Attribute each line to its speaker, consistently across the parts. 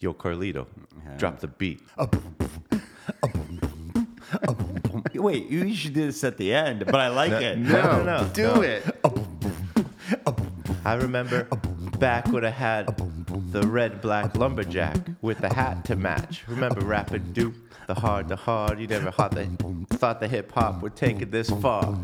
Speaker 1: Yo, Carlito, drop the beat. Wait, you should do this at the end, but I like it.
Speaker 2: do it.
Speaker 1: I remember back when I had the red black lumberjack with the hat to match. Remember rapping Duke, the hard, the hard. You never thought the, thought the hip hop would take it this far.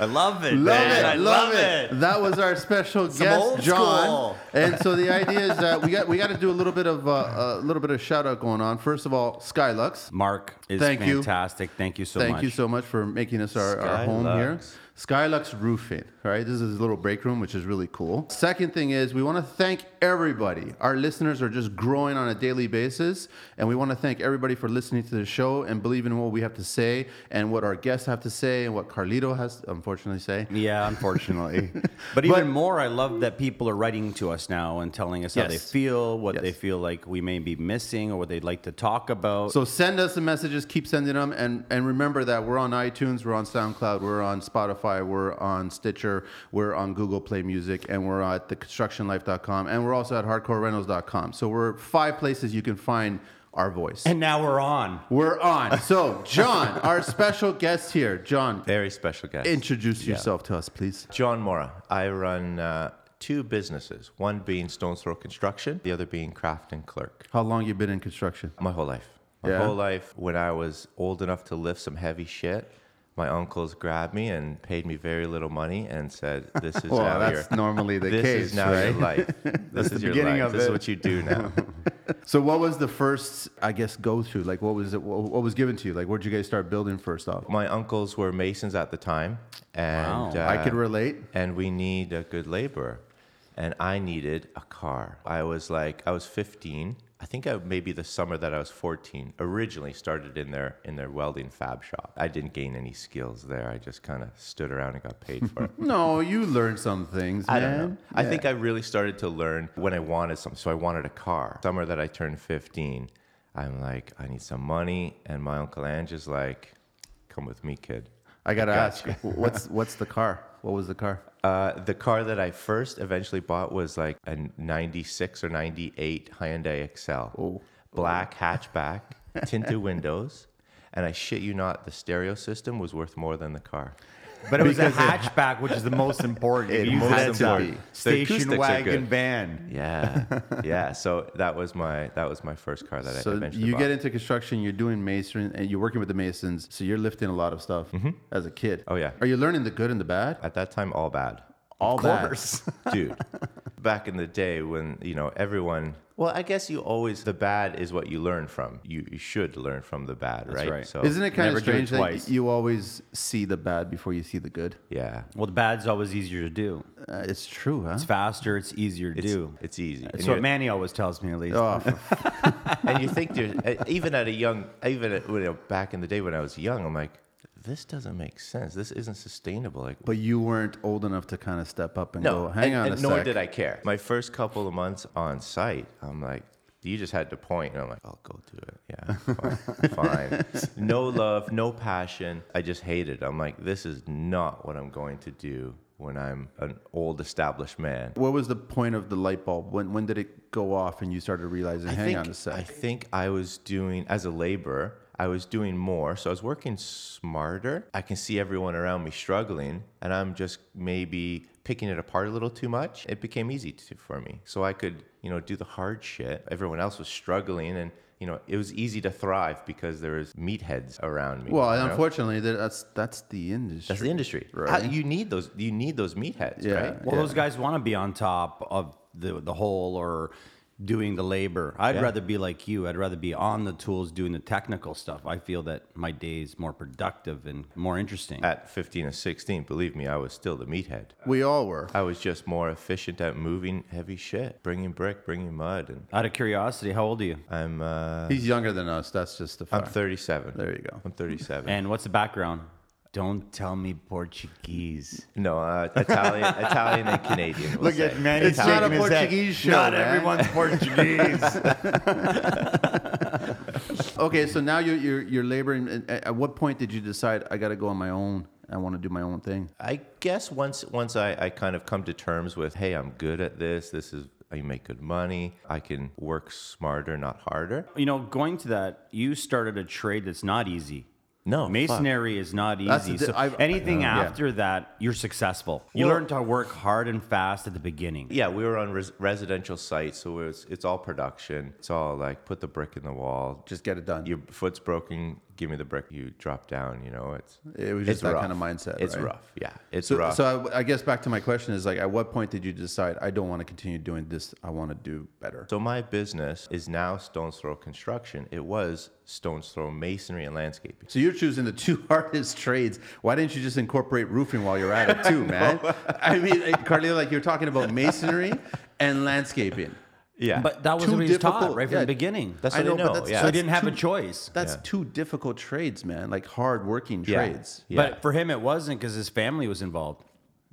Speaker 1: I love it,
Speaker 2: Love
Speaker 1: man.
Speaker 2: it,
Speaker 1: I
Speaker 2: love, it. That was our special
Speaker 1: old
Speaker 2: guest, John.
Speaker 1: school.
Speaker 2: And so the idea is that we got we got to do a little bit of uh, a little bit of shout out going on. First of all, Skylux,
Speaker 3: Mark is
Speaker 2: Thank you.
Speaker 3: fantastic. Thank you so
Speaker 2: thank
Speaker 3: much.
Speaker 2: you so much for making us our, our home here.
Speaker 1: Skylux.
Speaker 2: Skylux Roofing. All right, this is his little break room, which is really cool. Second thing is we want to thank everybody. Our listeners are just growing on a daily basis, and we want to thank everybody for listening to the show and believing in what we have to say and what our guests have to say and what Carlito has to unfortunately say.
Speaker 3: Yeah,
Speaker 2: eh.
Speaker 3: unfortunately. but even more, I love that people are writing to us now and telling us how they
Speaker 2: Yes.
Speaker 3: feel, what they
Speaker 2: Yes.
Speaker 3: feel like we may be missing, or what they'd like to talk about.
Speaker 2: So send us the messages, keep sending them, and and remember that we're on iTunes, we're on SoundCloud, we're on Spotify, we're on Stitcher, we're on Google Play Music, and we're at theconstructionlife.com, and we're also at hardcorerentals.com. So we're five places you can find our voice.
Speaker 3: and now we're on.
Speaker 2: we're on. So John, our special guest here, John,
Speaker 1: Very special guy.
Speaker 2: introduce yourself to us, please.
Speaker 1: John Mora. I run uh, two businesses, one being Stone's Throw Construction, the other being Craft and Clerk.
Speaker 2: How long you been in construction?
Speaker 1: My whole life. My
Speaker 2: Yeah?
Speaker 1: whole life. When I was old enough to lift some heavy shit, my uncles grabbed me and paid me very little money and said, "This is
Speaker 2: Well,
Speaker 1: now
Speaker 2: that's
Speaker 1: your
Speaker 2: normally the
Speaker 1: this
Speaker 2: case,
Speaker 1: is now
Speaker 2: right?
Speaker 1: your life. This is your
Speaker 2: beginning
Speaker 1: life.
Speaker 2: of
Speaker 1: this is
Speaker 2: it.
Speaker 1: what you do now."
Speaker 2: So what was the first, I guess, go to? Like, what was it? What, what was given to you? Like, where'd you guys start building first off?
Speaker 1: my uncles were masons at the time, and
Speaker 3: Wow.
Speaker 1: uh,
Speaker 2: I could relate.
Speaker 1: and we need a good laborer. And I needed a car. I was like, I was 15. I think I, maybe the summer that I was 14 originally started in their in their welding fab shop. I didn't gain any skills there. I just kind of stood around and got paid for it.
Speaker 2: No, you learned some things, man.
Speaker 1: I don't know. I
Speaker 2: Yeah.
Speaker 1: think I really started to learn when I wanted something. So I wanted a car. Summer that I turned 15, I'm like, I need some money, and my uncle Ange is like, Come with me, kid.
Speaker 2: I gotta ask,
Speaker 1: Gotcha.
Speaker 2: what's what's the car? What was the car?
Speaker 1: Uh, the car that I first eventually bought was like a 96 or 98 Hyundai Excel.
Speaker 2: Oh.
Speaker 1: Black hatchback, tinted windows. And I shit you not, the stereo system was worth more than the car.
Speaker 4: But it was a hatchback, which is the most important.
Speaker 1: It
Speaker 4: If you
Speaker 1: most
Speaker 4: had to
Speaker 1: important.
Speaker 4: be.
Speaker 1: The acoustics
Speaker 4: station
Speaker 1: are
Speaker 4: wagon
Speaker 1: good.
Speaker 4: van.
Speaker 1: Yeah. yeah. So that was my that was my first car that I
Speaker 2: So
Speaker 1: eventually
Speaker 2: you
Speaker 1: bought.
Speaker 2: get into construction, you're doing mason, and you're working with the masons. So you're lifting a lot of stuff as a kid.
Speaker 1: Oh, yeah.
Speaker 2: Are you learning the good and the bad?
Speaker 1: At that time, all bad.
Speaker 2: All
Speaker 4: course.
Speaker 1: dude back in the day when you know everyone well i guess you always the bad is what you learn from you, you should learn from the bad right?
Speaker 3: right.
Speaker 1: so
Speaker 2: bad. Isn't it kind
Speaker 4: Never
Speaker 2: of
Speaker 4: do it
Speaker 2: strange that y-
Speaker 4: twice.
Speaker 2: you always see the bad before you see the good?
Speaker 1: yeah
Speaker 3: Well, the bad's always easier to do.
Speaker 2: Uh, it's true, huh?
Speaker 3: It's faster. It's easier to
Speaker 1: it's,
Speaker 3: do.
Speaker 1: it's easy
Speaker 3: That's
Speaker 1: and,
Speaker 3: what
Speaker 1: you,
Speaker 3: Manny always tells me, at least.
Speaker 2: Oh, for
Speaker 1: and you think you're uh, even at a young even at, you know, back in the day when i was young i'm like this doesn't make sense this isn't sustainable like
Speaker 2: But you weren't old enough to kind of step up and go, hang
Speaker 1: and,
Speaker 2: on
Speaker 1: and
Speaker 2: a sec.
Speaker 1: nor did I care. My first couple of months on site, I'm like, you just had to point, and I'm like, I'll go do it. Yeah, fine. fine. No love, no passion. I just hated. I'm like, this is not what I'm going to do when I'm an old established man.
Speaker 2: What was the point of the light bulb? When when did it go off and you started realizing, hang
Speaker 1: think,
Speaker 2: on a sec?
Speaker 1: I think I was doing as a laborer. I was doing more, so I was working smarter. I can see everyone around me struggling, and I'm just maybe picking it apart a little too much. It became easy to, for me, so I could, you know, do the hard shit. Everyone else was struggling, and you know, it was easy to thrive because there was meatheads around me.
Speaker 2: well,
Speaker 1: you know?
Speaker 2: unfortunately, that- that's that's the industry.
Speaker 1: that's the industry.
Speaker 2: Right.
Speaker 1: How- you need those. You need those meatheads,
Speaker 2: Yeah.
Speaker 1: right?
Speaker 3: Well, those guys want to be on top of the the whole or doing the labor. I'd
Speaker 1: Yeah.
Speaker 3: rather be like you. I'd rather be on the tools doing the technical stuff. I feel that my day is more productive and more interesting.
Speaker 1: At 15 and 16, believe me, I was still the meathead.
Speaker 2: We all were.
Speaker 1: I was just more efficient at moving heavy shit, bringing brick, bringing mud, and
Speaker 3: Out of curiosity, how old are you?
Speaker 1: I'm uh,
Speaker 2: He's younger than us. That's just the
Speaker 1: I'm
Speaker 2: fact.
Speaker 1: 37.
Speaker 2: There you go.
Speaker 1: I'm 37.
Speaker 3: And what's the background? Don't tell me Portuguese.
Speaker 1: no, uh, Italian, Italian and Canadian. we'll
Speaker 4: Look at
Speaker 1: say.
Speaker 4: Manny
Speaker 2: It's not a
Speaker 4: shaking his head.
Speaker 2: Portuguese show,
Speaker 4: Not
Speaker 2: man.
Speaker 4: everyone's Portuguese.
Speaker 2: okay, so now you're you're, you're laboring. and At at what point did you decide I got to go on my own? I want to do my own thing.
Speaker 1: I guess once once I, I kind of come to terms with, hey, I'm good at this. This is I make good money. I can work smarter, not harder.
Speaker 3: You know, going to that, you started a trade that's not easy.
Speaker 1: No, Oh, fuck.
Speaker 3: Masonry is not
Speaker 2: That's
Speaker 3: easy. so
Speaker 2: the- I've-
Speaker 3: anything
Speaker 2: Yeah.
Speaker 3: after that, you're successful. You
Speaker 1: Well-
Speaker 3: learn to work hard and fast at the beginning.
Speaker 1: Yeah, we were on res- residential sites, so it's it's all production. It's all like put the brick in the wall. Just
Speaker 2: Just get it done.
Speaker 1: your foot's broken. Give me the brick. You drop down. You know, it's
Speaker 2: It was just
Speaker 1: it's
Speaker 2: that
Speaker 1: rough.
Speaker 2: kind of mindset,
Speaker 1: It's
Speaker 2: right?
Speaker 1: rough. Yeah, it's
Speaker 2: so,
Speaker 1: rough.
Speaker 2: so I, I guess back to my question is like, at what point did you decide I don't want to continue doing this? I want to do better.
Speaker 1: So my business is now Stone's Throw Construction. It was Stone's Throw Masonry and Landscaping.
Speaker 2: So you're choosing the two hardest trades. Why didn't you just incorporate roofing while you're at it too, man? I mean, like, Carlito, like you're talking about masonry and landscaping.
Speaker 1: Yeah,
Speaker 3: But that was
Speaker 2: Too
Speaker 3: what he was taught
Speaker 2: difficult.
Speaker 3: right from
Speaker 2: Yeah.
Speaker 3: the beginning.
Speaker 1: that's
Speaker 2: I
Speaker 1: what I
Speaker 2: know,
Speaker 1: know.
Speaker 2: but that's-
Speaker 1: yeah,
Speaker 3: so he didn't have a choice.
Speaker 2: That's two difficult trades, man. Like hard working
Speaker 1: yeah.
Speaker 2: trades.
Speaker 1: Yeah.
Speaker 3: But for him, it wasn't because his family was involved.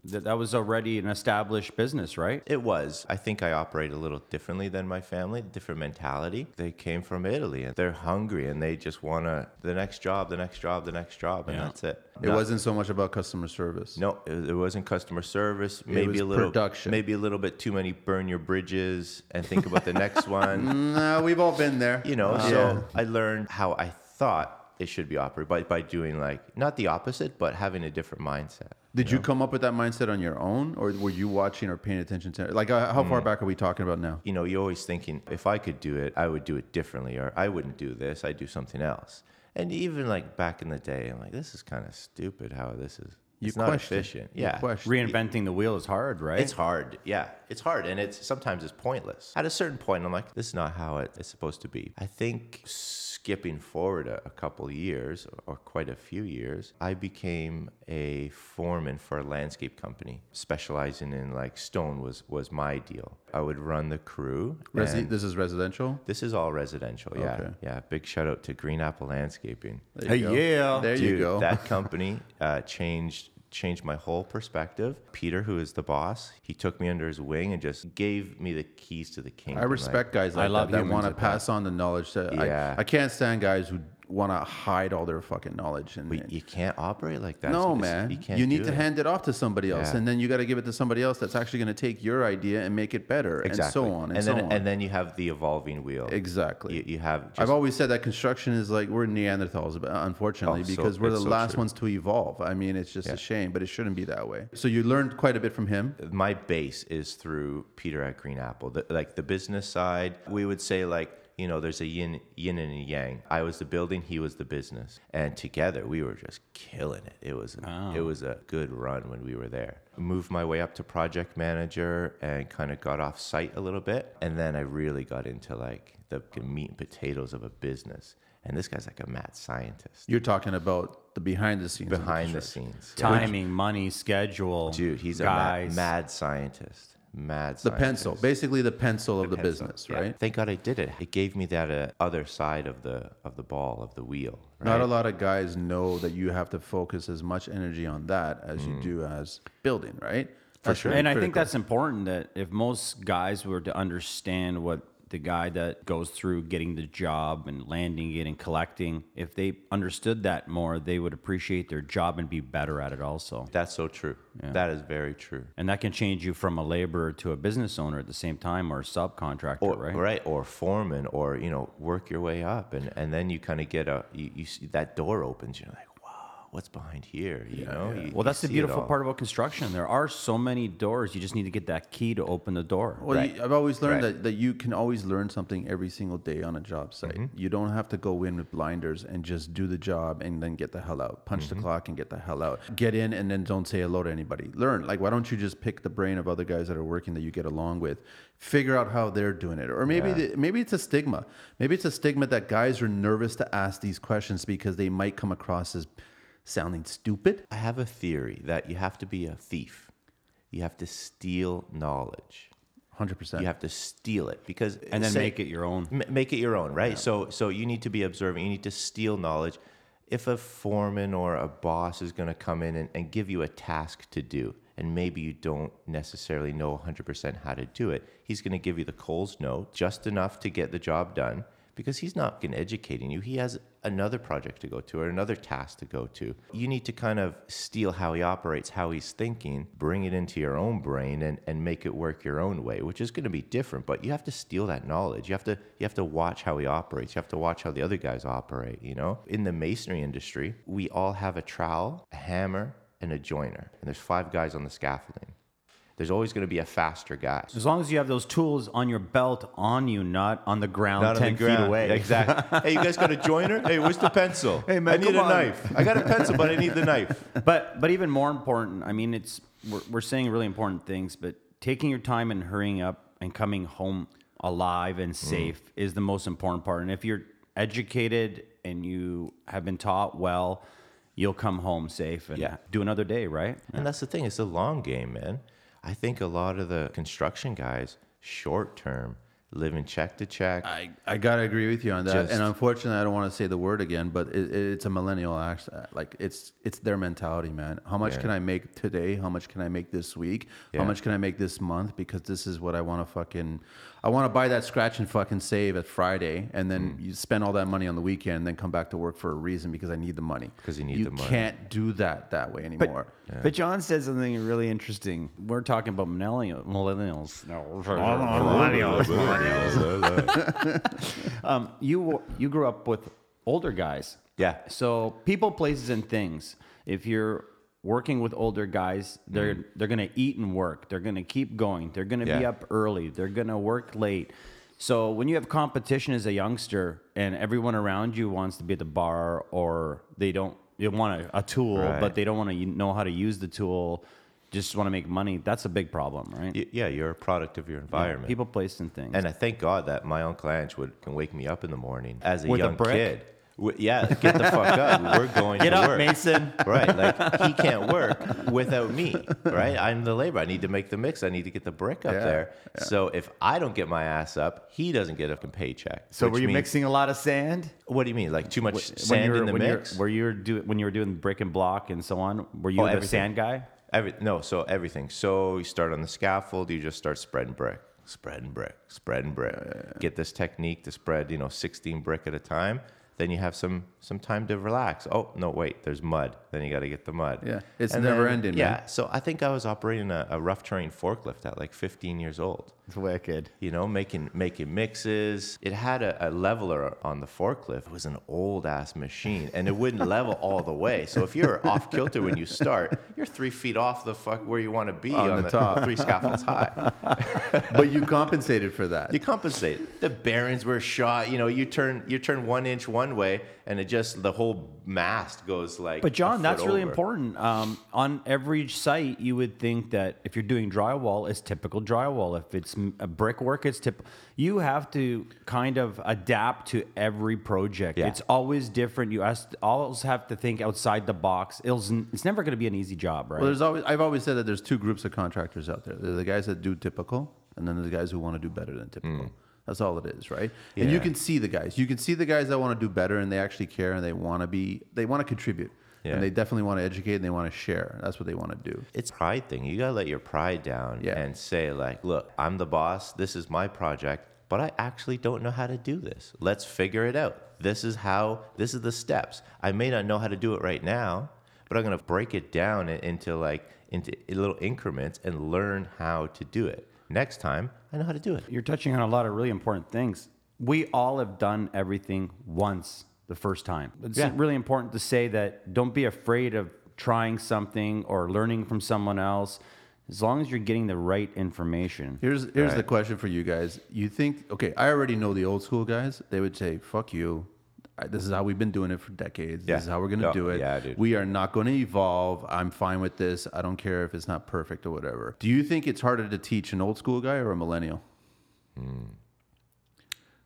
Speaker 3: That, that was already an established business, right?
Speaker 1: It was. I think I operate a little differently than my family, different mentality. They came from Italy and they're hungry and they just want to the next job, the next job, the next job, and
Speaker 3: Yeah.
Speaker 1: that's it.
Speaker 2: It wasn't so much about customer service.
Speaker 1: No, it, it wasn't customer service. Maybe
Speaker 2: was
Speaker 1: a little
Speaker 2: production.
Speaker 1: Maybe a little bit too many burn your bridges and think about the next one.
Speaker 2: No, we've all been there. Uh,
Speaker 1: You know,
Speaker 2: Oh, Yeah.
Speaker 1: so I learned how I thought it should be operated by, by doing like not the opposite, but having a different mindset.
Speaker 2: Did you come up with that mindset on your own, or were you watching or paying attention to? Like, uh, how
Speaker 1: Mm.
Speaker 2: far back are we talking about now?
Speaker 1: You know, you're always thinking if I could do it, I would do it differently, or I wouldn't do this, I'd do something else. And even like back in the day, I'm like, this is kind of stupid how this is.
Speaker 2: You
Speaker 1: it's not
Speaker 2: question.
Speaker 1: efficient.
Speaker 2: You
Speaker 1: Yeah.
Speaker 2: question.
Speaker 3: Reinventing the wheel is hard, right?
Speaker 1: It's hard. Yeah, it's hard, and it's sometimes it's pointless. At a certain point, I'm like, this is not how it- it's supposed to be. I think skipping forward a, a couple years or quite a few years, I became a foreman for a landscape company specializing in like stone was was my deal. I would run the crew.
Speaker 2: Resi-
Speaker 1: and
Speaker 2: this is residential.
Speaker 1: this is all residential. Yeah,
Speaker 2: Okay.
Speaker 1: yeah. Big shout out to Green Apple Landscaping.
Speaker 2: There you
Speaker 3: Hey,
Speaker 2: go.
Speaker 3: yeah.
Speaker 2: There you
Speaker 1: Dude,
Speaker 2: go.
Speaker 1: That company uh, changed changed my whole perspective. Peter, who is the boss, he took me under his wing and just gave me the keys to the kingdom.
Speaker 2: I respect guys like
Speaker 3: I love
Speaker 2: that that
Speaker 3: humans
Speaker 2: want to
Speaker 3: like that.
Speaker 2: pass on the knowledge. That
Speaker 1: Yeah.
Speaker 2: I, I can't stand guys who want to hide all their fucking knowledge. And,
Speaker 1: Like, you can't operate like that.
Speaker 2: no,
Speaker 1: It's-
Speaker 2: man,
Speaker 1: You
Speaker 2: you,
Speaker 1: can't.
Speaker 2: need
Speaker 1: do
Speaker 2: to
Speaker 1: it.
Speaker 2: hand it off to somebody else,
Speaker 1: Yeah.
Speaker 2: and then you got to give it to somebody else that's actually going to take your idea and make it better, and so on, and,
Speaker 1: and
Speaker 2: so
Speaker 1: then
Speaker 2: on.
Speaker 1: and then you have the evolving wheel.
Speaker 2: exactly.
Speaker 1: You, you have.
Speaker 2: I've
Speaker 1: Just,
Speaker 2: always said that construction is like we're Neanderthals, but uh, unfortunately,
Speaker 1: Oh, so-
Speaker 2: because we're the
Speaker 1: it's so
Speaker 2: last
Speaker 1: true.
Speaker 2: ones to evolve. I mean, it's just a shame, but it shouldn't be that way. So you learned quite a bit from him.
Speaker 1: my base is through Peter at Green Apple. The, like the business side, we would say like you know there's a yin yin and a yang. I was the building, he was the business, and together we were just killing it. It was an, it was a good run when we were there. Moved my way up to project manager and kind of got off site a little bit, and then I really got into like the meat and potatoes of a business. And this guy's like a mad scientist
Speaker 2: You're talking about the behind the scenes. of
Speaker 1: behind the
Speaker 2: construction.
Speaker 1: scenes.
Speaker 3: Timing, money, schedule.
Speaker 1: Dude, he's a
Speaker 3: guys.
Speaker 1: mad, mad scientist. Mad
Speaker 2: the
Speaker 1: scientist.
Speaker 2: pencil, basically the pencil of the
Speaker 1: pencil.
Speaker 2: business,
Speaker 1: Yeah.
Speaker 2: right?
Speaker 1: Thank God I did it. It gave me that uh, other side of the of the ball of the wheel.
Speaker 2: Not
Speaker 1: right?
Speaker 2: a lot of guys know that you have to focus as much energy on that as
Speaker 1: Mm.
Speaker 2: you do as building, right? For sure.
Speaker 3: And I think that's important that if most guys were to understand what the guy that goes through getting the job and landing it and collecting, if they understood that more, they would appreciate their job and be better at it also.
Speaker 1: That's so true. That is very true.
Speaker 3: And that can change you from a laborer to a business owner at the same time or a subcontractor,
Speaker 1: Or,
Speaker 3: right?
Speaker 1: right? or foreman, or you know, work your way up, and and then you kind of get a you, you see that door opens. You're like, wow, what's behind here? You know, You- you
Speaker 3: Well, that's the
Speaker 1: see it
Speaker 3: beautiful
Speaker 1: all.
Speaker 3: part about construction. There are so many doors. You just need to get that key to open the door.
Speaker 2: Well, you, I've always learned
Speaker 1: Right.
Speaker 2: that, that you can always learn something every single day on a job site.
Speaker 1: Mm-hmm.
Speaker 2: You don't have to go in with blinders and just do the job and then get the hell out. Punch
Speaker 1: Mm-hmm.
Speaker 2: the clock and get the hell out. Get in and then don't say hello to anybody. Learn. Like, why don't you just pick the brain of other guys that are working that you get along with? Figure out how they're doing it. Or maybe the, maybe it's a stigma. Maybe it's a stigma that guys are nervous to ask these questions because they might come across as sounding stupid.
Speaker 1: I have a theory that you have to be a thief. You have to steal knowledge.
Speaker 2: 100%.
Speaker 1: You have to steal it because
Speaker 3: and then
Speaker 1: say-
Speaker 3: make it your own.
Speaker 1: M- make it your own, right? So so you need to be observant. You need to steal knowledge. If a foreman or a boss is going to come in and, and give you a task to do, and maybe you don't necessarily know 100% how to do it, he's going to give you the Coles note just enough to get the job done. because he's not going to educating you. He has another project to go to or another task to go to. You need to kind of steal how he operates, how he's thinking, bring it into your own brain and, and make it work your own way, which is going to be different, but you have to steal that knowledge. You have to you have to watch how he operates. You have to watch how the other guys operate, you know? In the masonry industry, we all have a trowel, a hammer, and a joiner. And there's five guys on the scaffolding. There's always going to be a faster guy.
Speaker 3: As long as you have those tools on your belt, on you, not on the ground,
Speaker 1: Not on
Speaker 3: ten
Speaker 1: the ground.
Speaker 3: feet away.
Speaker 1: Exactly. hey, you guys got a joiner? Hey, where's the pencil? Hey,
Speaker 3: man,
Speaker 1: I need
Speaker 3: come
Speaker 1: a
Speaker 3: on.
Speaker 1: knife. I got a pencil, but I need the knife.
Speaker 3: but but even more important, I mean, it's we're, we're saying really important things, but taking your time and hurrying up and coming home alive and safe is the most important part. And if you're educated and you have been taught well, you'll come home safe and
Speaker 1: Yeah.
Speaker 3: do another day, right?
Speaker 1: And that's the thing, it's a long game, man. I think a lot of the construction guys, short term, living check to check.
Speaker 2: I, I gotta agree with you on that,
Speaker 1: Just-
Speaker 2: and unfortunately, I don't want to say the word again, but it, it- it's a millennial act. uh, Like it's it's their mentality, man. How much
Speaker 1: Yeah.
Speaker 2: can I make today? How much can I make this week?
Speaker 1: Yeah.
Speaker 2: How much can I make this month? Because this is what I want to fucking. I want to buy that scratch and fucking save at Friday, and then
Speaker 1: Mm.
Speaker 2: you spend all that money on the weekend, and then come back to work for a reason because I need the money.
Speaker 1: 'Cause you need the money.
Speaker 2: can't do that that way anymore.
Speaker 3: But John said something really interesting. We're talking about millennial, millennials. Um, you you grew up with older guys.
Speaker 1: Yeah.
Speaker 3: So people, places, and things. If you're working with older guys, they're they're gonna eat and work. They're gonna keep going. They're gonna be
Speaker 1: Mm. Yeah.
Speaker 3: up early. They're gonna work late. So when you have competition as a youngster and everyone around you wants to be at the bar or they don't they want a, a tool
Speaker 1: Right.
Speaker 3: but they don't want to know how to use the tool, just want to make money. That's a big problem, right?
Speaker 1: Y- yeah, you're a product of your environment.
Speaker 3: People, place, and things.
Speaker 1: And I thank God that my uncle Ange would can wake me up in the morning as a
Speaker 4: With a
Speaker 1: young
Speaker 4: brick?
Speaker 1: kid. W- yeah, get the fuck up. We're going
Speaker 3: Get
Speaker 1: to
Speaker 3: up,
Speaker 1: work.
Speaker 3: Mason.
Speaker 1: Right, like he can't work without me. Right, I'm the labor. I need to make the mix. I need to get the brick up
Speaker 2: Yeah,
Speaker 1: there. So if I don't get my ass up, he doesn't get a fucking paycheck.
Speaker 4: So
Speaker 1: which
Speaker 4: were you
Speaker 1: means-
Speaker 4: mixing a lot of sand?
Speaker 1: What do you mean? Like too much
Speaker 3: when you
Speaker 1: sand
Speaker 3: were,
Speaker 1: in the
Speaker 3: when you were-
Speaker 1: mix?
Speaker 3: were you were do, when you were doing brick and block and so on? Were you
Speaker 1: Oh,
Speaker 3: the
Speaker 1: everything.
Speaker 3: sand guy?
Speaker 1: Every, no, so everything. So you start on the scaffold, you just start spreading brick, spreading brick, spreading brick. Get this technique to spread, you know, 16 brick at a time. Then you have some some time to relax. Oh no, wait, there's mud. Then you got to get the mud.
Speaker 2: Yeah, it's never ending, man.
Speaker 1: Yeah, so I think I was operating a, a rough terrain forklift at like 15 years old.
Speaker 4: It's wicked.
Speaker 1: You know, making making mixes. It had a, a leveler on the forklift. It was an old ass machine, and it wouldn't level all the way. So if you're off kilter when you start, you're three feet off the fuck where you want to be on,
Speaker 2: the
Speaker 1: the,
Speaker 2: top.
Speaker 1: three scaffolds high.
Speaker 2: but you compensated for that.
Speaker 1: You compensate. The bearings were shot. You know, you turn you turn one inch one way, and it just the whole mast goes like.
Speaker 3: But
Speaker 1: a
Speaker 3: John,
Speaker 1: foot
Speaker 3: that's really
Speaker 1: over.
Speaker 3: important. Um, on every site, you would think that if you're doing drywall, it's typical drywall. If it's m- a brickwork, it's typical. You have to kind of adapt to every project.
Speaker 1: Yeah.
Speaker 3: It's always different. You has- always have to think outside the box. It'll, n- it's never going to be an easy job, right?
Speaker 2: Well, there's always I've always said that there's two groups of contractors out there. There are the guys that do typical, and then there's the guys who want to do better than typical. That's all it is, right? And
Speaker 1: Mm. Yeah.
Speaker 2: you can see the guys. You can see the guys that want to do better, and they actually care, and they want to be, they want to contribute,
Speaker 1: Yeah.
Speaker 2: and they definitely want to educate, and they want to share. That's what they want to do.
Speaker 1: it's pride thing. You gotta let your pride down
Speaker 2: Yeah.
Speaker 1: and say like, look, I'm the boss. This is my project, but I actually don't know how to do this. Let's figure it out. This is how. This is the steps. I may not know how to do it right now, but I'm gonna break it down i- into like into little increments and learn how to do it. Next time, I know how to do it.
Speaker 3: you're touching on a lot of really important things. We all have done everything once the first time. It's
Speaker 1: Yeah.
Speaker 3: really important to say that don't be afraid of trying something or learning from someone else as long as you're getting the right information.
Speaker 2: Here's here's the
Speaker 1: Right.
Speaker 2: question for you guys. You think okay? I already know the old school guys. They would say, "Fuck you." I- This is how we've been doing it for decades.
Speaker 1: Yeah.
Speaker 2: This is how we're gonna
Speaker 1: No,
Speaker 2: do it.
Speaker 1: yeah, dude.
Speaker 2: We are not going to evolve. I'm fine with this. I don't care if it's not perfect or whatever. Do you think it's harder to teach an old school guy or a millennial?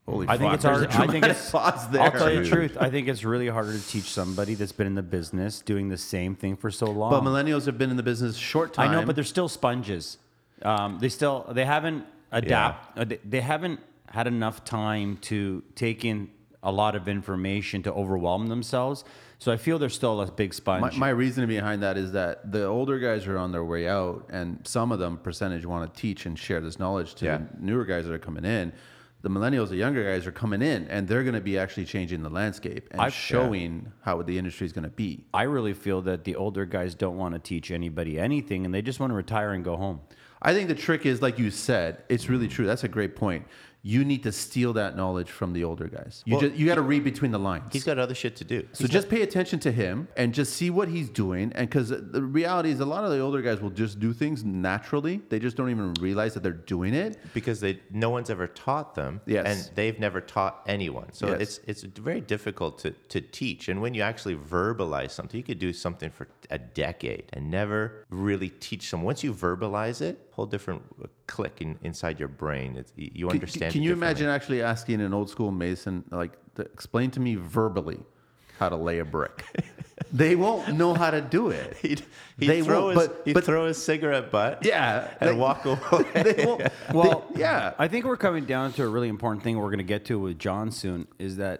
Speaker 2: Holy
Speaker 3: Hmm. I think
Speaker 2: fuck,
Speaker 3: it's
Speaker 2: there's
Speaker 3: hard.
Speaker 2: a
Speaker 3: I think
Speaker 2: dramatic
Speaker 3: it's.
Speaker 2: pause there.
Speaker 3: I'll tell you the truth. I think it's really harder to teach somebody that's been in the business doing the same thing for so long.
Speaker 2: But millennials have been in the business short time.
Speaker 3: I know, but they're still sponges. Um, they still they haven't adapt. uh, They, they haven't had enough time to take in a lot of information to overwhelm themselves. So I feel they're still a big
Speaker 2: My,
Speaker 3: sponge.
Speaker 2: my reasoning behind that is that the older guys are on their way out, and some of them percentage want to teach and share this knowledge to
Speaker 1: Yeah.
Speaker 2: the newer guys that are coming in. the millennials, the younger guys are coming in and they're going to be actually changing the landscape and
Speaker 3: I've-
Speaker 2: showing how the industry is going to be.
Speaker 3: I really feel that the older guys don't want to teach anybody anything and they just want to retire and go home.
Speaker 2: I think the trick is, like you said, it's really true. That's a great point. You need to steal that knowledge from the older guys. You just, you got to read between the lines.
Speaker 1: He's got other shit to do.
Speaker 2: So just pay attention to him and just see what he's doing. And because the reality is, a lot of the older guys will just do things naturally. They just don't even realize that they're doing it.
Speaker 1: because they no one's ever taught them
Speaker 2: Yes.
Speaker 1: and they've never taught anyone so
Speaker 2: Yes.
Speaker 1: it's it's very difficult to, to teach and when you actually verbalize something you could do something for a decade and never really teach someone once you verbalize it whole different click in, inside your brain it's, you- you
Speaker 2: C-
Speaker 1: understand
Speaker 2: Can
Speaker 1: it
Speaker 2: you
Speaker 1: differently.
Speaker 2: imagine actually asking an old school mason, like, to explain to me verbally how to lay a brick? they won't know how to do it.
Speaker 1: he'd, he'd
Speaker 2: They
Speaker 1: throw
Speaker 2: won't,
Speaker 1: his,
Speaker 2: but-
Speaker 1: he'd
Speaker 2: but-
Speaker 1: throw his cigarette butt
Speaker 2: Yeah,
Speaker 1: and
Speaker 2: they-
Speaker 1: walk away
Speaker 2: They won't.
Speaker 3: Well,
Speaker 2: yeah.
Speaker 3: I think we're coming down to a really important thing we're going to get to with John soon is that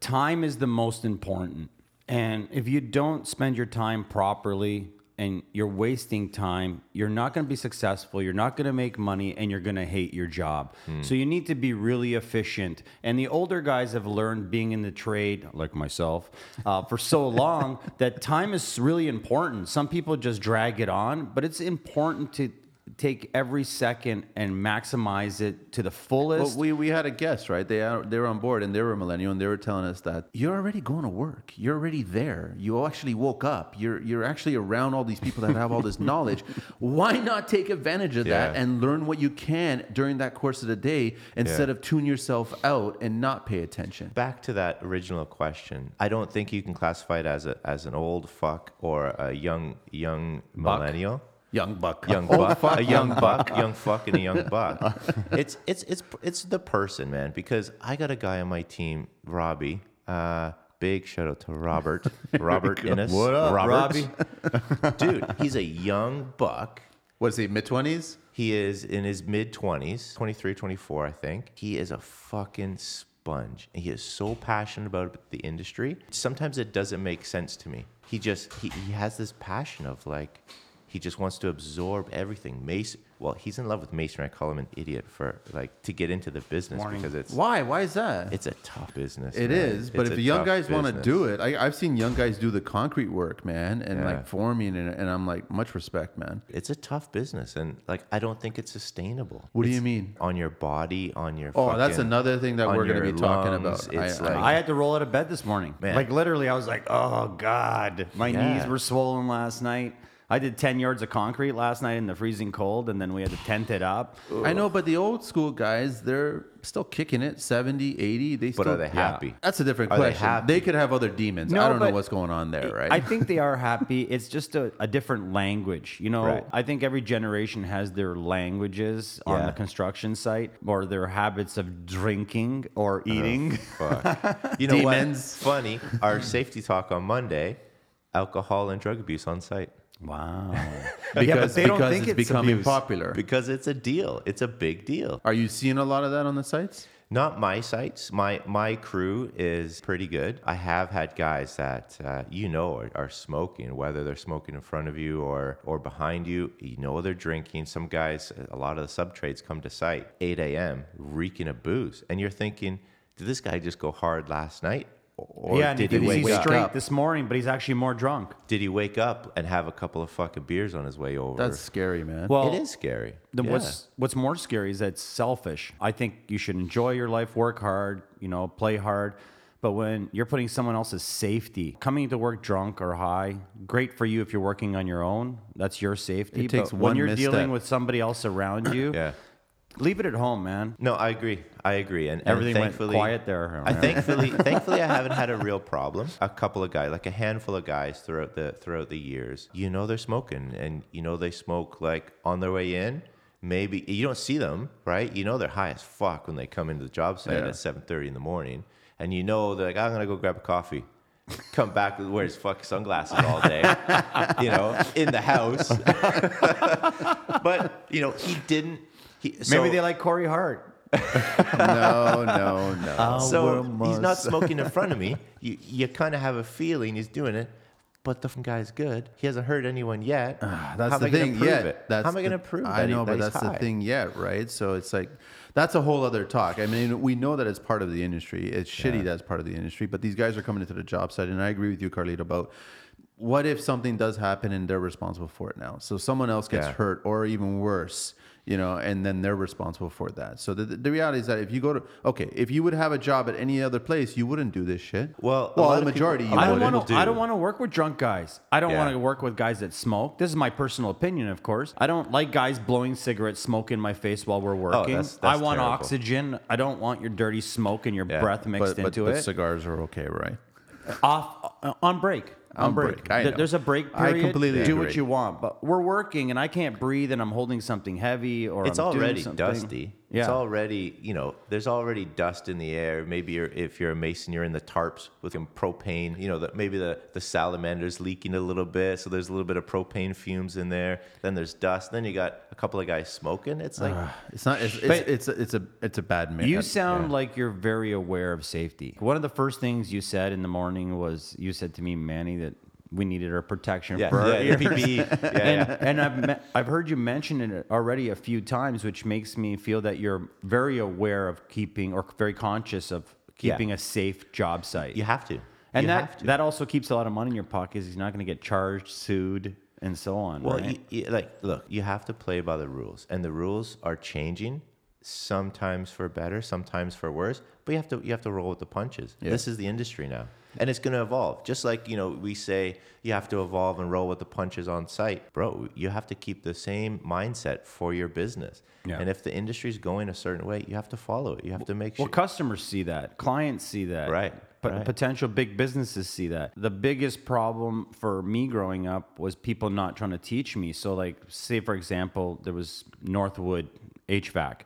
Speaker 3: time is the most important. And if you don't spend your time properly and you're wasting time, you're not going to be successful, you're not going to make money, and you're going to hate your job. So you need to be really efficient. And the older guys have learned being in the trade, like myself, uh, for so long that time is really important. Some people just drag it on, but it's important to take every second and maximize it to the
Speaker 2: Well,
Speaker 3: fullest.
Speaker 2: we, we had a guest, right? They are, they were on board and they were millennial and they were telling us that you're already going to work. You're already there. You actually woke up. You're you're actually around all these people that have all this knowledge. Why not take advantage of that
Speaker 1: Yeah.
Speaker 2: and learn what you can during that course of the day instead of tune yourself out and not pay attention?
Speaker 1: back to that original question i don't think you can classify it as a as an old fuck or a young young millennial
Speaker 2: Young buck.
Speaker 1: young
Speaker 4: Oh,
Speaker 2: Old
Speaker 1: buck, a young buck, young fuck, and a young buck. It's it's it's it's the person, man. Because I got a guy on my team, Robbie. Uh, big shout out to Robert, Robert Innes.
Speaker 4: What up,
Speaker 1: Robert? Dude, he's a young buck.
Speaker 2: What is he, mid 20s?
Speaker 1: He is in his mid 20s, 23, 24, I think. He is a fucking sponge. He is so passionate about the industry. Sometimes it doesn't make sense to me. He just, he, he has this passion of like, he just wants to absorb everything. Mason, well, he's in love with Mason. I call him an idiot for like to get into the business because it's
Speaker 2: Why? Why is that?
Speaker 1: it's a tough business.
Speaker 2: It
Speaker 1: man.
Speaker 2: is, but
Speaker 1: It's
Speaker 2: if
Speaker 1: a
Speaker 2: the young
Speaker 1: tough
Speaker 2: guys want to
Speaker 1: business.
Speaker 2: do it, I, I've seen young guys do the concrete work, man, and
Speaker 1: Yeah.
Speaker 2: like forming, and, and I'm like, much respect, man.
Speaker 1: it's a tough business, and like I don't think it's sustainable.
Speaker 2: What do
Speaker 1: It's
Speaker 2: you mean?
Speaker 1: on your body? On your
Speaker 2: Oh, that's
Speaker 1: fucking-
Speaker 2: another thing that
Speaker 1: on
Speaker 2: we're going
Speaker 1: your
Speaker 2: to be talking
Speaker 1: lungs.
Speaker 2: about.
Speaker 1: It's
Speaker 2: I-
Speaker 1: like-
Speaker 3: I had to roll out of bed this morning.
Speaker 1: Man.
Speaker 3: Like literally, I was like, "Oh God, my
Speaker 1: Yeah.
Speaker 3: knees were swollen last night." I did ten yards of concrete last night in the freezing cold, and then we had to tent it up.
Speaker 2: I, I know, but the old school guys, they're still kicking it 70, 80. They still,
Speaker 1: But are they happy?
Speaker 2: That's a different
Speaker 1: Are they
Speaker 2: question.
Speaker 1: happy?
Speaker 2: They, could have other demons.
Speaker 3: No,
Speaker 2: I don't know
Speaker 3: but
Speaker 2: what's going on there, right?
Speaker 3: I think they are happy. It's just a, a different language. You know,
Speaker 1: Right.
Speaker 3: I think every generation has their languages on
Speaker 1: Yeah.
Speaker 3: the construction site or their habits of drinking or eating.
Speaker 1: Fuck. You know
Speaker 2: Demons.
Speaker 1: what's funny? Our safety talk on Monday, alcohol and drug abuse on site.
Speaker 3: Wow.
Speaker 2: because,
Speaker 3: yeah, but they don't
Speaker 2: because
Speaker 3: think
Speaker 2: it's,
Speaker 3: it's
Speaker 2: becoming
Speaker 3: abuse.
Speaker 2: popular.
Speaker 1: Because it's a deal. It's a big deal.
Speaker 2: Are you seeing a lot of that on the sites?
Speaker 1: Not my sites. My my crew is pretty good. I have had guys that uh, you know are, are smoking, whether they're smoking in front of you or or behind you. You know they're drinking. Some guys, a lot of the sub trades come to site 8 a.m. reeking of booze, and you're thinking, did this guy just go hard last night, or
Speaker 3: yeah, and
Speaker 1: did
Speaker 3: he
Speaker 1: he
Speaker 3: was
Speaker 1: wake
Speaker 3: he's
Speaker 1: up?
Speaker 3: straight
Speaker 2: up?
Speaker 3: this morning, but he's actually more drunk.
Speaker 1: Did he wake up and have a couple of fucking beers on his way over?
Speaker 2: That's scary, man.
Speaker 3: Well,
Speaker 1: it is scary.
Speaker 3: The,
Speaker 1: Yeah.
Speaker 3: What's What's more scary is that it's selfish. I think you should enjoy your life, work hard, you know, play hard. But when you're putting someone else's safety, coming to work drunk or high, great for you if you're working on your own. That's your safety.
Speaker 2: It takes
Speaker 3: but
Speaker 2: one
Speaker 3: when you're
Speaker 2: misstep.
Speaker 3: dealing with somebody else around you,
Speaker 1: yeah.
Speaker 3: leave it at home, man.
Speaker 1: No, I agree. I agree. And and
Speaker 3: Everything went
Speaker 1: thankfully-
Speaker 3: quiet there.
Speaker 1: I thankfully, thankfully, I haven't had a real problem. A couple of guys, like a handful of guys throughout the throughout the years, you know, they're smoking, and you know they smoke like on their way in. Maybe you don't see them, right? You know they're high as fuck when they come into the job site
Speaker 2: Yeah.
Speaker 1: at seven thirty in the morning, and you know they're like, "I'm gonna go grab a coffee." Come back and wear his fuck sunglasses all day, you know, in the house. but you know, he didn't. He,
Speaker 3: Maybe they like Corey Hart.
Speaker 2: no, no, no.
Speaker 1: so
Speaker 3: we're
Speaker 1: he's not smoking in front of me. You you kind of have a feeling he's doing it, but the f- guy's good. He hasn't hurt anyone yet.
Speaker 2: Ah, That's
Speaker 1: How am
Speaker 2: the
Speaker 1: I gonna
Speaker 2: thing.
Speaker 1: prove
Speaker 2: yet.
Speaker 1: it?
Speaker 2: That's
Speaker 1: How am I
Speaker 2: the-
Speaker 1: going to prove?
Speaker 2: I
Speaker 1: that he-
Speaker 2: know,
Speaker 1: that
Speaker 2: but
Speaker 1: he's
Speaker 2: that's the
Speaker 1: high?
Speaker 2: thing yet, right? So it's like that's a whole other talk. I mean, we know that it's part of the industry. It's shitty that's part of the industry, but these guys are coming into the job site, and I agree with you, Carlito, about what if something does happen and they're responsible for it now. So someone else gets
Speaker 1: Yeah.
Speaker 2: hurt, or even worse. You know, and then they're responsible for that. So the, the reality is that if you go to okay, if you would have a job at any other place, you wouldn't do this shit.
Speaker 1: Well, a
Speaker 2: well,
Speaker 1: lot
Speaker 2: the
Speaker 1: of people-
Speaker 2: majority
Speaker 1: a
Speaker 2: you
Speaker 1: lot
Speaker 3: I
Speaker 1: of
Speaker 3: don't
Speaker 2: wouldn't.
Speaker 1: people
Speaker 3: want to. I
Speaker 1: do.
Speaker 3: don't want to work with drunk guys. I don't
Speaker 1: Yeah.
Speaker 3: want to work with guys that smoke. This is my personal opinion, of course. I don't like guys blowing cigarette smoke in my face while we're working.
Speaker 1: that's- that's
Speaker 3: I want
Speaker 1: terrible.
Speaker 3: oxygen. I don't want your dirty smoke and your
Speaker 1: Yeah,
Speaker 3: breath mixed
Speaker 2: But, but,
Speaker 3: into
Speaker 2: but
Speaker 3: it.
Speaker 2: cigars are okay, right?
Speaker 3: Off uh, on break.
Speaker 2: On break, I
Speaker 3: Th-
Speaker 2: know.
Speaker 3: There's a break
Speaker 2: I
Speaker 3: period.
Speaker 2: completely
Speaker 3: do
Speaker 2: agree.
Speaker 3: what you want, but we're working and I can't breathe and I'm holding something heavy or
Speaker 1: it's
Speaker 3: I'm doing
Speaker 1: already
Speaker 3: something.
Speaker 1: dusty.
Speaker 3: Yeah.
Speaker 1: It's already, you know, there's already dust in the air. Maybe you're, if you're a mason, you're in the tarps with some propane. You know, the, maybe the, the salamander's leaking a little bit. So there's a little bit of propane fumes in there. Then there's dust. Then you got a couple of guys smoking. It's like,
Speaker 2: It's not. It's it's,
Speaker 3: But-
Speaker 2: it's, a, it's a it's a bad mix.
Speaker 3: You sound like you're very aware of safety. One of the first things you said in the morning was you said to me, Manny, that we needed our protection
Speaker 1: yeah,
Speaker 3: for our
Speaker 1: yeah,
Speaker 3: ears.
Speaker 1: the PPE. Yeah,
Speaker 3: and,
Speaker 1: yeah.
Speaker 3: and I've me- I've heard you mention it already a few times, which makes me feel that you're very aware of keeping or very conscious of
Speaker 1: Yeah.
Speaker 3: keeping a safe job site.
Speaker 1: You have to.
Speaker 3: and
Speaker 1: You have
Speaker 3: that
Speaker 1: to.
Speaker 3: that also keeps a lot of money in your pocket. 'cause You're not going to get charged, sued, and so on.
Speaker 1: Well,
Speaker 3: right?
Speaker 1: you, you, like, look, you have to play by the rules, and the rules are changing, sometimes for better, sometimes for worse. But you have to you have to roll with the punches. This is the industry now, and it's going to evolve. Just like you know, we say you have to evolve and roll with the punches on site, bro. You have to keep the same mindset for your business.
Speaker 3: Yeah.
Speaker 1: And if the industry's going a certain way, you have to follow it. You have to make sure.
Speaker 3: Well, customers see that, clients see that,
Speaker 1: Right,
Speaker 3: But
Speaker 1: right.
Speaker 3: potential big businesses see that. The biggest problem for me growing up was people not trying to teach me. So, like, say for example, there was Northwood HVAC.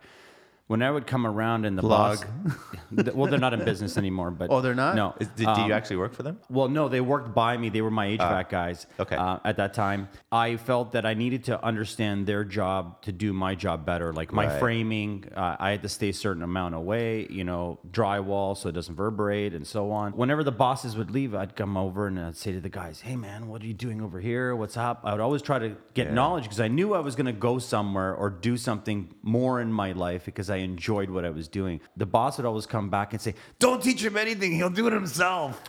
Speaker 3: When I would come around and the
Speaker 2: Blog.
Speaker 3: boss, well, they're not in business anymore. But
Speaker 2: Oh, they're not?
Speaker 3: No,
Speaker 1: Is- did, do
Speaker 2: um,
Speaker 1: you actually work for them?
Speaker 3: well, no, they worked by me. They were my HVAC guys.
Speaker 1: Ah, okay.
Speaker 3: Uh, at that time, I felt that I needed to understand their job to do my job better. Like my
Speaker 1: Right.
Speaker 3: framing, uh, I had to stay a certain amount away. You know, drywall so it doesn't reverberate and so on. Whenever the bosses would leave, I'd come over and I'd say to the guys, "Hey, man, what are you doing over here? What's up?" I would always try to get knowledge because I knew I was going to go somewhere or do something more in my life because I enjoyed what I was doing. The boss would always come back and say, "Don't teach him anything. He'll do it himself."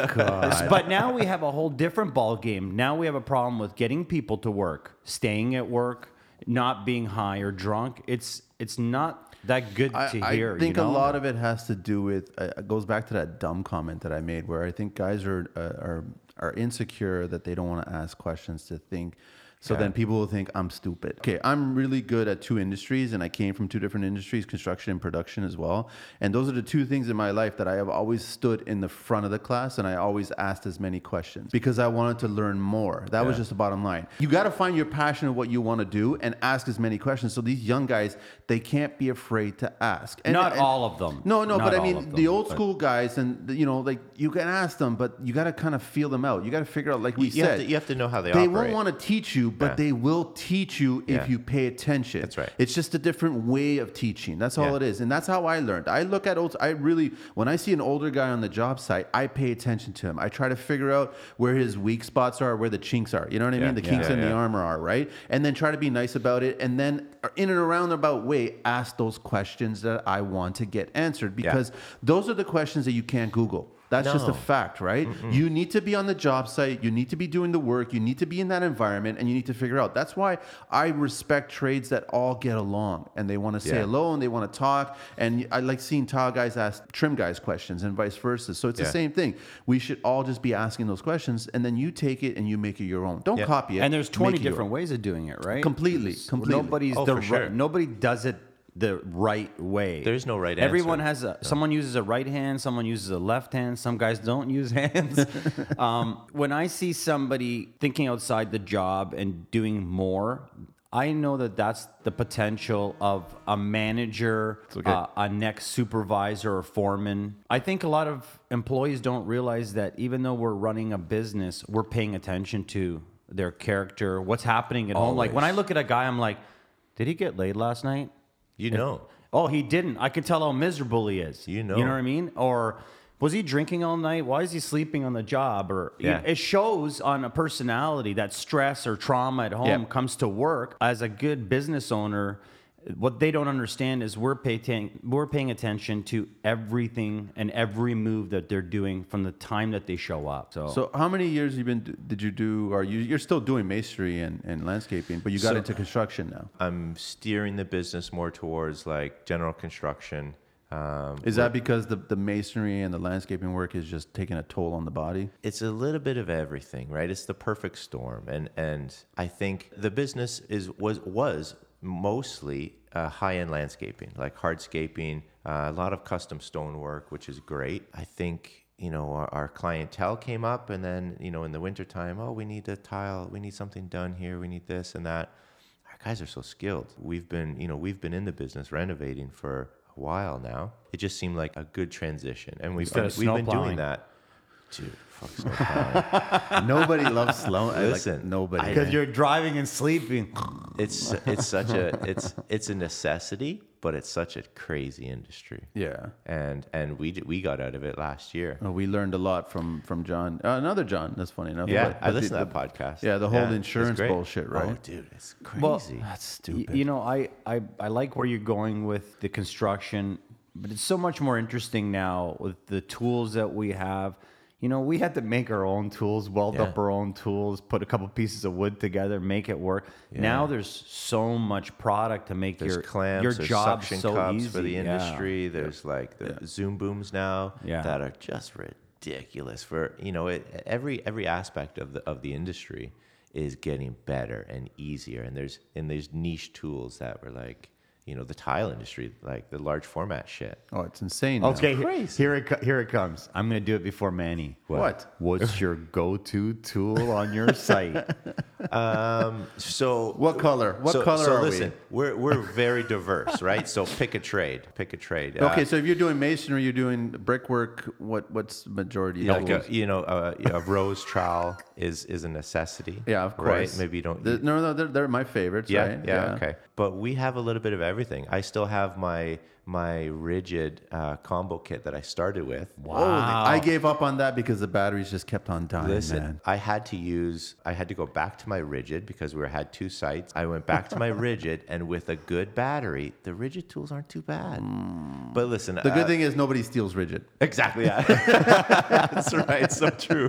Speaker 3: but now we have a whole different ball game. Now we have a problem with getting people to work, staying at work, not being high or drunk. It's it's not that good
Speaker 2: I,
Speaker 3: to
Speaker 2: I
Speaker 3: hear.
Speaker 2: think
Speaker 3: you know?
Speaker 2: a lot of it has to do with uh, it goes back to that dumb comment that I made, where I think guys are uh, are are insecure that they don't want to ask questions to think. So then people will think I'm stupid. Okay, I'm really good at two industries, and I came from two different industries, construction and production as well. And those are the two things in my life that I have always stood in the front of the class, and I always asked as many questions because I wanted to learn more. That was just the bottom line. You got to find your passion of what you want to do and ask as many questions. So these young guys, they can't be afraid to ask. And-
Speaker 3: Not
Speaker 2: and-
Speaker 3: all of them.
Speaker 2: No, no,
Speaker 3: Not
Speaker 2: but I
Speaker 3: all of
Speaker 2: mean
Speaker 3: them,
Speaker 2: the old
Speaker 3: but-
Speaker 2: school guys, and you know, like you can ask them, but you got to kind of feel them out. You got to figure out, like we
Speaker 1: You
Speaker 2: said,
Speaker 1: have, to, you have to know how they,
Speaker 2: they
Speaker 1: operate.
Speaker 2: won't want to teach you, but
Speaker 1: Yeah.
Speaker 2: they will teach you if
Speaker 1: Yeah.
Speaker 2: you pay attention.
Speaker 1: That's right.
Speaker 2: It's just a different way of teaching. That's all
Speaker 1: Yeah.
Speaker 2: it is, and that's how I learned. I look at old. I really, when I see an older guy on the job site, I pay attention to him. I try to figure out where his weak spots are, where the chinks are. You know what I mean? The
Speaker 1: Yeah.
Speaker 2: kinks
Speaker 1: Yeah,
Speaker 2: in the
Speaker 1: yeah.
Speaker 2: armor are right, and then try to be nice about it, and then in and around about way, ask those questions that I want to get answered because those are the questions that you can't Google. That's just a
Speaker 1: No.
Speaker 2: fact, right? You need to be on the job site, you need to be doing the work, you need to be in that environment, and you need to figure out. That's why I respect trades that all get along and they want to say
Speaker 1: Yeah.
Speaker 2: hello and they want to talk. And I like seeing tile guys ask trim guys questions and vice versa. So it's the
Speaker 1: Yeah.
Speaker 2: same thing. We should all just be asking those questions, and then you take it and you make it your own. Don't
Speaker 1: Yeah.
Speaker 2: copy it.
Speaker 3: and there's 20
Speaker 2: make it your
Speaker 3: different ways of doing it, right?
Speaker 2: Completely,
Speaker 3: It's-
Speaker 2: completely.
Speaker 3: Nobody's
Speaker 1: Oh,
Speaker 3: the
Speaker 1: for
Speaker 3: ri-
Speaker 1: sure.
Speaker 3: nobody does it the right way.
Speaker 1: There's no right
Speaker 3: Everyone
Speaker 1: answer.
Speaker 3: has a, someone uses a right hand, someone uses a left hand. Some guys don't use hands. um, when I see somebody thinking outside the job and doing more. I know that that's the potential of a manager, uh, a next supervisor or foreman. I think a lot of employees don't realize that even though we're running a business, we're paying attention to their character, what's happening at home. Like when I
Speaker 1: Always.
Speaker 3: look at a guy, I'm like, did he get laid last night?
Speaker 1: You know.
Speaker 3: Oh, he didn't. I can tell how miserable he is.
Speaker 1: You
Speaker 3: You
Speaker 1: know.
Speaker 3: know what I mean? Or Was he drinking all night? Why is he sleeping on the job? Or you-
Speaker 1: Yeah.
Speaker 3: it shows on a personality that stress or trauma at home
Speaker 2: Yeah.
Speaker 3: comes to work as a good business owner. What they don't understand is we're paying we're paying attention to everything and every move that they're doing from the time that they show up. So,
Speaker 2: So how many years you been did you do or you you're still doing masonry and, and landscaping, but you got
Speaker 1: So-
Speaker 2: into construction now.
Speaker 1: I'm steering the business more towards like general construction. Um,
Speaker 2: Is that because the, the masonry and the landscaping work is just taking a toll on the body?
Speaker 1: it's a little bit of everything, right? It's the perfect storm, and and I think the business is was was mostly uh, high end landscaping, like hardscaping, uh, a lot of custom stonework, which is great. I think you know our, our clientele came up, and then you know in the wintertime, oh, we need a tile, we need something done here, we need this and that. Our guys are so skilled. We've been you know we've been in the business renovating for a while now. It just seemed like a good transition, and we've
Speaker 3: Instead of
Speaker 1: we've been
Speaker 3: snowplowing.
Speaker 1: doing that. Dude, fuck snowplowing.
Speaker 2: Nobody loves slow. like,
Speaker 1: Listen,
Speaker 2: nobody.
Speaker 1: I-
Speaker 2: man.
Speaker 4: Because you're driving and sleeping.
Speaker 1: it's it's such a it's it's a necessity, but it's such a crazy industry.
Speaker 2: yeah.
Speaker 1: And and we d- we got out of it last year.
Speaker 2: Well, Uh, we learned a lot from from John. Uh, another John. That's funny enough.
Speaker 1: yeah,
Speaker 2: but-
Speaker 1: I
Speaker 2: but
Speaker 1: listened
Speaker 2: the-
Speaker 1: to that podcast.
Speaker 2: Yeah, the whole
Speaker 1: it's
Speaker 2: insurance
Speaker 1: great.
Speaker 2: bullshit,
Speaker 1: Oh,
Speaker 2: right?
Speaker 1: dude, it's
Speaker 3: Well,
Speaker 1: crazy.
Speaker 2: That's
Speaker 3: Y-
Speaker 2: stupid.
Speaker 3: You know, I, I I like where you're going with the construction, but it's so much more interesting now with the tools that we have. You know, we had to make our own tools, weld up
Speaker 1: Yeah.
Speaker 3: our own tools, put a couple pieces of wood together, make it work. Now there's so much product to make
Speaker 1: there's
Speaker 3: your
Speaker 1: clamps,
Speaker 3: your
Speaker 1: there's
Speaker 3: job
Speaker 1: suction
Speaker 3: so
Speaker 1: cups
Speaker 3: easy
Speaker 1: for the
Speaker 3: Yeah.
Speaker 1: industry. There's like the Zoom booms now
Speaker 3: Yeah.
Speaker 1: that are just ridiculous for you know it, every every aspect of the of the industry is getting better and easier. And there's and there's niche tools that were like you know the tile industry, like the large format shit.
Speaker 2: oh, it's insane. now.
Speaker 3: Okay, here it co- here it comes. I'm gonna do it before Manny.
Speaker 2: What?
Speaker 3: What's your go-to tool on your site?
Speaker 1: So
Speaker 2: What color? What
Speaker 1: so,
Speaker 2: color
Speaker 1: so
Speaker 2: are
Speaker 1: listen, We're we're very diverse, right? So pick a trade. Pick a trade.
Speaker 2: we? Okay,
Speaker 1: Uh,
Speaker 2: so if you're doing masonry, you're doing brickwork. What what's majority?
Speaker 1: like a,
Speaker 2: tools?
Speaker 1: you know a, a rose trowel is is a necessity.
Speaker 2: yeah, of
Speaker 1: right?
Speaker 2: course.
Speaker 1: Maybe you don't.
Speaker 2: The- no, no, they're, they're my favorites.
Speaker 1: yeah,
Speaker 2: right?
Speaker 1: yeah, okay. But we have a little bit of everything. I still have my my rigid uh, combo kit that I started with.
Speaker 2: Holy- I gave up on that because the batteries just kept on dying.
Speaker 1: Listen,
Speaker 2: man.
Speaker 1: I had to use, I had to go back to my rigid because we had two sites. I went back to my rigid, and with a good battery, the rigid tools aren't too bad. But listen,
Speaker 2: Hmm.
Speaker 1: uh,
Speaker 2: The good thing is nobody steals rigid.
Speaker 1: exactly, yeah, that's right, so true.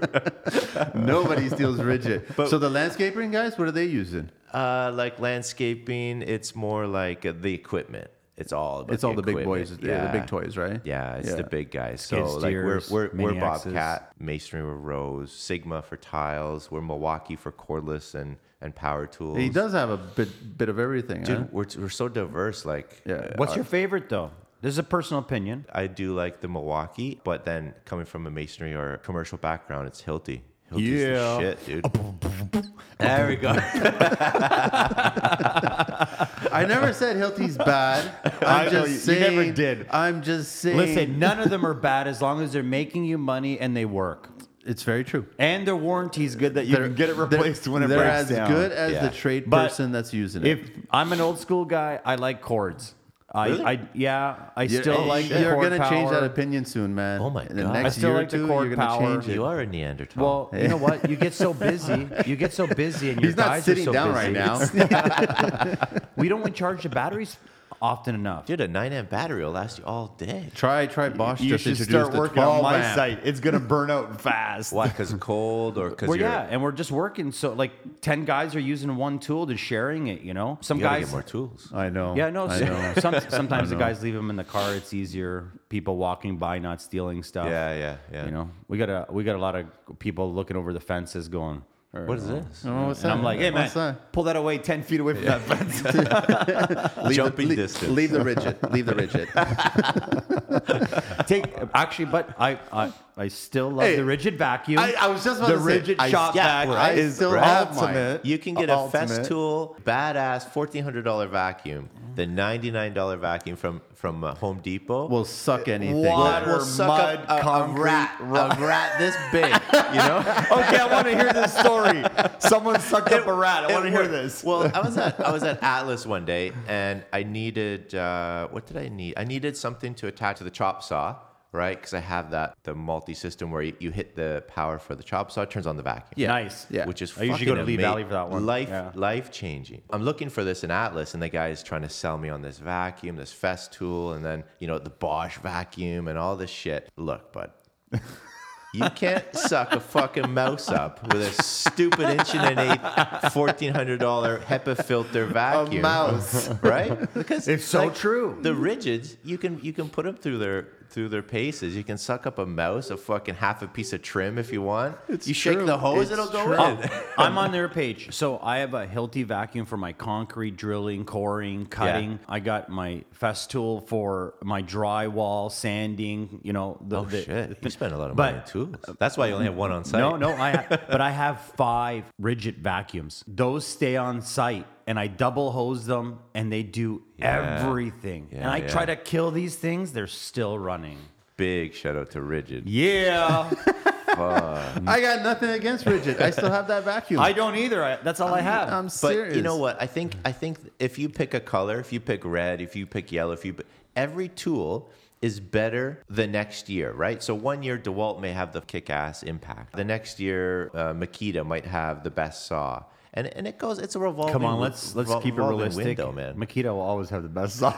Speaker 2: Nobody steals rigid. so the landscaping guys, what are they using?
Speaker 1: Uh, like landscaping, it's more like uh, the equipment. It's all about
Speaker 2: It's all the big
Speaker 1: equipment.
Speaker 2: boys, yeah, the big toys, right?
Speaker 1: Yeah, it's the big guys. So
Speaker 3: Skid
Speaker 1: like we're
Speaker 3: steers,
Speaker 1: we're, we're
Speaker 3: mini axes.
Speaker 1: Bobcat, Masonry we're Rose, Sigma for tiles, we're Milwaukee for cordless and and power tools.
Speaker 2: He does have a bit bit of everything. huh?
Speaker 1: Dude, we're, we're so diverse. Like
Speaker 2: Yeah.
Speaker 3: What's your favorite though? This is a personal opinion.
Speaker 1: I do like the Milwaukee, but then coming from a masonry or commercial background, it's Hilti. Hilti's
Speaker 3: Yeah.
Speaker 1: the shit, dude. there we go.
Speaker 2: I never said Hilti's bad. I'm
Speaker 4: I
Speaker 2: just
Speaker 4: know, you- you
Speaker 2: saying.
Speaker 4: never did.
Speaker 2: I'm just saying.
Speaker 3: Listen, none of them are bad as long as they're making you money and they work.
Speaker 2: it's very true.
Speaker 3: And their warranty's good that you
Speaker 2: They're-
Speaker 3: can get it
Speaker 2: they're-
Speaker 3: replaced when it
Speaker 2: they're
Speaker 3: breaks
Speaker 2: as
Speaker 3: down.
Speaker 2: good as
Speaker 1: Yeah.
Speaker 2: the trade
Speaker 3: But
Speaker 2: person that's using it.
Speaker 3: If I'm an old school guy, I like cords. I,
Speaker 1: Really?
Speaker 3: I yeah, I
Speaker 2: You're-
Speaker 3: still like the
Speaker 2: you're
Speaker 3: cord
Speaker 2: gonna change
Speaker 3: power.
Speaker 2: that opinion soon, man.
Speaker 1: Oh my
Speaker 2: In the
Speaker 1: God. I
Speaker 2: next
Speaker 3: still
Speaker 2: year
Speaker 3: like
Speaker 2: or
Speaker 3: the
Speaker 2: two,
Speaker 3: cord
Speaker 2: you're gonna
Speaker 3: power.
Speaker 2: change it.
Speaker 1: You are a Neanderthal.
Speaker 3: Well, you know what? You get so busy. You get so busy, and your
Speaker 2: He's not
Speaker 3: guys
Speaker 2: sitting
Speaker 3: are so
Speaker 2: down
Speaker 3: busy.
Speaker 2: right now.
Speaker 3: We don't charge the batteries often enough.
Speaker 1: dude, a nine amp battery will last you all day.
Speaker 2: try, try. Bosch
Speaker 4: You
Speaker 2: just
Speaker 4: should
Speaker 2: introduced
Speaker 4: start
Speaker 2: the
Speaker 4: working on
Speaker 2: 12
Speaker 4: my
Speaker 2: amp.
Speaker 4: site. It's gonna burn out fast.
Speaker 1: Why? Because cold or because
Speaker 3: Well,
Speaker 1: you're
Speaker 3: yeah, and we're just working. So like ten guys are using one tool, just sharing it. You know, some
Speaker 1: you gotta
Speaker 3: guys
Speaker 1: get more tools.
Speaker 2: I know.
Speaker 3: Yeah, no.
Speaker 2: Oh, I
Speaker 3: so-
Speaker 2: know.
Speaker 3: Some, sometimes the
Speaker 2: know.
Speaker 3: guys leave them in the car. It's easier. People walking by, not stealing stuff.
Speaker 1: Yeah, yeah, yeah.
Speaker 3: You know, we got a we got a lot of people looking over the fences, going.
Speaker 1: What is this?
Speaker 2: Oh, what's
Speaker 3: And
Speaker 2: that?
Speaker 3: I'm like, hey man,
Speaker 2: What's that?
Speaker 3: pull that away ten feet away from that fence.
Speaker 2: Leave
Speaker 1: Jumping
Speaker 2: the, le-
Speaker 1: distance.
Speaker 2: Leave the rigid. Leave the rigid.
Speaker 3: Take actually, but I I, I still love
Speaker 2: Hey,
Speaker 3: the rigid vacuum.
Speaker 2: I- I was just about
Speaker 3: the
Speaker 2: to say,
Speaker 3: rigid
Speaker 2: I-
Speaker 3: shop
Speaker 1: yeah,
Speaker 3: vac
Speaker 1: right. I
Speaker 2: still
Speaker 3: is
Speaker 2: have mine.
Speaker 3: ultimate.
Speaker 1: You can get a
Speaker 2: Ultimate.
Speaker 1: Festool badass fourteen hundred dollar vacuum, the ninety nine dollar vacuum from from uh, Home Depot.
Speaker 2: We'll suck anything.
Speaker 4: Water,
Speaker 1: will suck
Speaker 4: mud,
Speaker 1: up a, a
Speaker 4: concrete,
Speaker 1: rat,
Speaker 4: rock.
Speaker 1: a rat this big, you know.
Speaker 4: okay, I want to hear this story. Someone sucked up a rat. I
Speaker 1: It
Speaker 4: want to hear
Speaker 1: worked.
Speaker 4: this.
Speaker 1: Well, I was at I was at Atlas one day, and I needed uh, what did I need? I needed something to attach to the chop saw, right? Because I have that the multi system where you, you hit the power for the chop saw, it turns on the vacuum.
Speaker 2: Yeah.
Speaker 3: Nice.
Speaker 2: Yeah.
Speaker 1: Which is
Speaker 3: I usually go
Speaker 1: fucking
Speaker 3: to Lee
Speaker 1: ama-
Speaker 3: Valley for that one.
Speaker 1: Life
Speaker 3: Yeah.
Speaker 1: life changing. I'm looking for this in Atlas, and the guy is trying to sell me on this vacuum, this Fest tool, and then you know the Bosch vacuum and all this shit. Look, bud. You can't suck a fucking mouse up with a stupid inch and an eighth, fourteen hundred dollar HEPA filter vacuum.
Speaker 2: mouse.
Speaker 1: right? Because
Speaker 4: It's so true.
Speaker 1: The rigids, you can you can put them through their through their paces. You can suck up a mouse, a fucking half a piece of trim if you want. you shake
Speaker 2: true.
Speaker 1: the hose,
Speaker 2: It's
Speaker 1: it'll go
Speaker 2: true.
Speaker 1: in.
Speaker 3: I'm on their page. So I have a Hilti vacuum for my concrete drilling, coring, cutting. I got my Festool for my drywall, sanding, you know, the,
Speaker 1: Oh
Speaker 3: the-
Speaker 1: shit! You spend a lot of
Speaker 3: but-
Speaker 1: money on tools. That's why you only have one on site.
Speaker 3: No, no, I but I have five rigid vacuums. Those stay on site and I double hose them and they do
Speaker 1: Yeah.
Speaker 3: everything. and
Speaker 1: Yeah,
Speaker 3: I
Speaker 1: yeah.
Speaker 3: try to kill these things, they're still running.
Speaker 1: Big shout out to Rigid.
Speaker 3: Yeah.
Speaker 2: I got nothing against Rigid. I still have that vacuum.
Speaker 3: I don't either. I, that's all I have.
Speaker 2: I'm
Speaker 1: But
Speaker 2: serious.
Speaker 1: you know what? I think I think if you pick a color, if you pick red, if you pick yellow, if you pick, every tool is better the next year, right? So one year DeWalt may have the kick-ass impact. The next year uh, Makita might have the best saw. And, and it goes. It's a revolving.
Speaker 3: Come on, let's let's
Speaker 1: revol-
Speaker 3: keep it
Speaker 1: revolving
Speaker 3: realistic.
Speaker 1: Window, man.
Speaker 4: Makita will always have the best song.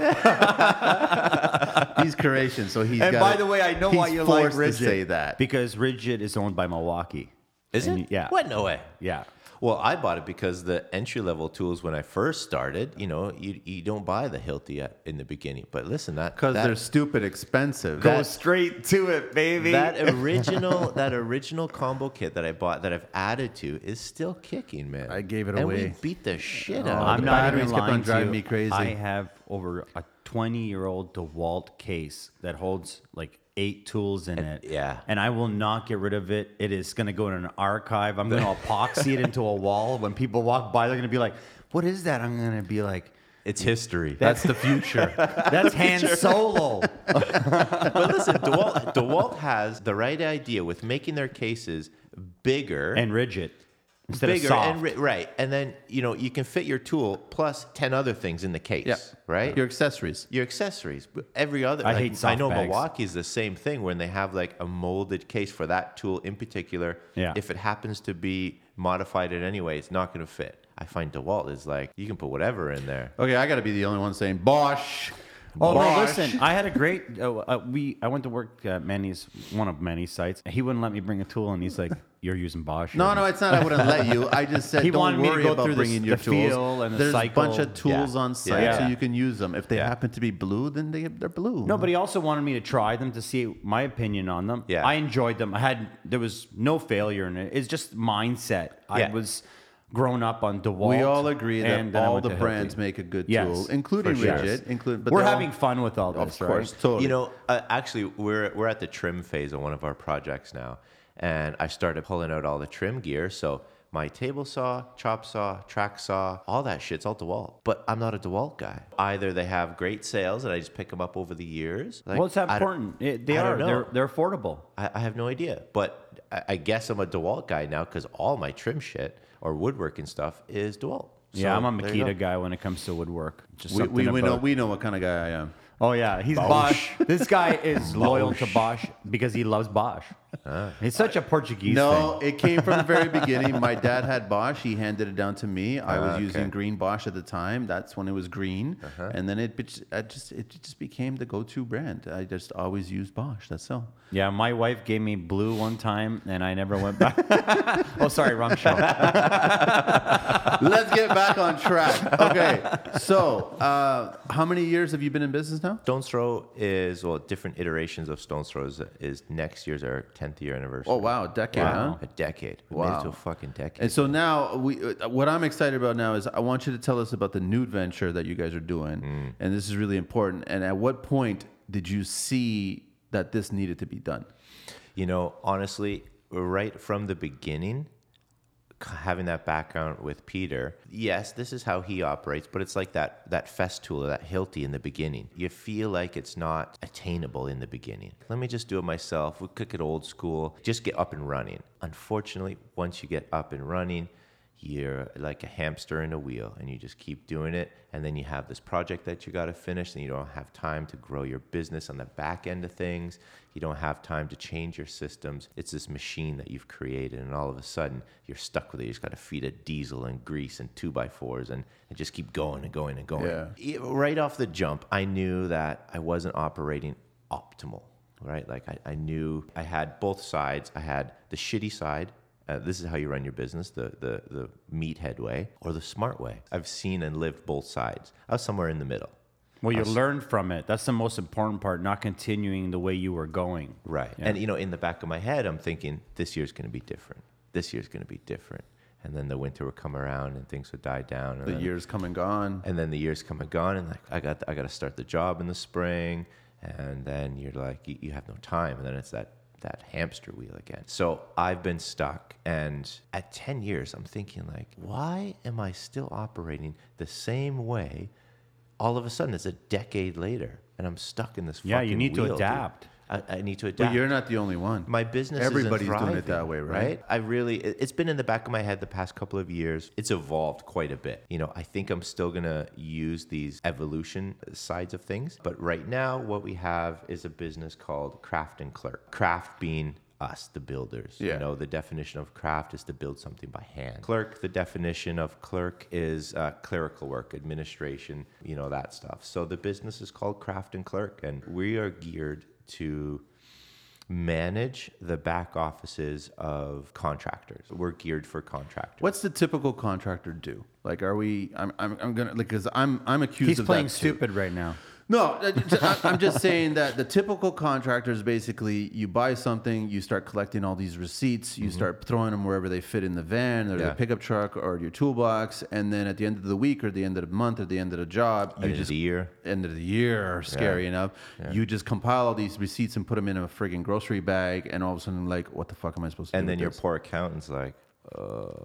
Speaker 2: He's Croatian, so he's.
Speaker 4: And
Speaker 2: got
Speaker 4: by
Speaker 2: it.
Speaker 4: the way, I know
Speaker 2: he's
Speaker 4: why you like
Speaker 2: forced
Speaker 4: Rigid.
Speaker 2: To say that.
Speaker 3: Because Rigid is owned by Milwaukee.
Speaker 1: Is
Speaker 3: And
Speaker 1: it?
Speaker 3: you- yeah.
Speaker 1: What? No way.
Speaker 3: Yeah.
Speaker 1: Well, I bought it because the entry level tools when I first started, you know, you, you don't buy the Hilti at- in the beginning. But listen, that
Speaker 2: Because
Speaker 1: that-
Speaker 2: they're stupid expensive.
Speaker 4: Go straight to it, baby.
Speaker 1: that original that original combo kit that I bought that I've added to is still kicking, man.
Speaker 2: I gave it
Speaker 1: and
Speaker 2: away.
Speaker 1: We beat the shit out of
Speaker 3: Oh, I'm
Speaker 1: it.
Speaker 3: not
Speaker 2: batteries
Speaker 3: even
Speaker 2: kept on
Speaker 3: lying to
Speaker 2: driving
Speaker 3: you.
Speaker 2: me crazy.
Speaker 3: I have over a 20 year old DeWalt case that holds like eight tools in it.
Speaker 1: yeah.
Speaker 3: And I will not get rid of it. It is going to go in an archive. I'm going to epoxy it into a wall. When people walk by, they're going to be like, what is that? I'm going to be like,
Speaker 1: It's history.
Speaker 3: that's the future. That's Han Solo.
Speaker 1: but listen, DeWalt, DeWalt has the right idea with making their cases bigger
Speaker 3: And rigid. Instead
Speaker 1: bigger
Speaker 3: of soft.
Speaker 1: and ri- right. And then, you know, you can fit your tool plus 10 other things in the case,
Speaker 2: Yeah.
Speaker 1: right?
Speaker 2: Your accessories.
Speaker 1: your accessories. But Every other,
Speaker 3: I
Speaker 1: like,
Speaker 3: hate
Speaker 1: I know
Speaker 3: soft bags.
Speaker 1: Milwaukee's the same thing when they have like a molded case for that tool in particular.
Speaker 3: Yeah.
Speaker 1: If it happens to be modified in any way, it's not going to fit. I find DeWalt is like you can put whatever in there.
Speaker 2: Okay, I got to be the only one saying Bosch.
Speaker 3: Oh
Speaker 2: Bosch.
Speaker 3: no! Listen, I had a great. Uh, uh, we I went to work at Manny's, one of Manny's sites. He wouldn't let me bring a tool, and he's like, "You're using Bosch."
Speaker 2: No,
Speaker 3: right
Speaker 2: no,
Speaker 3: now."
Speaker 2: it's not. I wouldn't let you. I just said
Speaker 3: He
Speaker 2: don't
Speaker 3: wanted me to
Speaker 2: worry
Speaker 3: go
Speaker 2: about
Speaker 3: through the-
Speaker 2: bringing your
Speaker 3: the
Speaker 2: tools.
Speaker 3: feel and the
Speaker 2: There's a bunch
Speaker 3: cycle.
Speaker 2: of tools
Speaker 1: Yeah.
Speaker 2: on site,
Speaker 3: Yeah.
Speaker 2: so you can use them. If they
Speaker 1: Yeah.
Speaker 2: happen to be blue, then they they're blue.
Speaker 3: No, but he also wanted me to try them to see my opinion on them.
Speaker 1: Yeah.
Speaker 3: I enjoyed them. I had there was no failure in it. It's just mindset. I
Speaker 1: Yeah.
Speaker 3: was grown up on DeWalt.
Speaker 2: we all agree
Speaker 3: and
Speaker 2: that
Speaker 3: then I
Speaker 2: all
Speaker 3: went
Speaker 2: the
Speaker 3: to Hilti.
Speaker 2: brands make a good
Speaker 3: Yes,
Speaker 2: tool, including
Speaker 3: for sure.
Speaker 2: Rigid. Include, but
Speaker 3: We're
Speaker 2: they're all-
Speaker 3: having fun with all this,
Speaker 2: of course,
Speaker 3: right?
Speaker 2: totally.
Speaker 1: You know, uh, actually, we're we're at the trim phase on one of our projects now, and I started pulling out all the trim gear. So my table saw, chop saw, track saw, all that shit's all DeWalt. But I'm not a DeWalt guy. Either they have great sales and I just pick them up over the years. Like,
Speaker 3: well, it's that
Speaker 1: I don't-
Speaker 3: important. It- they
Speaker 1: I
Speaker 3: are.
Speaker 1: don't know.
Speaker 3: They're they're affordable.
Speaker 1: I, I have no idea. But I, I guess I'm a DeWalt guy now because all my trim shit or woodwork and stuff is DeWalt.
Speaker 3: yeah, I'm
Speaker 1: So
Speaker 3: a
Speaker 1: there you
Speaker 3: Makita
Speaker 1: go.
Speaker 3: guy when it comes to woodwork. Just
Speaker 2: we, we,
Speaker 3: something
Speaker 2: we know
Speaker 3: about-
Speaker 2: we know what kind of guy I am.
Speaker 3: Oh yeah, he's Bosch. This guy is loyal to Bosch because he loves Bosch. it's such a Portuguese
Speaker 2: Ah. No, it came from the very beginning. My dad had Bosch. He handed it down to me. I
Speaker 3: Ah,
Speaker 2: was using green Bosch at the time. That's when it was green,
Speaker 3: Uh-huh.
Speaker 2: and then it, bet- I just it just became the go-to brand. I just always used Bosch. That's all.
Speaker 3: thing. Yeah, my wife gave me blue one time, and I never went back. oh, sorry, wrong show.
Speaker 2: Let's get back on track. Okay, so uh, how many years have you been in business now?
Speaker 1: Stone's Throw is, well, different iterations of Stone's Throw is, is next year's our 10th year anniversary.
Speaker 2: Oh wow, decade.
Speaker 1: Wow. A
Speaker 2: Huh?
Speaker 1: decade. We made
Speaker 2: Wow.
Speaker 1: it to a fucking decade.
Speaker 2: And so now, we, uh, what I'm excited about now is I want you to tell us about the nude venture that you guys are doing, and this is really important. And at what point did you see that this needed to be done?
Speaker 1: you know, honestly, right from the beginning, c- having that background with Peter, yes, this is how he operates, but it's like that that festool or that Hilti in the beginning. You feel like it's not attainable in the beginning. Let me just do it myself. We cook it old school. Just get up and running. Unfortunately, once you get up and running, you're like a hamster in a wheel and you just keep doing it and then you have this project that you got to finish and you don't have time to grow your business on the back end of things you don't have time to change your systems it's this machine that you've created and all of a sudden you're stuck with it you just got to feed it diesel and grease and two by fours and, and just keep going and going and going
Speaker 2: Yeah.
Speaker 1: E- right off the jump i knew that i wasn't operating optimal right? Like I, I knew I had both sides. I had the shitty side. Uh, this is how you run your business, the, the, the meathead way or the smart way. I've seen and lived both sides. I was somewhere in the middle.
Speaker 3: Well, you learn from it. That's the most important part, not continuing the way you were going.
Speaker 1: Right. And, you know, in the back of my head, I'm thinking this year's going to be different. This year's going to be different. And then the winter would come around and things would die down. and
Speaker 2: The
Speaker 1: then-
Speaker 2: years come and gone.
Speaker 3: Mm-hmm.
Speaker 1: and then the years come and gone and like i got i got to start the job in the spring and then you're like you, you have no time and then it's that that hamster wheel again so i've been stuck and at 10 years i'm thinking like why am i still operating the same way all of a sudden it's a decade later and i'm stuck in this
Speaker 3: Yeah, you
Speaker 1: fucking
Speaker 3: need to
Speaker 1: wheel, dude.
Speaker 3: adapt.
Speaker 1: I, I need to adapt
Speaker 2: But you're not the only one.
Speaker 1: my business
Speaker 2: Everybody's
Speaker 1: isn't
Speaker 2: doing
Speaker 1: thriving,
Speaker 2: it that way, right?
Speaker 1: i really it- it's been in the back of my head the past couple of years it's evolved quite a bit you know i think i'm still gonna use these evolution sides of things but right now what we have is a business called craft and clerk craft being us the builders
Speaker 2: Yeah.
Speaker 1: you know the definition of craft is to build something by hand clerk the definition of clerk is uh, clerical work administration you know that stuff so the business is called craft and clerk and we are geared to manage the back offices of contractors. We're geared for contractors.
Speaker 2: What's the typical contractor do? Like, are we? I'm, I'm, I'm gonna like, cause I'm, I'm accused
Speaker 3: He's
Speaker 2: of
Speaker 3: playing
Speaker 2: that too.
Speaker 3: stupid right now.
Speaker 2: No, I- I- I'm just saying that the typical contractor is basically you buy something, you start collecting all these receipts, you start throwing them wherever they fit in the van or
Speaker 1: Mm-hmm. Yeah.
Speaker 2: the pickup truck or your toolbox, and then at the end of the week or the end of the month or the end of the job, you
Speaker 1: End of
Speaker 2: just
Speaker 1: the year.
Speaker 2: end of the year, scary enough, you just compile all these receipts and put them in a friggin' grocery bag, and all of a sudden, like, what the fuck am I supposed to?
Speaker 1: And
Speaker 2: do
Speaker 1: then
Speaker 2: with
Speaker 1: your
Speaker 2: this?
Speaker 1: poor accountant's like,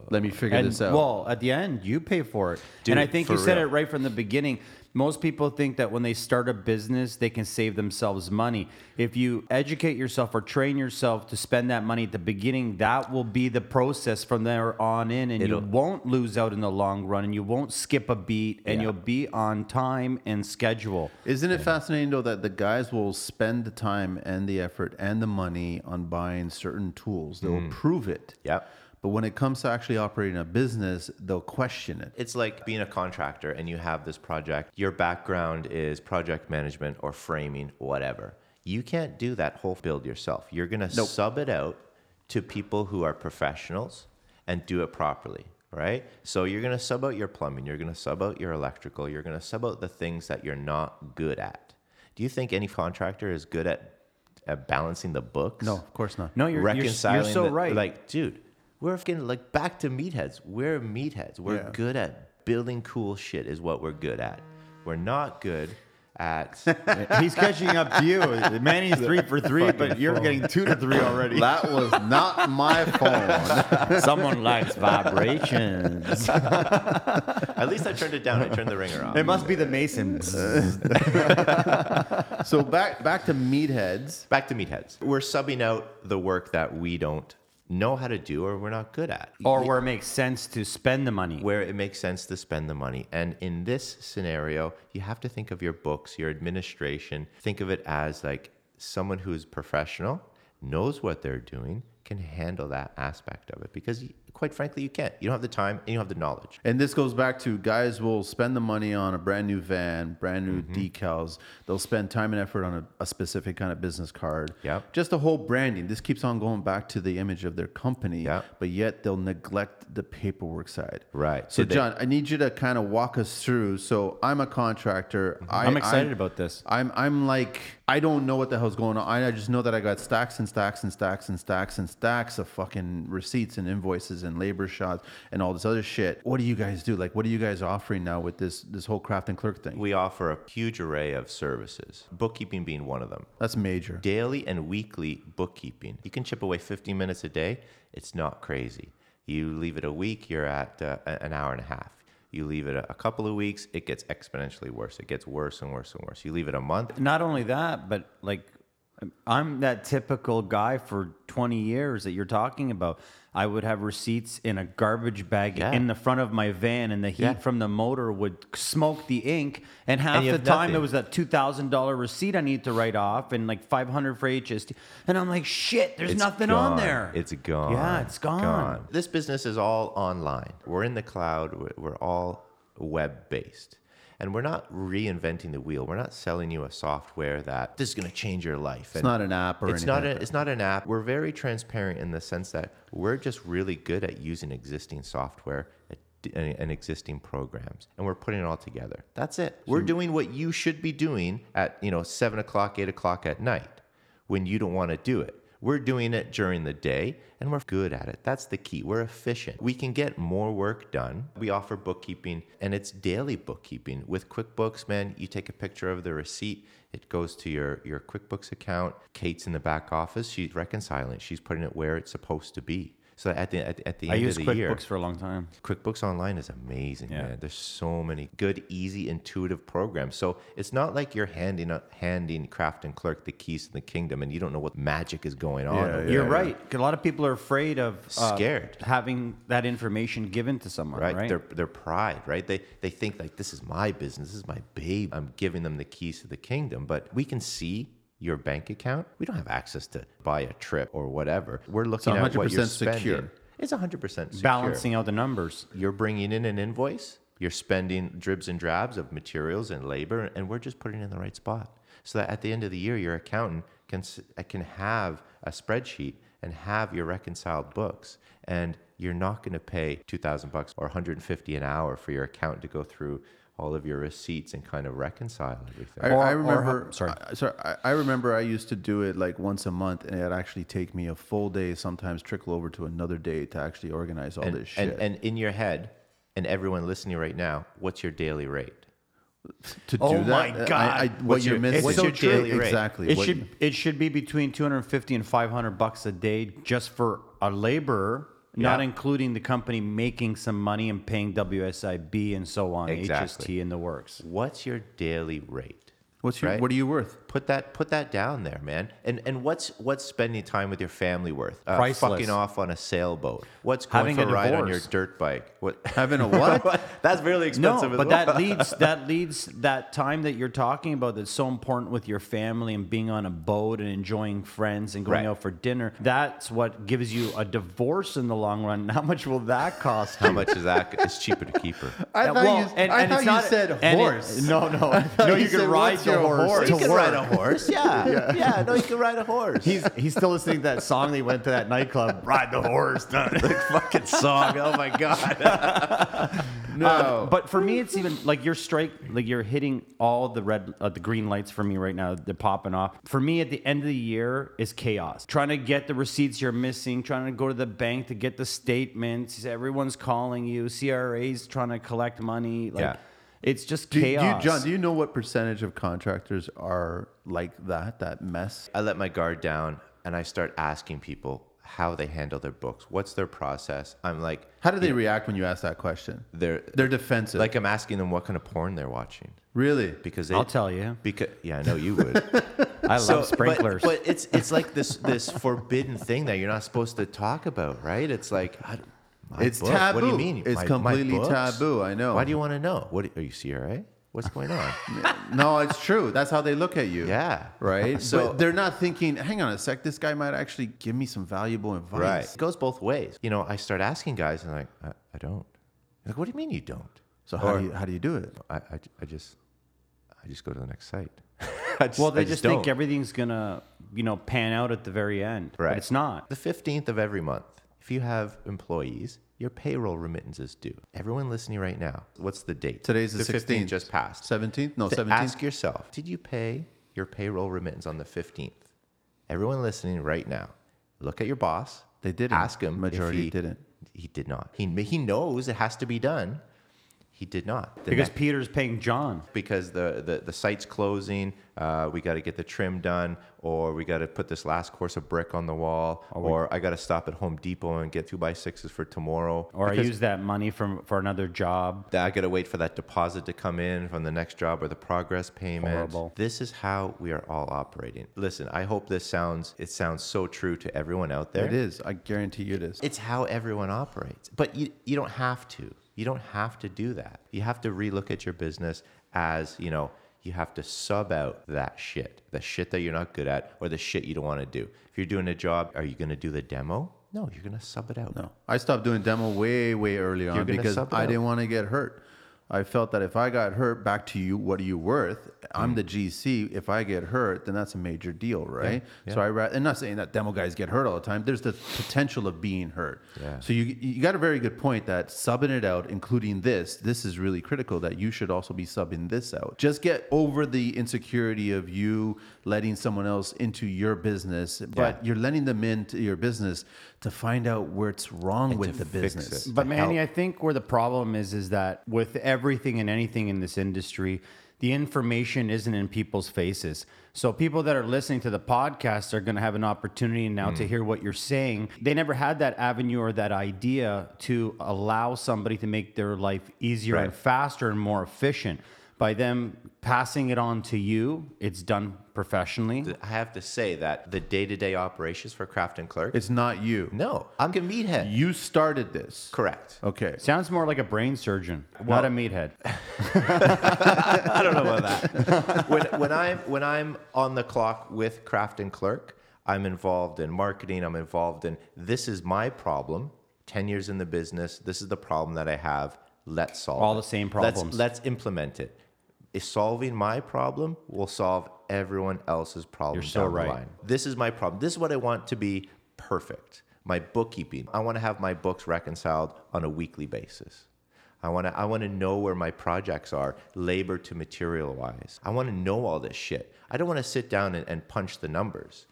Speaker 2: let me figure
Speaker 3: And
Speaker 2: this out.
Speaker 3: well, at the end, you pay for it.
Speaker 1: Dude,
Speaker 3: and I think you
Speaker 1: for
Speaker 3: said it
Speaker 1: real.
Speaker 3: right from the beginning. Most people think that when they start a business, they can save themselves money. If you educate yourself or train yourself to spend that money at the beginning, that will be the process from there on in, and
Speaker 1: It'll-
Speaker 3: you won't lose out in the long run, and you won't skip a beat, and
Speaker 1: Yeah.
Speaker 3: you'll be on time and schedule.
Speaker 2: Isn't it fascinating though that the guys will spend the time and the effort and the money on buying certain tools? They'll prove it.
Speaker 1: Yep.
Speaker 2: But when it comes to actually operating a business, they'll question it.
Speaker 1: it's like being a contractor and you have this project. Your background is project management or framing, whatever. You can't do that whole build yourself. You're going to sub it out to people who are professionals and do it properly, right? So you're going to sub out your plumbing, you're going to sub out your electrical, you're going to sub out the things that you're not good at. Do you think any contractor is good at, at balancing the books?
Speaker 2: No, of course not.
Speaker 3: No, you're, you're,
Speaker 1: reconciling.
Speaker 3: you're so
Speaker 1: the-
Speaker 3: right.
Speaker 1: Like, dude, we're fucking like back to meatheads. We're meatheads. We're
Speaker 2: Yeah.
Speaker 1: good at building cool shit. Is what we're good at. We're not good at.
Speaker 3: He's catching up to you. Manny's three for three, but you're getting two to three already.
Speaker 2: That was not my phone.
Speaker 3: Someone likes vibrations.
Speaker 1: at least I turned it down. I turned the ringer off.
Speaker 4: It must be the Masons.
Speaker 2: So back back to meatheads.
Speaker 1: Back to meatheads. We're subbing out the work that we don't know how to do or we're not good at.
Speaker 3: or where it makes sense to spend the money.
Speaker 1: where it makes sense to spend the money. And in this scenario, you have to think of your books, your administration, think of it as like someone who is professional, knows what they're doing, can handle that aspect of it because you- quite frankly, you can't. You don't have the time and you don't have the knowledge.
Speaker 2: And this goes back to guys will spend the money on a brand new van, brand new
Speaker 1: Mm-hmm.
Speaker 2: decals. They'll spend time and effort on a, a specific kind of business card.
Speaker 1: Yep.
Speaker 2: Just the whole branding. This keeps on going back to the image of their company.
Speaker 1: Yep.
Speaker 2: But yet they'll neglect the paperwork side.
Speaker 1: Right.
Speaker 2: So
Speaker 1: Did they-
Speaker 2: John, I need you to kind of walk us through. So I'm a contractor.
Speaker 1: Mm-hmm.
Speaker 2: I,
Speaker 3: I'm excited about this.
Speaker 2: I'm I'm like I don't know what the hell's going on. I I just know that I got stacks and stacks and stacks and stacks and stacks of fucking receipts and invoices and labor shots and all this other shit. What do you guys do? Like, what are you guys offering now with this this whole craft and clerk thing?
Speaker 1: We offer a huge array of services, bookkeeping being one of them.
Speaker 2: That's major.
Speaker 1: daily and weekly bookkeeping. You can chip away 15 minutes a day. It's not crazy. You leave it a week, you're at uh, a- an hour and a half. You leave it a, a couple of weeks, it gets exponentially worse. It gets worse and worse and worse. You leave it a month.
Speaker 3: Not only that, but like I'm that typical guy for 20 years that you're talking about. I would have receipts in a garbage bag
Speaker 1: Yeah.
Speaker 3: in the front of my van, and the heat
Speaker 1: Yeah.
Speaker 3: from the motor would smoke the ink. And half
Speaker 1: And you
Speaker 3: the
Speaker 1: have
Speaker 3: time it
Speaker 1: nothing.
Speaker 3: was a $2,000 receipt I need to write off, and like 500 for HST. And I'm like, shit, there's
Speaker 1: It's
Speaker 3: nothing on
Speaker 1: gone.
Speaker 3: there.
Speaker 1: It's gone.
Speaker 3: Yeah, it's gone.
Speaker 1: This business is all online. We're in the cloud. We're, we're all web based. And we're not reinventing the wheel. We're not selling you a software that this is going to change your life.
Speaker 2: It's not an app or
Speaker 1: it's
Speaker 2: anything
Speaker 1: not
Speaker 2: like
Speaker 1: a, it's not an app. We're very transparent in the sense that we're just really good at using existing software at- and and existing programs, and we're putting it all together. That's it. We're doing what you should be doing at you know seven o'clock, eight o'clock at night, when you don't want to do it. We're doing it during the day, and we're good at it. That's the key. We're efficient. We can get more work done. We offer bookkeeping, and it's daily bookkeeping with QuickBooks. Man, you take a picture of the receipt. It goes to your, your QuickBooks account. Kate's in the back office. She's reconciling. She's putting it where it's supposed to be. So at the at, at the
Speaker 3: I
Speaker 1: end
Speaker 3: used
Speaker 1: of the
Speaker 3: QuickBooks
Speaker 1: year,
Speaker 3: for a long time.
Speaker 1: QuickBooks Online is amazing,
Speaker 3: Yeah.
Speaker 1: man. There's so many good, easy, intuitive programs. So it's not like you're handing out, handing Kraft and Clerk the keys to the kingdom, and you don't know what magic is going on.
Speaker 2: Yeah,
Speaker 1: over
Speaker 2: yeah.
Speaker 1: there.
Speaker 3: You're right. A lot of people are afraid of uh,
Speaker 1: Scared.
Speaker 3: having that information given to someone, right?
Speaker 1: right? Their their pride, right? They they think like this is my business, this is my babe. I'm giving them the keys to the kingdom, but we can see your bank account. We don't have access to buy a trip or whatever. We're looking at what you're
Speaker 2: 100% secure.
Speaker 1: spending. It's 100% secure.
Speaker 3: balancing out the numbers.
Speaker 1: You're bringing in an invoice. You're spending dribs and drabs of materials and labor, and we're just putting it in the right spot so that at the end of the year, your accountant can s- uh, can have a spreadsheet and have your reconciled books, and you're not going to pay two thousand bucks or 150 an hour for your accountant to go through all of your receipts and kind of reconcile everything.
Speaker 2: I,
Speaker 3: Or- or
Speaker 2: I
Speaker 3: how-
Speaker 2: remember.
Speaker 3: sorry.
Speaker 2: I, sorry. I, I remember I used to do it like once a month, and it'd actually take me a full day, sometimes trickle over to another day to actually organize all this shit.
Speaker 1: and, and in your head, and everyone listening right now, what's your daily rate?
Speaker 2: to do
Speaker 3: Oh
Speaker 2: that,
Speaker 3: my
Speaker 2: I- I-
Speaker 3: God.
Speaker 2: what
Speaker 1: What's
Speaker 2: you're
Speaker 1: your-
Speaker 2: missing?
Speaker 1: it's so What's your true. daily rate?
Speaker 2: Exactly.
Speaker 3: It
Speaker 2: what-
Speaker 3: should it should be between 250 and 500 bucks a day just for a laborer, not
Speaker 1: Yeah.
Speaker 3: including the company making some money and paying WSIB and so on,
Speaker 1: Exactly.
Speaker 3: HST and the works.
Speaker 1: What's your daily rate?
Speaker 2: What's your,
Speaker 1: right?
Speaker 2: What are you worth?
Speaker 1: put that put that down there, man. And and what's what's spending time with your family worth? Uh,
Speaker 3: Priceless.
Speaker 1: Fucking off on a sailboat. What's going
Speaker 3: Having
Speaker 1: for
Speaker 3: a
Speaker 1: a ride on your
Speaker 3: divorce.
Speaker 1: dirt bike? What?
Speaker 2: Having a what?
Speaker 1: That's really
Speaker 3: No,
Speaker 1: expensive. as
Speaker 3: but
Speaker 1: well.
Speaker 3: that leads that leads that time that you're talking about that's so important with your family and being on a boat and enjoying friends and going
Speaker 1: Right.
Speaker 3: out for dinner. That's what gives you a divorce in the long run. How much will that cost?
Speaker 1: How much is that? It's cheaper to keep her.
Speaker 2: I
Speaker 3: Yeah,
Speaker 2: thought
Speaker 3: well,
Speaker 2: you.
Speaker 3: and-
Speaker 2: I
Speaker 3: and
Speaker 2: thought
Speaker 3: it's
Speaker 2: you
Speaker 3: not-
Speaker 2: said
Speaker 3: and it-
Speaker 2: horse.
Speaker 3: no, no, no.
Speaker 2: you
Speaker 3: You
Speaker 2: said,
Speaker 3: can ride
Speaker 2: "What's
Speaker 3: the
Speaker 2: your
Speaker 3: horse.
Speaker 2: horse?"
Speaker 3: to
Speaker 1: You can
Speaker 3: work.
Speaker 1: ride a horse. Yeah. yeah, No, you can ride a horse.
Speaker 3: He's he's still listening to that song they went to that nightclub. Ride the horse.
Speaker 1: fucking song. Oh my god.
Speaker 2: no.
Speaker 3: But for me, it's even like your strike, like you're hitting all the red, uh, the green lights for me right now. They're popping off. For me, at the end of the year is chaos. Trying to get the receipts you're missing, trying to go to the bank to get the statements. Everyone's calling you. CRA's trying to collect money. Like
Speaker 1: Yeah.
Speaker 3: it's just
Speaker 2: do, you- do you,
Speaker 3: chaos.
Speaker 2: John, do you know what percentage of contractors are like that? That mess.
Speaker 1: I let my guard down and I start asking people how they handle their books. What's their process? I'm like,
Speaker 2: How do they react when you ask that question?
Speaker 1: they're
Speaker 2: They're defensive.
Speaker 1: like I'm asking them what kind of porn they're watching
Speaker 2: really?
Speaker 1: because they,
Speaker 3: I'll tell you.
Speaker 1: Because yeah, I know you would.
Speaker 3: I
Speaker 1: So,
Speaker 3: love
Speaker 1: but-
Speaker 3: sprinklers.
Speaker 1: But, it's it's like this this forbidden thing that you're not supposed to talk about, right? It's like I don't- my
Speaker 2: It's
Speaker 1: book,
Speaker 2: taboo.
Speaker 1: What do you mean?
Speaker 2: It's
Speaker 1: My- my
Speaker 2: completely
Speaker 1: books?
Speaker 2: taboo, I know.
Speaker 1: Why do you want to know? What do- are you CRA? What's going on?
Speaker 2: no, it's true. That's how they look at you.
Speaker 1: Yeah.
Speaker 2: Right.
Speaker 1: So-
Speaker 2: but they're not thinking. Hang on a sec. This guy might actually give me some valuable advice.
Speaker 1: It goes both ways. You know, I start asking guys, and like I, I don't. Like, what do you mean you don't?
Speaker 2: So how
Speaker 1: Or-
Speaker 2: do you how do you do it?
Speaker 1: I, I, I just I just go to the next site. I just,
Speaker 3: well, they
Speaker 1: I
Speaker 3: just, think
Speaker 1: don't.
Speaker 3: everything's gonna, you know, pan out at the very end.
Speaker 1: Right.
Speaker 3: But it's not.
Speaker 1: The 15th of every month, if you have employees, your payroll remittance is due. Everyone listening right now, what's the date?
Speaker 2: Today's the 16th.
Speaker 1: just passed.
Speaker 2: Seventeenth? No,
Speaker 1: To
Speaker 2: seventeenth.
Speaker 1: ask yourself, did you pay your payroll remittance on the 15th? Everyone listening right now, look at your boss.
Speaker 2: They didn't.
Speaker 1: Ask him. if
Speaker 2: Majority
Speaker 1: he-
Speaker 2: didn't.
Speaker 1: He did not. He, he knows it has to be done. He did not. The
Speaker 3: because
Speaker 1: next-
Speaker 3: Peter's paying John.
Speaker 1: because the, the, the site's closing, uh, we got to get the trim done, or we got to put this last course of brick on the wall, or I got to stop at Home Depot and get two by sixes for tomorrow.
Speaker 3: Or I
Speaker 1: because
Speaker 3: use that money from for another job.
Speaker 1: that I got to wait for that deposit to come in from the next job or the progress payment.
Speaker 3: Horrible.
Speaker 1: This is how we are all operating. Listen, I hope this sounds it sounds so true to everyone out there.
Speaker 2: It is. I guarantee you it is.
Speaker 1: It's how everyone operates. But you, you don't have to. You don't have to do that. You have to relook at your business as, you know, you have to sub out that shit, the shit that you're not good at or the shit you don't want to do. If you're doing a job, are you going to do the demo? No, you're going to sub it out.
Speaker 2: No, I stopped doing demo way, way early on
Speaker 1: gonna
Speaker 2: because
Speaker 1: sub it
Speaker 2: I
Speaker 1: out.
Speaker 2: didn't want to get hurt. I felt that if I got hurt, back to you, what are you worth?
Speaker 1: Mm.
Speaker 2: I'm the GC. If I get hurt, then that's a major deal, right? So I, ra- and not saying that demo guys get hurt all the time. There's the potential of being hurt.
Speaker 1: Yeah.
Speaker 2: So you you got a very good point that subbing it out, including this, this is really critical. That you should also be subbing this out. Just get over the insecurity of you letting someone else into your business, but
Speaker 1: Yeah.
Speaker 2: you're letting them into your business to find out where it's wrong with
Speaker 1: to
Speaker 2: the
Speaker 1: fix
Speaker 2: business.
Speaker 1: it.
Speaker 3: But
Speaker 1: to
Speaker 3: Manny, I think where the problem is is that with everything and anything in this industry, the information isn't in people's faces. So people that are listening to the podcast are going to have an opportunity now to hear what you're saying. They never had that avenue or that idea to allow somebody to make their life easier and
Speaker 1: Right.
Speaker 3: faster and more efficient. By them passing it on to you, it's done professionally.
Speaker 1: I have to say that the day to day operations for Craft and Clerk,
Speaker 2: It's not you.
Speaker 1: no, I'm a meathead.
Speaker 2: You started this.
Speaker 1: Correct.
Speaker 2: Okay.
Speaker 3: Sounds more like a brain surgeon, not a meathead.
Speaker 1: I don't know about that. when, when I'm when I'm on the clock with Craft and Clerk, I'm involved in marketing. I'm involved in this is my problem. Ten years in the business, this is the problem that I have. Let's solve
Speaker 3: All
Speaker 1: it.
Speaker 3: the same
Speaker 1: Let's-
Speaker 3: problems.
Speaker 1: Let's, implement it. If solving my problem will solve everyone else's problem.
Speaker 3: You're so
Speaker 1: down the
Speaker 3: right.
Speaker 1: line. This is my problem. This is what I want to be perfect. My bookkeeping. I want to have my books reconciled on a weekly basis. I want to I want to know where my projects are, labor to material wise. I want to know all this shit. I don't want to sit down and, and punch the numbers.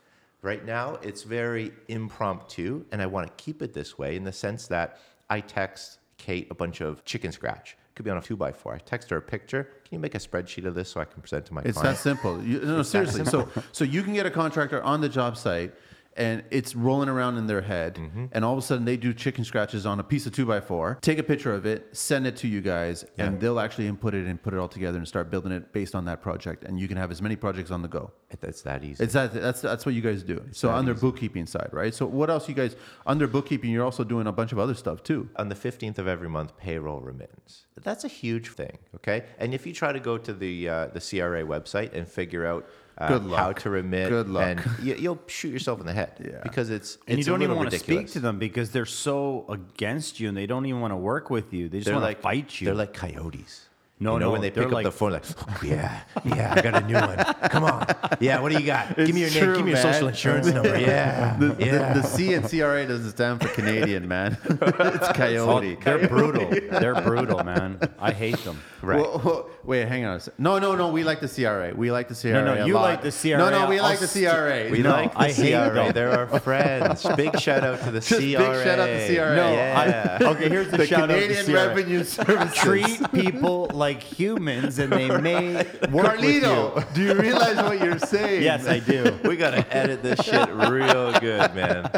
Speaker 1: Right now, it's very impromptu, and I want to keep it this way in the sense that I text Kate a bunch of chicken scratch. Could be on a two by four. I text her a picture. Can you make a spreadsheet of this so I can present to my
Speaker 2: It's that
Speaker 1: client?
Speaker 2: simple. You, no, seriously. So, so you can get a contractor on the job site, and it's rolling around in their head, and all of a sudden they do chicken scratches on a piece of two by four. Take a picture of it, send it to you guys, and they'll actually input it and put it all together and start building it based on that project. And you can have as many projects on the go.
Speaker 1: It's that easy.
Speaker 2: It's that, that's that's what you guys do. so on their bookkeeping side, right? So what else you guys under bookkeeping? You're also doing a bunch of other stuff too.
Speaker 1: on the 15th of every month payroll remittance. That's a huge thing, okay? And if you try to go to the uh, the CRA website and figure out uh,
Speaker 2: Good luck.
Speaker 1: how to remit,
Speaker 2: Good luck.
Speaker 1: and you, you'll shoot yourself in the head
Speaker 2: Yeah.
Speaker 1: because it's
Speaker 3: and you
Speaker 1: it's a
Speaker 3: don't even
Speaker 1: little
Speaker 3: want to speak
Speaker 1: ridiculous.
Speaker 3: to them because they're so against you and they don't even want to work with you. They just
Speaker 1: They're
Speaker 3: want
Speaker 1: like
Speaker 3: to fight you.
Speaker 1: They're like coyotes.
Speaker 3: No,
Speaker 1: you know,
Speaker 3: no,
Speaker 1: when they
Speaker 3: they're
Speaker 1: pick
Speaker 3: like-
Speaker 1: up the phone, like, "Oh, yeah, yeah, I got a new one. Come on, yeah, what do you got? Give me your name,
Speaker 2: true,
Speaker 1: give me your
Speaker 2: man.
Speaker 1: social insurance number. Yeah,
Speaker 2: The,
Speaker 1: yeah.
Speaker 2: the, the C and CRA doesn't stand for Canadian, man. it's
Speaker 3: Oh,
Speaker 2: coyote.
Speaker 3: they're brutal. They're brutal, man. I hate them.
Speaker 1: Right.
Speaker 2: Whoa, whoa, wait, hang on a sec. No, no, no. We like the CRA. We like the CRA.
Speaker 3: no,
Speaker 2: a
Speaker 3: you
Speaker 2: lot.
Speaker 3: like the CRA.
Speaker 2: No, no, we
Speaker 3: I'll
Speaker 2: like the
Speaker 3: st-
Speaker 2: CRA.
Speaker 1: we
Speaker 2: no.
Speaker 1: like the
Speaker 3: I hate
Speaker 1: CRA.
Speaker 3: them.
Speaker 1: They're our friends. Big shout out to the
Speaker 2: Just
Speaker 1: CRA.
Speaker 2: big shout out to CRA.
Speaker 3: No,
Speaker 1: yeah.
Speaker 3: I, okay, here's the,
Speaker 2: the
Speaker 3: shout
Speaker 2: Canadian
Speaker 3: out to CRA.
Speaker 2: Revenue Service.
Speaker 3: Treat people like humans and they may work with you.
Speaker 2: Carlito, do you realize what you're saying?
Speaker 3: Yes, I do.
Speaker 1: we gotta edit this shit real good, man.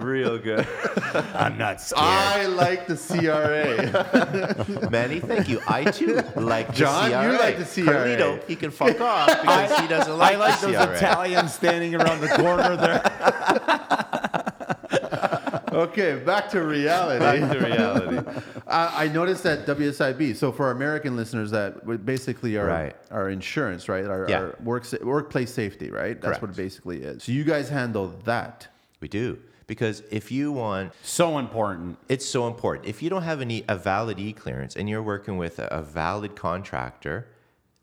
Speaker 1: Real good.
Speaker 3: I'm not scared.
Speaker 2: I like the CRA.
Speaker 1: Manny, thank you. I too like the
Speaker 2: John,
Speaker 1: CRA.
Speaker 2: you like the CRA.
Speaker 1: Carlito, he can fuck off because he doesn't like,
Speaker 3: I like those
Speaker 1: the CRA.
Speaker 3: Italians standing around the corner there.
Speaker 2: okay, back to reality.
Speaker 1: Back to reality.
Speaker 2: I I noticed that WSIB. So for our American listeners, that would basically our
Speaker 1: Right.
Speaker 2: our insurance, right? Our,
Speaker 1: Yeah.
Speaker 2: our work sa- workplace safety, right? That's what it
Speaker 1: Correct.
Speaker 2: basically is. So you guys handle that.
Speaker 1: We do. Because if you want
Speaker 3: So important.
Speaker 1: it's so important. If you don't have any a valid e clearance and you're working with a, a valid contractor,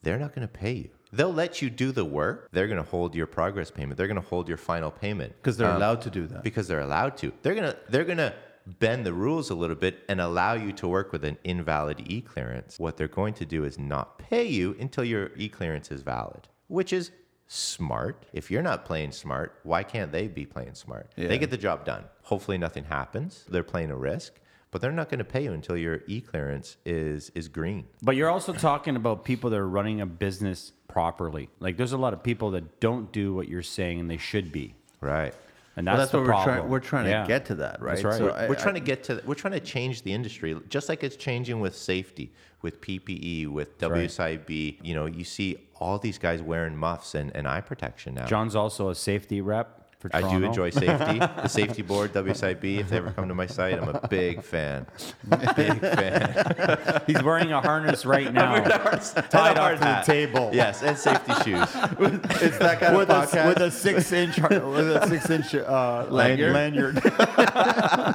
Speaker 1: they're not going to pay you. They'll let you do the work. They're going to hold your progress payment. They're going to hold your final payment Um,
Speaker 2: 'Cause they're
Speaker 3: Um,
Speaker 2: allowed to do that.
Speaker 1: Because they're allowed to. They're gonna they're gonna bend the rules a little bit and allow you to work with an invalid e clearance. What they're going to do is not pay you until your e clearance is valid, which is smart. If you're not playing smart, why can't they be playing smart?
Speaker 2: Yeah.
Speaker 1: They get the job done. Hopefully, nothing happens. They're playing a risk. but they're not going to pay you until your e clearance is is green.
Speaker 3: But you're also talking about people that are running a business properly. Like there's a lot of people that don't do what you're saying and they should be.
Speaker 1: Right.
Speaker 3: And
Speaker 2: Well,
Speaker 3: that's,
Speaker 2: that's
Speaker 3: the
Speaker 2: what we're
Speaker 3: problem.
Speaker 2: trying. We're trying
Speaker 3: Yeah.
Speaker 2: to get to that, right?
Speaker 3: That's right.
Speaker 2: So
Speaker 3: We're-
Speaker 2: I-
Speaker 1: we're
Speaker 2: I-
Speaker 1: trying to get to we're trying to change the industry just like it's changing with safety with ppe with
Speaker 3: right.
Speaker 1: wsib you know you see all these guys wearing muffs and, and eye protection now
Speaker 3: John's also a safety rep for
Speaker 1: i
Speaker 3: Toronto.
Speaker 1: do enjoy safety the safety board wsib if they ever come to my site i'm a big fan big fan
Speaker 3: He's wearing a harness right now.
Speaker 1: tied
Speaker 4: off to the table.
Speaker 1: yes and safety shoes
Speaker 2: it's that kind of
Speaker 4: with
Speaker 2: podcast.
Speaker 4: a, with a six inch with a six inch uh,
Speaker 2: Lanyard?
Speaker 4: lanyard. lanyard.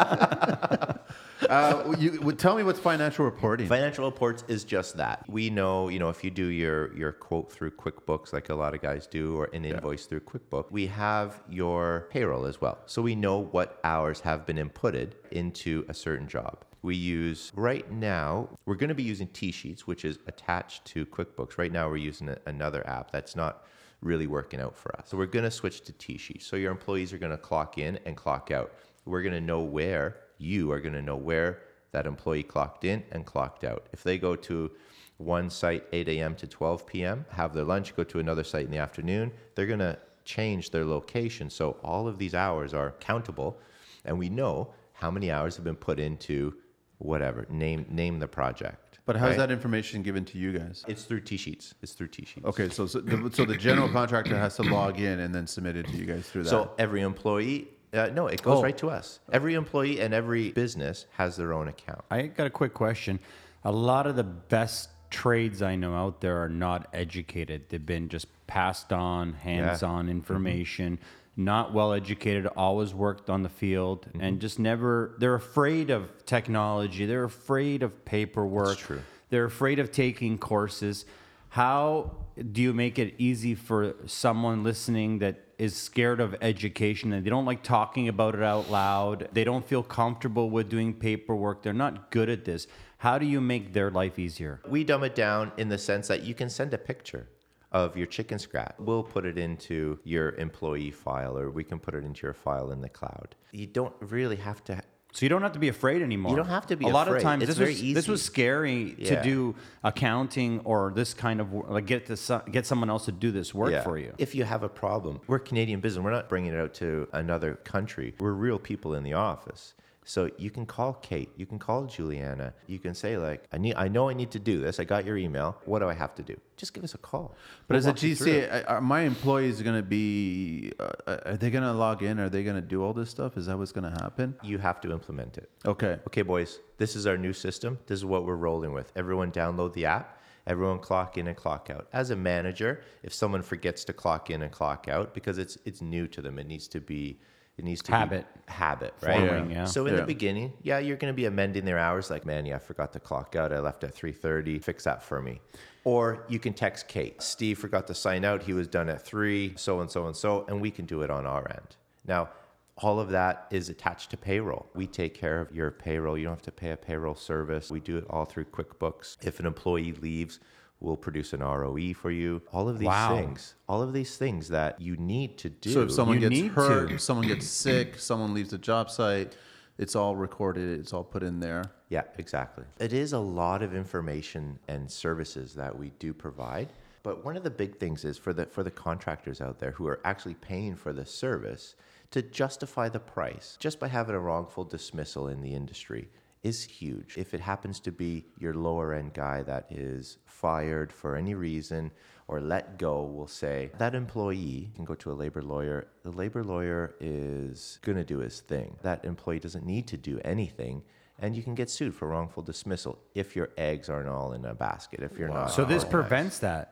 Speaker 2: uh, you, well, tell me what's financial reporting.
Speaker 1: Financial reports is just that. We know, you know, if you do your your quote through QuickBooks, like a lot of guys do, or an invoice through QuickBooks, we have your payroll as well. So we know what hours have been inputted into a certain job. We use right now, we're going to be using T Sheets, which is attached to QuickBooks. Right now, we're using a- another app that's not really working out for us. So we're going to switch to T Sheets. So your employees are going to clock in and clock out. We're going to know where you are going to know where that employee clocked in and clocked out. If they go to one site 8 a.m. to 12 p.m., have their lunch, go to another site in the afternoon, they're going to change their location. So all of these hours are countable, and we know how many hours have been put into whatever name name the project.
Speaker 2: But how's
Speaker 1: right?
Speaker 2: that information given to you guys?
Speaker 1: It's through T sheets. It's through T sheets.
Speaker 2: Okay, so so the, so the general contractor has to log in and then submit it to you guys through that.
Speaker 1: So every employee, uh, no, it goes
Speaker 3: Oh.
Speaker 1: right to us. Every employee and every business has their own account.
Speaker 3: I got a quick question. A lot of the best trades I know out there are not educated. They've been just passed on, hands-on information, not well educated, always worked on the field and just never they're afraid of technology. They're afraid of paperwork.
Speaker 1: true.
Speaker 3: They're afraid of taking courses. How do you make it easy for someone listening that is scared of education and they don't like talking about it out loud? They don't feel comfortable with doing paperwork. They're not good at this. How do you make their life easier?
Speaker 1: We dumb it down in the sense that you can send a picture of your chicken scrap. We'll put it into your employee file or we can put it into your file in the cloud. You don't really have to
Speaker 3: So you don't have to be afraid anymore.
Speaker 1: You don't have to be
Speaker 3: A lot of
Speaker 1: afraid.
Speaker 3: times,
Speaker 1: It's
Speaker 3: this
Speaker 1: very
Speaker 3: was this
Speaker 1: easy.
Speaker 3: was scary to
Speaker 1: Yeah.
Speaker 3: do accounting or this kind of wor- like get to so- get someone else to do this work
Speaker 1: Yeah.
Speaker 3: for you.
Speaker 1: If you have a problem, we're Canadian business. We're not bringing it out to another country. We're real people in the office. So you can call Kate, you can call Juliana, you can say like, I need, I know I need to do this. I got your email. What do I have to do? Just give us a call.
Speaker 2: But
Speaker 1: We'll
Speaker 2: as a
Speaker 1: walk you through it.
Speaker 2: GC, I- are my employees going to be? Uh, are they going to log in? Are they going to do all this stuff? Is that what's going to happen?
Speaker 1: you have to implement it.
Speaker 2: Okay.
Speaker 1: okay, boys, this is our new system. This is what we're rolling with. Everyone download the app. Everyone clock in and clock out. As a manager, if someone forgets to clock in and clock out because it's it's new to them, it needs to be it needs to
Speaker 3: Habit.
Speaker 1: be habit, right?
Speaker 3: Forming, Yeah. yeah.
Speaker 1: So in
Speaker 2: Yeah.
Speaker 1: the beginning, yeah, you're going to be amending their hours. Like, man, yeah, I forgot to clock out. I left at 3:30. Fix that for me. Or you can text Kate. Steve forgot to sign out. He was done at three. So and so and so, and we can do it on our end. Now, all of that is attached to payroll. We take care of your payroll. You don't have to pay a payroll service. We do it all through QuickBooks. If an employee leaves. We'll produce an ROE for you. All of these
Speaker 3: Wow.
Speaker 1: things, all of these things that you need to do.
Speaker 2: So if someone
Speaker 3: You
Speaker 2: gets
Speaker 3: need
Speaker 2: hurt,
Speaker 3: to.
Speaker 2: if someone gets sick, someone leaves the job site, it's all recorded. It's all put in there.
Speaker 1: Yeah, exactly. It is a lot of information and services that we do provide. But one of the big things is for the for the contractors out there who are actually paying for the service to justify the price just by having a wrongful dismissal in the industry is huge. If it happens to be your lower end guy that is fired for any reason or let go, we'll say that employee can go to a labor lawyer. The labor lawyer is going to do his thing. That employee doesn't need to do anything and you can get sued for wrongful dismissal if your eggs aren't all in a basket. If you're not,
Speaker 3: So this
Speaker 1: organized.
Speaker 3: prevents that.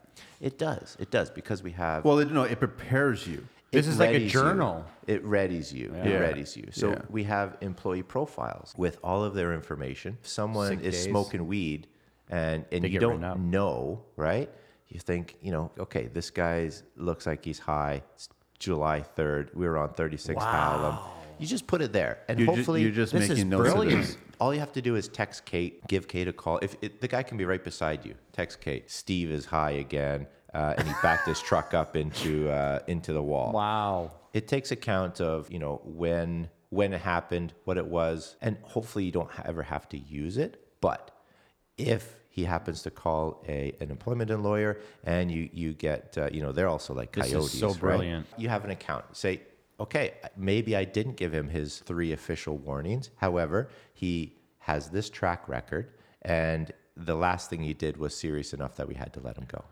Speaker 1: it does it does because we have
Speaker 2: Well, it, no, it prepares you.
Speaker 3: This
Speaker 1: it
Speaker 3: is like a
Speaker 1: readies you.
Speaker 3: journal.
Speaker 1: It readies you.
Speaker 2: Yeah.
Speaker 1: It readies you. So
Speaker 2: Yeah.
Speaker 1: we have employee profiles with all of their information. If someone
Speaker 3: Sick
Speaker 1: is
Speaker 3: days.
Speaker 1: smoking weed and and
Speaker 3: They
Speaker 1: you
Speaker 3: get written up.
Speaker 1: don't know, right? You think, you know, okay, this guy's looks like he's high. It's July 3rd. We were on 36th Hallam. You just put it there and
Speaker 2: You ju-
Speaker 1: hopefully
Speaker 2: you're just
Speaker 3: This is
Speaker 2: making notes of
Speaker 3: brilliant.
Speaker 2: this.
Speaker 1: all you have to do is text Kate, give Kate a call. If it, the guy can be right beside you, text Kate. Steve is high again, uh, and he backed his truck up into uh, into the wall.
Speaker 3: Wow.
Speaker 1: It takes account of you know when when it happened, what it was, and hopefully you don't ha- ever have to use it. But if he happens to call a an employment lawyer and you you get uh, you know they're also like
Speaker 3: This is
Speaker 1: coyotes
Speaker 3: so
Speaker 1: right?
Speaker 3: brilliant.
Speaker 1: you have an account say okay maybe i didn't give him his three official warnings however he has this track record and the last thing he did was serious enough that we had to let him go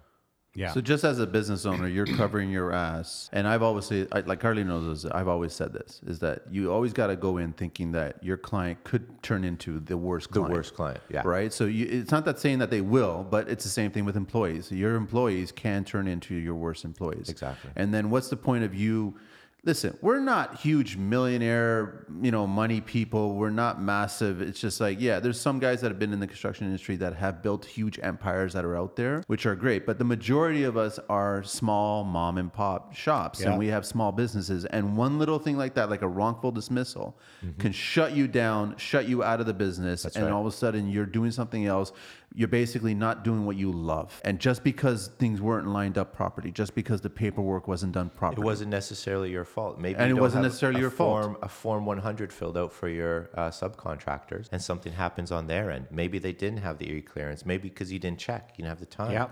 Speaker 5: Yeah.
Speaker 2: So just as a business owner, you're covering your ass, and I've always said, I- like Carly knows this. I've always said this is that you always got to go in thinking that your client could turn into the worst,
Speaker 1: the
Speaker 2: client,
Speaker 1: worst client yeah
Speaker 2: right? So you, it's not that saying that they will, but it's the same thing with employees. Your employees can turn into your worst employees,
Speaker 1: Exactly.
Speaker 2: And then what's the point of you? Listen, we're not huge millionaire, you know, money people. We're not massive. It's just like, yeah, there's some guys that have been in the construction industry that have built huge empires that are out there, which are great. But the majority of us are small mom and pop shops
Speaker 5: Yeah.
Speaker 2: and we have small businesses. And one little thing like that, like a wrongful dismissal, can shut you down, shut you out of the business. and
Speaker 1: Mm-hmm. right.
Speaker 2: all of a sudden you're doing something else. You're basically not doing what you love. And just because things weren't lined up properly, just because the paperwork wasn't done
Speaker 1: it
Speaker 2: properly.
Speaker 1: wasn't necessarily your fault. Maybe
Speaker 2: And
Speaker 1: you
Speaker 2: it
Speaker 1: don't
Speaker 2: wasn't
Speaker 1: have
Speaker 2: necessarily
Speaker 1: a
Speaker 2: your fault.
Speaker 1: form, A form 100 filled out for your uh, subcontractors, and something happens on their end. Maybe they didn't have the e clearance. Maybe because you didn't check, you didn't have the time.
Speaker 5: Yeah.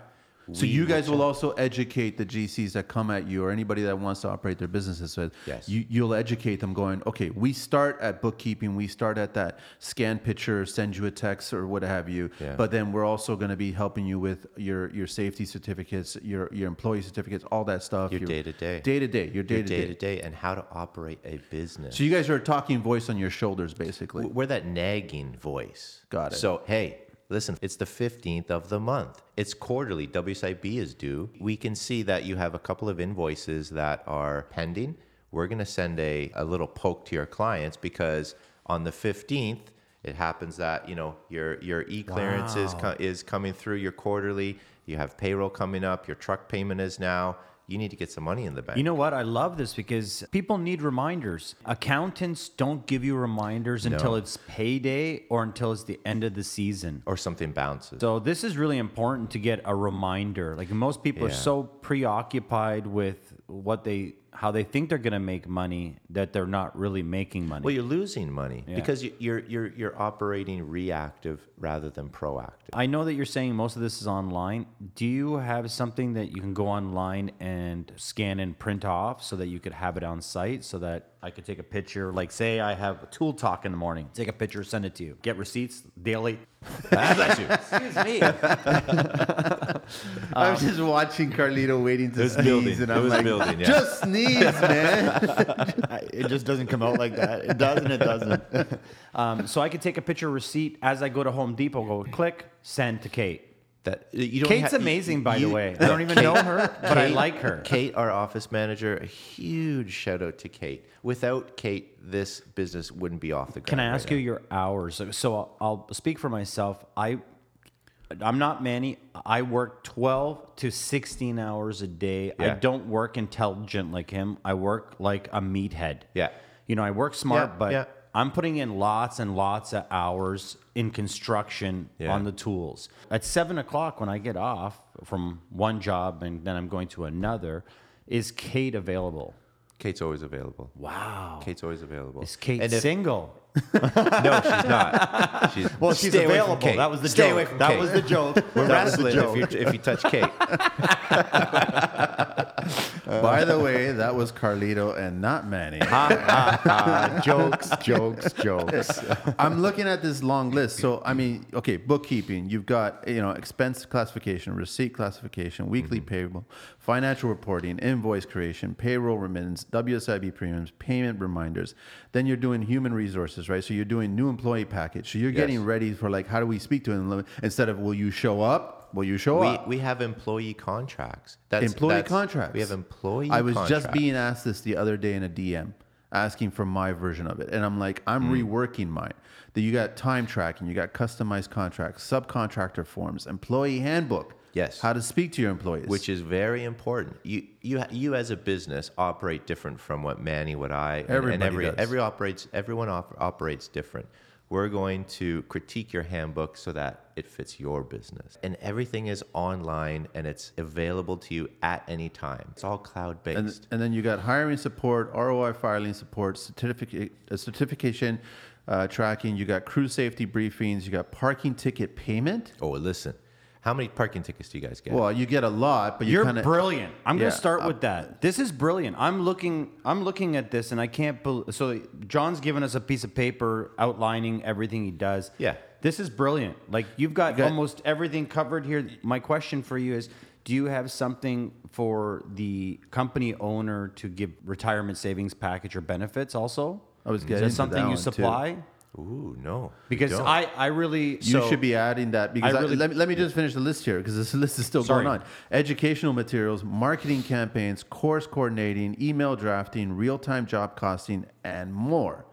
Speaker 2: So
Speaker 1: We
Speaker 2: you
Speaker 1: will
Speaker 2: guys will also educate the GCs that come at you or anybody that wants to operate their businesses. So
Speaker 1: Yes.
Speaker 2: you, you'll educate them going, okay, we start at bookkeeping. We start at that scan picture, send you a text or what have you.
Speaker 1: Yeah.
Speaker 2: But then we're also going to be helping you with your, your safety certificates, your, your employee certificates, all that stuff.
Speaker 1: Your day-to-day.
Speaker 2: Day to day. Your day
Speaker 1: your
Speaker 2: to day.
Speaker 1: day-to-day and how to operate a business.
Speaker 2: So you guys are a talking voice on your shoulders, basically.
Speaker 1: W- We're that nagging voice.
Speaker 2: Got it.
Speaker 1: So, hey, listen, it's the 15th of the month. It's quarterly. WSIB is due. We can see that you have a couple of invoices that are pending. We're going to send a, a little poke to your clients because on the 15th, it happens that you know your your e clearance is, co- is coming through your quarterly. You have payroll coming up. Your truck payment is now. You need to get some money in the bank.
Speaker 3: You know what? I love this because people need reminders. Accountants don't give you reminders until it's payday or until it's the end of the season.
Speaker 1: or something bounces.
Speaker 3: So this is really important to get a reminder. Like most people are
Speaker 1: Yeah.
Speaker 3: so preoccupied with what they how they think they're going to make money that they're not really making money.
Speaker 1: Well, you're losing money because you- you're you're you're operating reactive rather than proactive.
Speaker 3: I know that you're saying most of this is online. Do you have something that you can go online and scan and print off so that you could have it on site so that I could take a picture? Like, say I have a tool talk in the morning, take a picture, send it to you, get receipts daily.
Speaker 1: Bless you.
Speaker 3: Excuse me.
Speaker 2: I'm just watching Carlito waiting to sneeze,
Speaker 1: building.
Speaker 2: and
Speaker 1: It
Speaker 2: I'm
Speaker 1: was
Speaker 2: like,
Speaker 1: building, yeah.
Speaker 2: just sneeze, man.
Speaker 5: it just doesn't come out like that. It does and it doesn't.
Speaker 3: Um, so I could take a picture receipt as I go to Home Depot, go click, send to Kate.
Speaker 1: That you don't
Speaker 3: Kate's
Speaker 1: ha- you-
Speaker 3: amazing, by the
Speaker 1: you-
Speaker 3: way. I don't even know her, but I like her.
Speaker 1: Kate, our office manager, a huge shout out to Kate. Without Kate, this business wouldn't be off the ground.
Speaker 3: Can I
Speaker 1: right
Speaker 3: ask
Speaker 1: now.
Speaker 3: you your hours? So- So I'll, I'll speak for myself. I, I'm not Manny. I work 12 to 16 hours a day. I
Speaker 1: Yeah.
Speaker 3: don't work intelligent like him. I work like a meathead.
Speaker 1: Yeah.
Speaker 3: You know, I work smart,
Speaker 1: Yeah,
Speaker 3: but
Speaker 1: yeah.
Speaker 3: I'm putting in lots and lots of hours in construction
Speaker 1: Yeah.
Speaker 3: on the tools. At seven o'clock when I get off from one job and then I'm going to another, is Kate available?
Speaker 1: Kate's always available.
Speaker 3: Wow.
Speaker 1: Kate's always available.
Speaker 3: Is Kate
Speaker 1: And if-
Speaker 3: single?
Speaker 1: no, she's not. She's,
Speaker 5: Well, she's
Speaker 1: Stay away from
Speaker 5: available.
Speaker 1: Kate.
Speaker 5: That was the
Speaker 1: Stay
Speaker 5: joke.
Speaker 1: away from
Speaker 5: that
Speaker 1: Kate.
Speaker 5: was the joke.
Speaker 1: We're
Speaker 5: that was the
Speaker 1: wrestling
Speaker 5: joke.
Speaker 1: if, you if you touch Kate.
Speaker 2: By the way, that was Carlito and not Manny.
Speaker 5: Uh, jokes, jokes, jokes.
Speaker 2: I'm looking at this long list. So, I mean, okay, bookkeeping. You've got, you know, expense classification, receipt classification, weekly
Speaker 5: Mm-hmm.
Speaker 2: payable, financial reporting, invoice creation, payroll remittance, WSIB premiums, payment reminders. Then you're doing human resources, right? So you're doing new employee package. So you're getting ready for like, how do we speak to them instead of will you show up? Will you show
Speaker 1: We,
Speaker 2: up?
Speaker 1: we have employee contracts. That's
Speaker 2: employee
Speaker 1: that's-
Speaker 2: contracts.
Speaker 1: We have employee.
Speaker 2: I was just
Speaker 1: contracts.
Speaker 2: being asked this the other day in a DM, asking for my version of it, and I'm like,
Speaker 1: Hmm.
Speaker 2: I'm reworking mine. That you got time tracking, you got customized contracts, subcontractor forms, employee handbook.
Speaker 1: Yes.
Speaker 2: How to speak to your employees.
Speaker 1: which is very important. You you you as a business operate different from what Manny, what I, and, and
Speaker 2: Everybody
Speaker 1: every
Speaker 2: does.
Speaker 1: every operates everyone op- operates different. We're going to critique your handbook so that it fits your business. And everything is online and it's available to you at any time. It's all cloud based.
Speaker 2: And, and then you got hiring support, ROI filing support, certificate, uh, certification uh, tracking. You got crew safety briefings. You got parking ticket payment.
Speaker 1: oh, listen, how many parking tickets do you guys get?
Speaker 2: Well, you get a lot, but you
Speaker 3: You're
Speaker 2: kind of
Speaker 3: brilliant. I'm
Speaker 2: Yeah,
Speaker 3: gonna start with that. This is brilliant. I'm looking. I'm looking at this, and I can't. bel so John's given us a piece of paper outlining everything he does.
Speaker 1: Yeah.
Speaker 3: This is brilliant. Like you've got,
Speaker 2: got-
Speaker 3: almost everything covered here. My question for you is. Do you have something for the company owner to give retirement savings package or benefits also?
Speaker 2: I was
Speaker 3: Is
Speaker 2: getting
Speaker 3: that
Speaker 2: to
Speaker 3: something
Speaker 2: that
Speaker 3: you
Speaker 2: one, too.
Speaker 3: supply?
Speaker 1: Ooh, no. we
Speaker 3: Because
Speaker 1: don't.
Speaker 3: I, I really
Speaker 2: You should be adding that because I
Speaker 3: I really-
Speaker 2: let, me, let me just finish the list here because this list is still
Speaker 3: Sorry.
Speaker 2: going on. Educational materials, marketing campaigns, course coordinating, email drafting, real time job costing, and more.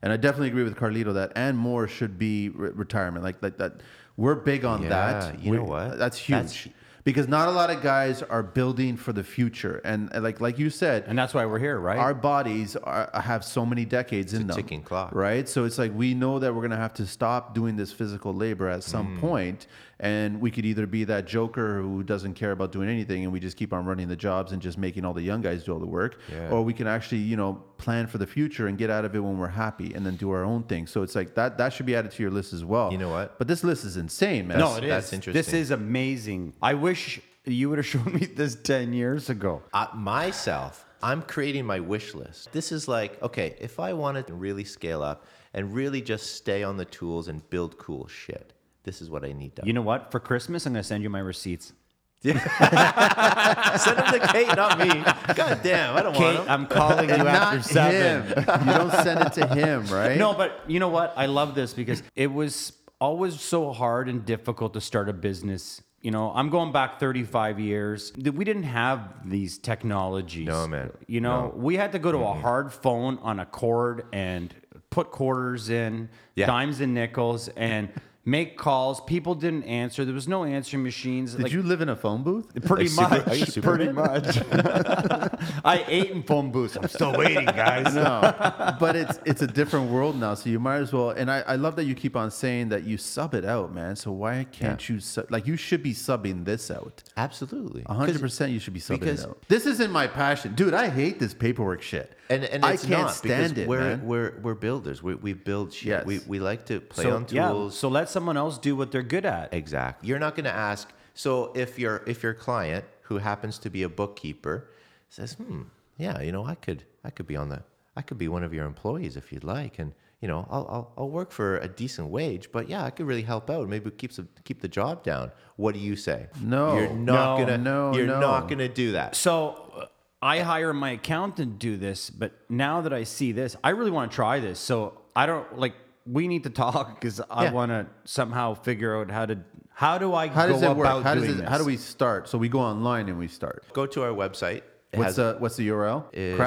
Speaker 2: And I definitely agree with Carlito that and more should be re- retirement. Like, like that, we're big on
Speaker 1: Yeah,
Speaker 2: that.
Speaker 1: you know
Speaker 2: We-
Speaker 1: what?
Speaker 2: That's huge.
Speaker 1: That's-
Speaker 2: because not a lot of guys are building for the future, and uh, like like you said,
Speaker 3: and that's why we're here, right?
Speaker 2: our bodies are, have so many decades in
Speaker 1: a
Speaker 2: them.
Speaker 1: ticking clock.
Speaker 2: right? So it's like we know that we're gonna have to stop doing this physical labor at
Speaker 1: Hmm.
Speaker 2: some point, and we could either be that joker who doesn't care about doing anything, and we just keep on running the jobs and just making all the young guys do all the work,
Speaker 1: Yeah.
Speaker 2: or we can actually, you know, plan for the future and get out of it when we're happy, and then do our own thing. So it's like that that should be added to your list as well.
Speaker 1: You know what?
Speaker 2: But this list is insane, man.
Speaker 3: no, it is.
Speaker 1: that's
Speaker 3: This
Speaker 1: interesting.
Speaker 3: is amazing. I wish you would have shown me this 10 years ago.
Speaker 1: I, myself, I'm creating my wish list. This is like, okay, if I wanted to really scale up and really just stay on the tools and build cool shit, this is what I need done.
Speaker 3: You know what? For Christmas, I'm going to send you my receipts.
Speaker 1: Send them to Kate, not me. God damn, I don't
Speaker 3: Kate,
Speaker 1: want them.
Speaker 3: I'm calling you
Speaker 2: not
Speaker 3: after seven.
Speaker 2: him. you don't send it to him, right?
Speaker 3: No, but you know what? I love this because it was always so hard and difficult to start a business. You know, I'm going back 35 years. Th- We didn't have these technologies.
Speaker 1: No, man.
Speaker 3: You know, we had to go to a hard phone on a cord and put quarters in,
Speaker 1: Yeah.
Speaker 3: dimes and nickels, and make calls. People didn't answer. There was no answering machines.
Speaker 2: Did you live in a phone booth?
Speaker 1: Like
Speaker 3: Pretty
Speaker 1: super-
Speaker 3: much.
Speaker 1: are you super-
Speaker 3: pretty much. I ate in phone booths. I'm still waiting, guys.
Speaker 2: no, but it's it's a different world now. So you might as well. And I, I love that you keep on saying that you sub it out, man. So why can't you sub, like you should be subbing this out?
Speaker 1: Absolutely.
Speaker 2: hundred percent, you should be subbing
Speaker 1: because-
Speaker 2: it out. This isn't my passion, dude. I hate this paperwork shit.
Speaker 1: And, and
Speaker 2: I
Speaker 1: it's
Speaker 2: can't
Speaker 1: not, because
Speaker 2: stand it,
Speaker 1: we're,
Speaker 2: man.
Speaker 1: We're, we're builders. We, we build shit.
Speaker 2: Yes.
Speaker 1: We, we like to play
Speaker 3: So,
Speaker 1: on
Speaker 3: yeah,
Speaker 1: tools.
Speaker 3: so let someone else do what they're good at.
Speaker 1: Exactly. You're not going to ask. So if your if your client who happens to be a bookkeeper says, "Hmm, yeah, you know, I could I could be on the I could be one of your employees if you'd like, and you know, I'll I'll, I'll work for a decent wage, but yeah, I could really help out. Maybe keep some, keep the job down. What do you say?
Speaker 2: No.
Speaker 1: you're not
Speaker 2: No,
Speaker 1: gonna
Speaker 2: no,
Speaker 1: you're
Speaker 2: no.
Speaker 1: not gonna do that.
Speaker 3: So uh, I hire my accountant to do this, but now that I see this, I really want to try this. So I don't like we need to talk because I
Speaker 1: Yeah.
Speaker 3: want to somehow figure out how to how do I
Speaker 2: how
Speaker 3: go
Speaker 2: does it
Speaker 3: about
Speaker 2: work? How does
Speaker 3: doing
Speaker 2: it?
Speaker 3: this?
Speaker 2: How do we start? So we go online and we start.
Speaker 1: Go to our website. It has-
Speaker 2: What's the What's the URL?
Speaker 1: is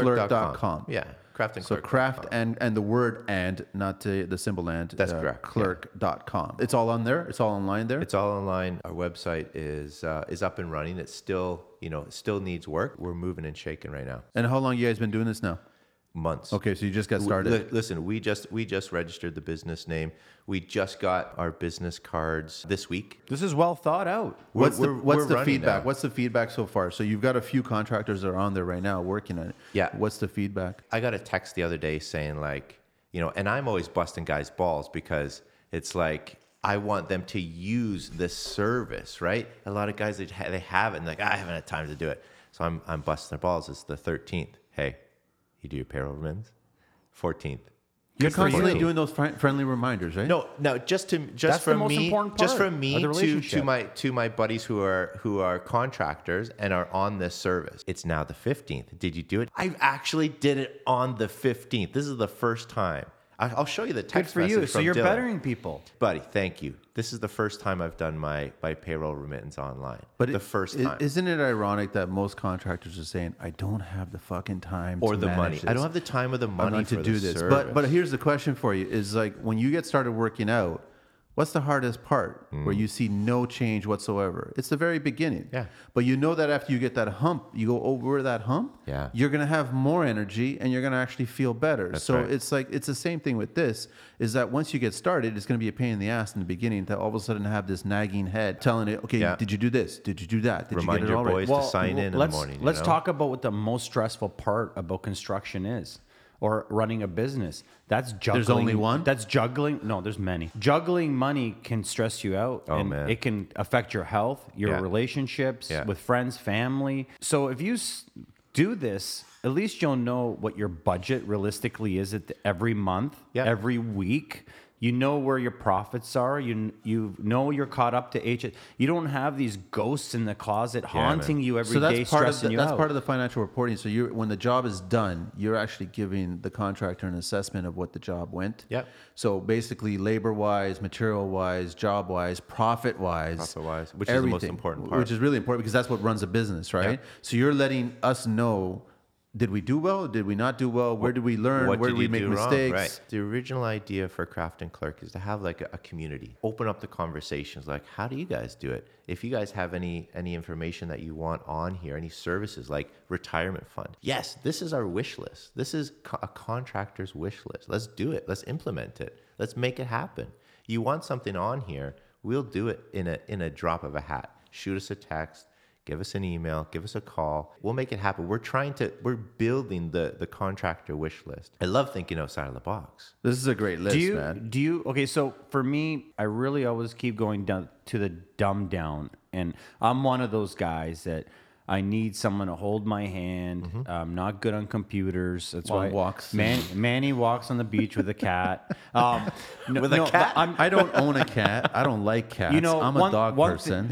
Speaker 2: Craftandclerk.com.
Speaker 1: Yeah, craftandclerk.
Speaker 2: So craft and and the word and not the, the symbol and uh,
Speaker 1: That's correct, yeah.
Speaker 2: clerk.com. It's all on there. It's all online there.
Speaker 1: It's all online. Our website is uh, is up and running. It's still you know it still needs work. We're moving and shaking right now.
Speaker 2: And how long you guys been doing this now?
Speaker 1: Months.
Speaker 2: Okay, so you just got
Speaker 1: W-
Speaker 2: started.
Speaker 1: li- listen, we just we just registered the business name. We just got our business cards this week.
Speaker 3: This is well thought out.
Speaker 1: We're-
Speaker 2: what's the
Speaker 1: we're-
Speaker 2: what's
Speaker 1: we're
Speaker 2: the
Speaker 1: running
Speaker 2: feedback?
Speaker 1: now.
Speaker 2: What's the feedback so far? So you've got a few contractors that are on there right now working on it.
Speaker 1: Yeah.
Speaker 2: What's the feedback?
Speaker 1: I got a text the other day saying like you know, and I'm always busting guys' balls because it's like. I want them to use this service, right? A lot of guys they, ha- they have it and like I haven't had time to do it, so I'm I'm busting their balls. It's the 13th. Hey, you do your payroll remittance? 14th.
Speaker 2: You're
Speaker 1: for you.
Speaker 2: constantly doing those fri- friendly reminders, right?
Speaker 1: No, no, just to just
Speaker 3: That's the
Speaker 1: from
Speaker 3: most
Speaker 1: me,
Speaker 3: important
Speaker 1: just
Speaker 3: part
Speaker 1: from
Speaker 3: of
Speaker 1: me
Speaker 3: the
Speaker 1: to, to
Speaker 3: relationship.
Speaker 1: my to my buddies who are who are contractors and are on this service. It's now the fifteenth. Did you do it? I actually did it on the fifteenth. This is the first time. I, I'll show you the
Speaker 3: Good
Speaker 1: text
Speaker 3: for
Speaker 1: message
Speaker 3: you. So
Speaker 1: from
Speaker 3: you're
Speaker 1: Dylan.
Speaker 3: bettering people.
Speaker 1: buddy. Thank you. This is the first time I've done my my payroll remittance online. But
Speaker 2: it-
Speaker 1: the first
Speaker 2: i-
Speaker 1: time.
Speaker 2: isn't it ironic that most contractors are saying, "I don't have the fucking time
Speaker 1: or
Speaker 2: to
Speaker 1: the
Speaker 2: manage
Speaker 1: money. I
Speaker 2: this.
Speaker 1: don't have the time or the money
Speaker 2: money
Speaker 1: for
Speaker 2: to do
Speaker 1: the
Speaker 2: this.
Speaker 1: service.
Speaker 2: But but here's the question for you: Is like when you get started working out, What's the hardest part where you see no change whatsoever? It's the very beginning.
Speaker 1: Mm. Yeah.
Speaker 2: But you know that after you get that hump, you go over that hump,
Speaker 1: Yeah.
Speaker 2: you're gonna have more energy and you're gonna actually feel better. so
Speaker 1: right.
Speaker 2: it's like it's the same thing with this, is that once you get started, it's gonna be a pain in the ass in the beginning to all of a sudden have this nagging head telling it, Okay,
Speaker 1: Yeah.
Speaker 2: did you do this? Did you do that? Did
Speaker 1: Remind
Speaker 2: you get it
Speaker 1: your
Speaker 2: all
Speaker 1: boys
Speaker 2: right?
Speaker 1: to sign in in the
Speaker 3: let's,
Speaker 1: morning. you
Speaker 3: Let's
Speaker 1: know?
Speaker 3: talk about what the most stressful part about construction is or running a business. That's juggling.
Speaker 2: only one?
Speaker 3: That's juggling. No, there's many. Juggling money can stress you out.
Speaker 1: Oh,
Speaker 3: and
Speaker 1: man.
Speaker 3: It can affect your health, your
Speaker 1: Yeah.
Speaker 3: relationships
Speaker 1: Yeah.
Speaker 3: with friends, family. So if you s- do this, at least you'll know what your budget realistically is at the, every month,
Speaker 1: Yeah.
Speaker 3: every week. You know where your profits are. You you know you're caught up to H. You don't have these ghosts in the closet
Speaker 1: man.
Speaker 3: haunting you every
Speaker 2: so
Speaker 3: every
Speaker 2: that's
Speaker 3: day
Speaker 2: part of
Speaker 3: stressing
Speaker 2: the,
Speaker 3: you
Speaker 2: that's
Speaker 3: out.
Speaker 2: part of the financial reporting. So you when the job is done, you're actually giving the contractor an assessment of what the job went.
Speaker 1: Yep.
Speaker 2: So basically, labor wise, material wise, job wise, profit wise,
Speaker 1: Profit-wise, which is the most important part.
Speaker 2: which is really important because that's what runs a business, right? So you're letting us know. Did we do well? Did we not do well? Where did we learn?
Speaker 1: What
Speaker 2: Where
Speaker 1: did
Speaker 2: we
Speaker 1: you
Speaker 2: make
Speaker 1: do wrong?
Speaker 2: mistakes?
Speaker 1: Right. The original idea for Craft and Clerk is to have like a, a community, open up the conversations. Like, how do you guys do it? If you guys have any any information that you want on here, any services like retirement fund, yes, this is our wish list. This is co- a contractor's wish list. Let's do it. Let's implement it. Let's make it happen. You want something on here? We'll do it in a in a drop of a hat. Shoot us a text give us an email give us a call we'll make it happen we're trying to we're building the the contractor wish list i love thinking outside of the box
Speaker 2: This is a great list,
Speaker 3: do you
Speaker 2: man.
Speaker 3: do you okay? So for me, I really always keep going down to the dumb down, and I'm one of those guys that I need someone to hold my hand. I'm not good on computers. That's
Speaker 2: Long
Speaker 3: why
Speaker 2: walks.
Speaker 3: Man, Manny walks on the beach with a cat. Um, no,
Speaker 1: With a
Speaker 3: no, but
Speaker 1: cat?
Speaker 3: I'm,
Speaker 2: I don't own a cat. I don't like cats.
Speaker 3: You know,
Speaker 2: I'm a
Speaker 3: one-
Speaker 2: dog
Speaker 3: one thi-
Speaker 2: person,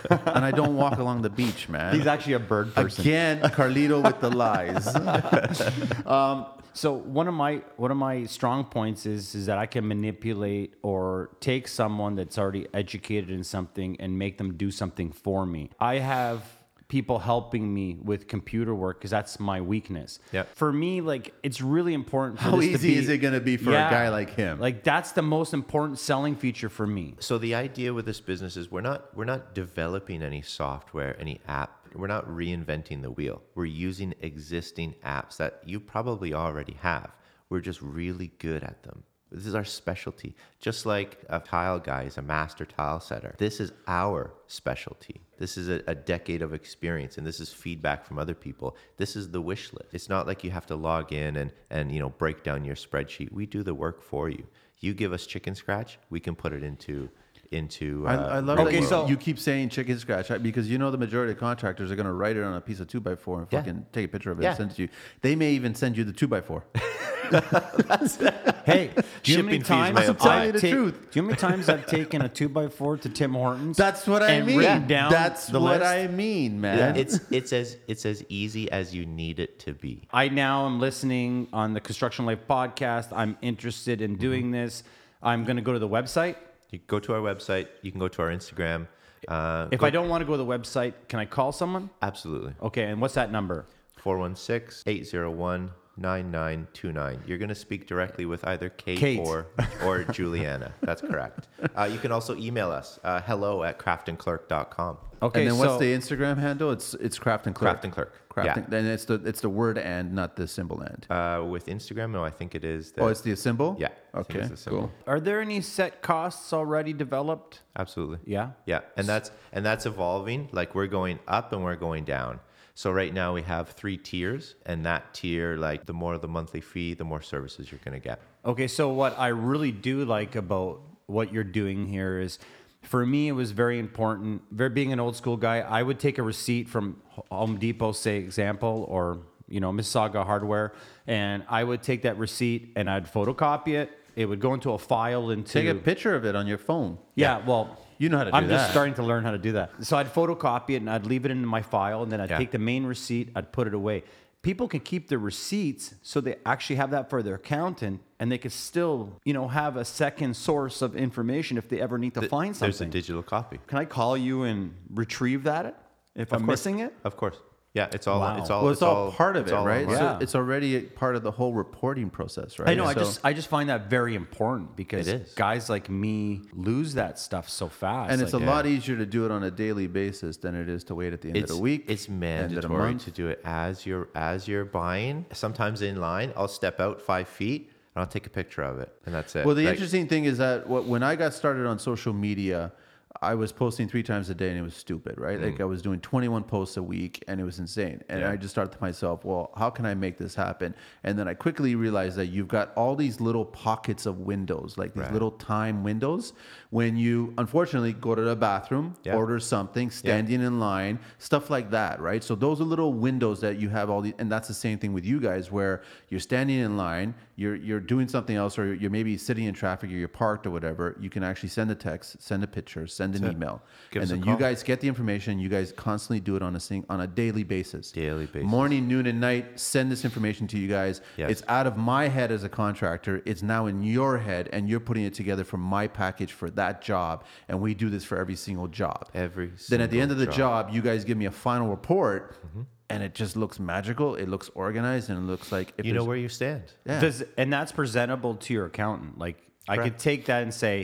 Speaker 2: and I don't walk along the beach, man.
Speaker 5: He's actually a bird person.
Speaker 2: Again, Carlito with the lies.
Speaker 3: so one of my one of my strong points is is that I can manipulate or take someone that's already educated in something and make them do something for me. I have people helping me with computer work because that's my weakness.
Speaker 1: Yeah.
Speaker 3: For me, like it's really important. For
Speaker 2: How
Speaker 3: this to
Speaker 2: easy
Speaker 3: be-
Speaker 2: is it gonna be for a guy like him?
Speaker 3: Like that's the most important selling feature for me.
Speaker 1: so the idea with this business is we're not we're not developing any software any app we're not reinventing the wheel we're using existing apps that you probably already have we're just really good at them this is our specialty just like a tile guy is a master tile setter this is our specialty this is a, a decade of experience and this is feedback from other people this is the wish list it's not like you have to log in and and you know break down your spreadsheet we do the work for you you give us chicken scratch, we can put it into into. Uh,
Speaker 2: I, I love
Speaker 1: real
Speaker 2: that
Speaker 3: Okay,
Speaker 2: you,
Speaker 1: world.
Speaker 3: so-
Speaker 2: you keep saying chicken scratch right? because you know the majority of contractors are going to write it on a piece of two by four and
Speaker 1: Yeah.
Speaker 2: fucking take a picture of it
Speaker 1: Yeah.
Speaker 2: and send it to you. They may even send you the two by four.
Speaker 3: Hey, do you know how
Speaker 1: Shipping
Speaker 3: many
Speaker 1: fees
Speaker 3: times
Speaker 1: may
Speaker 3: I've
Speaker 1: apply.
Speaker 2: Tell you the
Speaker 3: ta-
Speaker 2: truth.
Speaker 3: Do you know how many times I've taken a two by four to Tim Hortons?
Speaker 2: That's what I
Speaker 3: and
Speaker 2: mean.
Speaker 3: written down
Speaker 2: That's
Speaker 3: the
Speaker 2: what
Speaker 3: list?
Speaker 2: I mean,
Speaker 1: Yeah,
Speaker 2: man.
Speaker 1: it's it's as it's as easy as you need it to be.
Speaker 3: I now am listening on the Construction Life podcast. I'm interested in doing
Speaker 2: Mm-hmm.
Speaker 3: this. I'm going to go to the website.
Speaker 1: You go to our website. You can go to our Instagram. Uh,
Speaker 3: If I don't want to go to the website, can I call someone?
Speaker 1: absolutely.
Speaker 3: Okay, and what's that number?
Speaker 1: 416-801-9929. You're going to speak directly with either Kate,
Speaker 3: Kate.
Speaker 1: or or Juliana. That's correct. Uh, you can also email us uh, hello at craftandclerk.com.
Speaker 3: Okay,
Speaker 2: and then
Speaker 3: so-
Speaker 2: what's the Instagram handle? It's it's craft and clerk.
Speaker 1: Craft and Clerk.
Speaker 2: Craft
Speaker 1: Yeah.
Speaker 2: and, and it's the it's the word and not the symbol and.
Speaker 1: Uh, with Instagram, no, I think it is. The,
Speaker 2: oh, it's the symbol.
Speaker 1: yeah. I think
Speaker 2: Okay.
Speaker 1: it's the symbol.
Speaker 2: Cool.
Speaker 3: Are there any set costs already developed?
Speaker 1: Absolutely.
Speaker 3: Yeah?
Speaker 1: Yeah. And that's and that's evolving. Like we're going up and we're going down. So right now we have three tiers and that tier like the more the monthly fee, the more services you're going to get.
Speaker 3: Okay, so what I really do like about what you're doing here is for me it was very important. Very being an old school guy, I would take a receipt from Home Depot, say example, or you know, Mississauga hardware, and I would take that receipt and I'd photocopy it. It would go into a file into
Speaker 2: Take a picture of it on your phone.
Speaker 3: yeah, well,
Speaker 2: You know how to do
Speaker 3: I'm
Speaker 2: that.
Speaker 3: just starting to learn how to do that. So I'd photocopy it and I'd leave it in my file, and then I'd
Speaker 1: Yeah.
Speaker 3: take the main receipt, I'd put it away. People can keep their receipts, so they actually have that for their accountant, and they can still, you know, have a second source of information if they ever need to find
Speaker 1: There's a
Speaker 3: something.
Speaker 1: digital copy.
Speaker 3: can I call you and retrieve that if I'm missing it?
Speaker 1: Of course. Yeah, it's all it's all
Speaker 2: well, it's, all, part of
Speaker 1: it's
Speaker 2: it,
Speaker 1: all
Speaker 2: right?
Speaker 1: online.
Speaker 2: So
Speaker 3: Yeah.
Speaker 2: it's already a part of the whole reporting process, right?
Speaker 3: I know. I
Speaker 2: So-
Speaker 3: just I just find that very important because
Speaker 1: It is.
Speaker 3: guys like me lose that stuff so fast.
Speaker 2: and it's
Speaker 3: Like,
Speaker 2: a lot easier to do it on a daily basis than it is to wait at the end
Speaker 1: It's
Speaker 2: of the week.
Speaker 1: It's
Speaker 2: end of the
Speaker 1: mandatory
Speaker 2: month.
Speaker 1: to do it as you're as you're buying. Sometimes in line, I'll step out five feet and I'll take a picture of it, and that's it.
Speaker 2: Well, the
Speaker 1: Like,
Speaker 2: interesting thing is that what, when I got started on social media, I was posting three times a day and it was stupid, right?
Speaker 3: Mm.
Speaker 2: Like I was doing 21 posts a week and it was insane. And I just thought to myself, well, how can I make this happen? And then I quickly realized that you've got all these little pockets of windows, like these little time windows when you unfortunately go to the bathroom,
Speaker 1: Yeah.
Speaker 2: order something, standing in line, stuff like that, right? So those are little windows that you have all these, and that's the same thing with you guys, where you're standing in line, you're you're doing something else, or you're maybe sitting in traffic, or you're parked, or whatever. You can actually send a text, send a picture, send an email,
Speaker 1: Give
Speaker 2: and
Speaker 1: us a
Speaker 2: then
Speaker 1: call.
Speaker 2: you guys get the information. You guys constantly do it on a sing, on a daily basis,
Speaker 1: Daily basis.
Speaker 2: morning, noon, and night. Send this information to you guys.
Speaker 1: Yes.
Speaker 2: It's out of my head as a contractor. It's now in your head, and you're putting it together for my package for that job. And we do this for every single job.
Speaker 1: Every
Speaker 2: Then at the
Speaker 1: single
Speaker 2: end of the
Speaker 1: job. Mm-hmm.
Speaker 2: job, you guys give me a final report, and it just looks magical. It looks organized, and it looks like if
Speaker 1: you know
Speaker 2: there's-
Speaker 1: where you stand.
Speaker 2: Yeah.
Speaker 3: does, and that's presentable to your accountant. Like I could take that and say,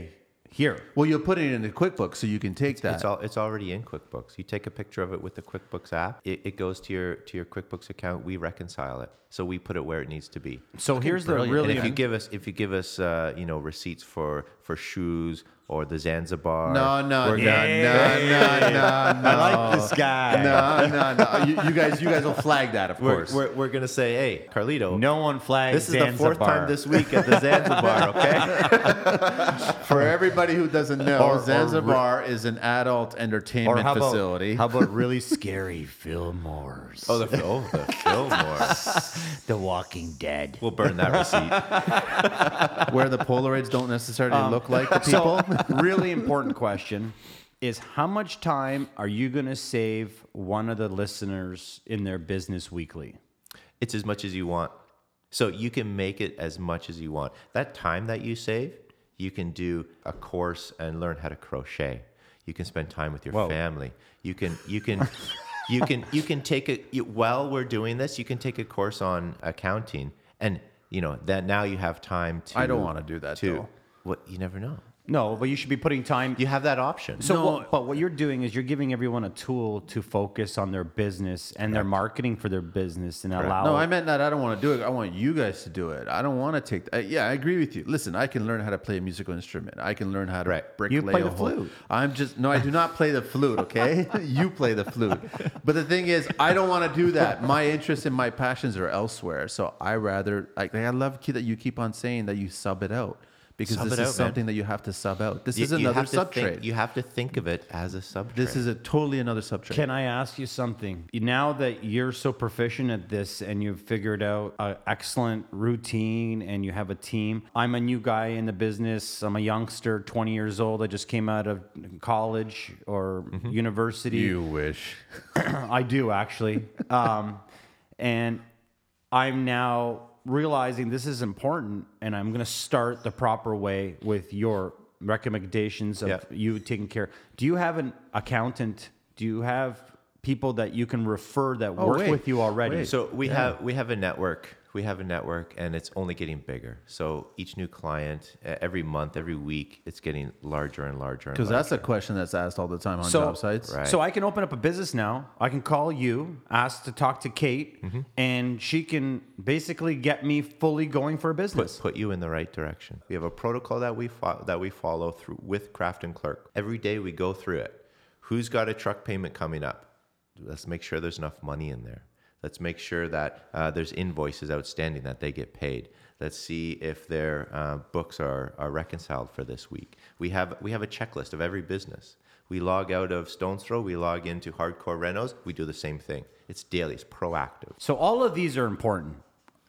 Speaker 3: here,
Speaker 2: Well, you're putting it into QuickBooks, so you can take that.
Speaker 1: It's all it's already in QuickBooks. You take a picture of it with the QuickBooks app. It, it goes to your to your QuickBooks account. We reconcile it, so we put it where it needs to be.
Speaker 3: So here's the
Speaker 1: And
Speaker 3: really
Speaker 1: if you give us if you give us uh, you know receipts for for shoes or the Zanzibar.
Speaker 2: no, no, no, no,
Speaker 1: we're
Speaker 2: no,
Speaker 1: gonna-
Speaker 2: no, no,
Speaker 5: I like this guy.
Speaker 2: no, no, no. You, you guys, you guys will flag that, of
Speaker 1: We're,
Speaker 2: course.
Speaker 1: we're, we're gonna say, hey, Carlito.
Speaker 3: no one flags.
Speaker 1: This is the fourth
Speaker 3: Zanzibar.
Speaker 1: time this week at the Zanzibar. Okay.
Speaker 2: For everybody who doesn't know,
Speaker 5: Or- or
Speaker 2: Zanzibar is an adult entertainment
Speaker 5: how about-
Speaker 2: facility.
Speaker 5: How about really scary Fillmore's?
Speaker 1: oh, the, oh, the Fillmore.
Speaker 5: The Walking Dead.
Speaker 1: We'll burn that receipt.
Speaker 2: where the Polaroids don't necessarily look like the people.
Speaker 3: So, really important question is how much time are you going to save one of the listeners in their business weekly?
Speaker 1: It's as much as you want. So you can make it as much as you want. That time that you save, you can do a course and learn how to crochet. You can spend time with your family. You can you can you can you can take a you, while we're doing this, you can take a course on accounting and you know that now you have time to
Speaker 2: I don't wanna do that,
Speaker 1: to
Speaker 2: though.
Speaker 1: what you never know.
Speaker 3: No, but you should be putting time.
Speaker 1: You have that option.
Speaker 3: so, what, but what you're doing is you're giving everyone a tool to focus on their business and their marketing for their business and allow.
Speaker 2: No, I meant that I don't want to do it. I want you guys to do it. I don't want to take. Uh, yeah, I agree with you. Listen, I can learn how to play a musical instrument. I can learn how to
Speaker 1: Right.
Speaker 2: brick
Speaker 3: You
Speaker 2: lay
Speaker 3: play
Speaker 2: a
Speaker 3: the
Speaker 2: hole.
Speaker 3: flute.
Speaker 2: I'm just no. I do not play the flute. Okay, you play the flute. But the thing is, I don't want to do that. My interests and my passions are elsewhere. So I rather like. I love key that you keep on saying that you sub it out because
Speaker 1: Sub
Speaker 2: this
Speaker 1: it out,
Speaker 2: is
Speaker 1: man.
Speaker 2: something that you have to sub out. This
Speaker 1: You-
Speaker 2: is
Speaker 1: you
Speaker 2: another
Speaker 1: have to
Speaker 2: sub
Speaker 1: think-
Speaker 2: trade.
Speaker 1: You have to think of it as a sub
Speaker 2: This is a totally another sub trade.
Speaker 3: Can I ask you something? Now that you're so proficient at this and you've figured out an excellent routine and you have a team, I'm a new guy in the business. I'm a youngster, 20 years old. I just came out of college or university.
Speaker 2: wish.
Speaker 3: I do actually. Um, and I'm now realizing this is important and I'm going to start the proper way with your recommendations of
Speaker 1: Yeah.
Speaker 3: you taking care. Do you have an accountant? Do you have people that you can refer that work
Speaker 2: Oh, wait.
Speaker 3: with you already?
Speaker 2: Wait.
Speaker 1: So we have we have a network. We have a network, and it's only getting bigger. So each new client, e- every month, every week, it's getting larger and larger. and
Speaker 2: Because
Speaker 1: larger.
Speaker 2: that's a question that's asked all the time on
Speaker 3: so,
Speaker 2: job sites.
Speaker 1: Right.
Speaker 3: so I can open up a business now. I can call you, ask to talk to Kate,
Speaker 2: Mm-hmm.
Speaker 3: and she can basically get me fully going for a business.
Speaker 1: put, put you in the right direction. We have a protocol that we fo- that we follow through with Craft and Clerk. Every day we go through it. Who's got a truck payment coming up? Let's make sure there's enough money in there. Let's make sure that uh, there's invoices outstanding that they get paid. Let's see if their uh, books are, are reconciled for this week. We have we have a checklist of every business. We log out of Stone's Throw. We log into Hardcore Renos. We do the same thing. It's daily. It's proactive.
Speaker 3: So all of these are important,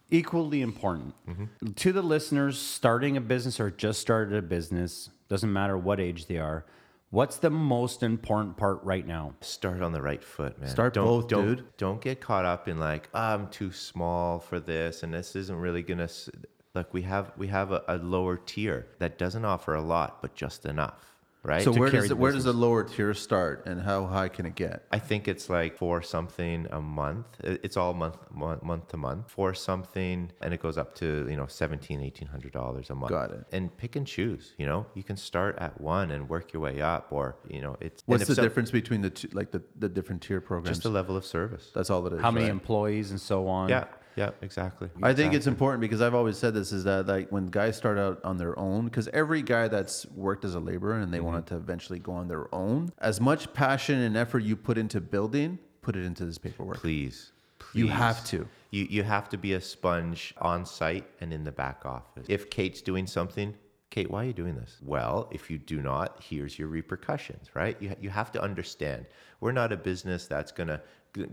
Speaker 3: equally important
Speaker 1: Mm-hmm.
Speaker 3: to the listeners starting a business or just started a business. Doesn't matter what age they are. What's the most important part right now?
Speaker 1: Start on the right foot, man.
Speaker 2: Start
Speaker 1: don't,
Speaker 2: both,
Speaker 1: don't,
Speaker 2: dude.
Speaker 1: Don't get caught up in like "Ah, I'm too small for this, and this isn't really gonna. S-. Like we have we have a, a lower tier that doesn't offer a lot, but just enough. right?
Speaker 2: So
Speaker 1: to
Speaker 2: where
Speaker 1: carry
Speaker 2: does
Speaker 1: the
Speaker 2: it, where does
Speaker 1: business.
Speaker 2: the lower tier start, and how high can it get?
Speaker 1: I think it's like four something a month. It- It's all month month, month to month. Four something, and it goes up to you know seventeen, eighteen hundred dollars a month.
Speaker 2: Got it.
Speaker 1: And pick and choose. You know, you can start at one and work your way up, or you know, it's and
Speaker 2: What's
Speaker 1: if
Speaker 2: the
Speaker 1: some-
Speaker 2: difference between the two, like the, the different tier programs?
Speaker 1: Just the level of service.
Speaker 2: That's all it is.
Speaker 3: How many
Speaker 2: right?
Speaker 3: employees and so on.
Speaker 1: Yeah, yeah, exactly.
Speaker 2: I think it's important because I've always said this is that like when guys start out on their own, because every guy that's worked as a laborer and they
Speaker 1: Mm-hmm.
Speaker 2: wanted to eventually go on their own, as much passion and effort you put into building, put it into this paperwork.
Speaker 1: please,
Speaker 2: You
Speaker 1: please.
Speaker 2: have to.
Speaker 1: You you have to be a sponge on site and in the back office. If Kate's doing something, Kate, why are you doing this? Well, if you do not, here's your repercussions, right? You you have to understand. We're not a business that's going to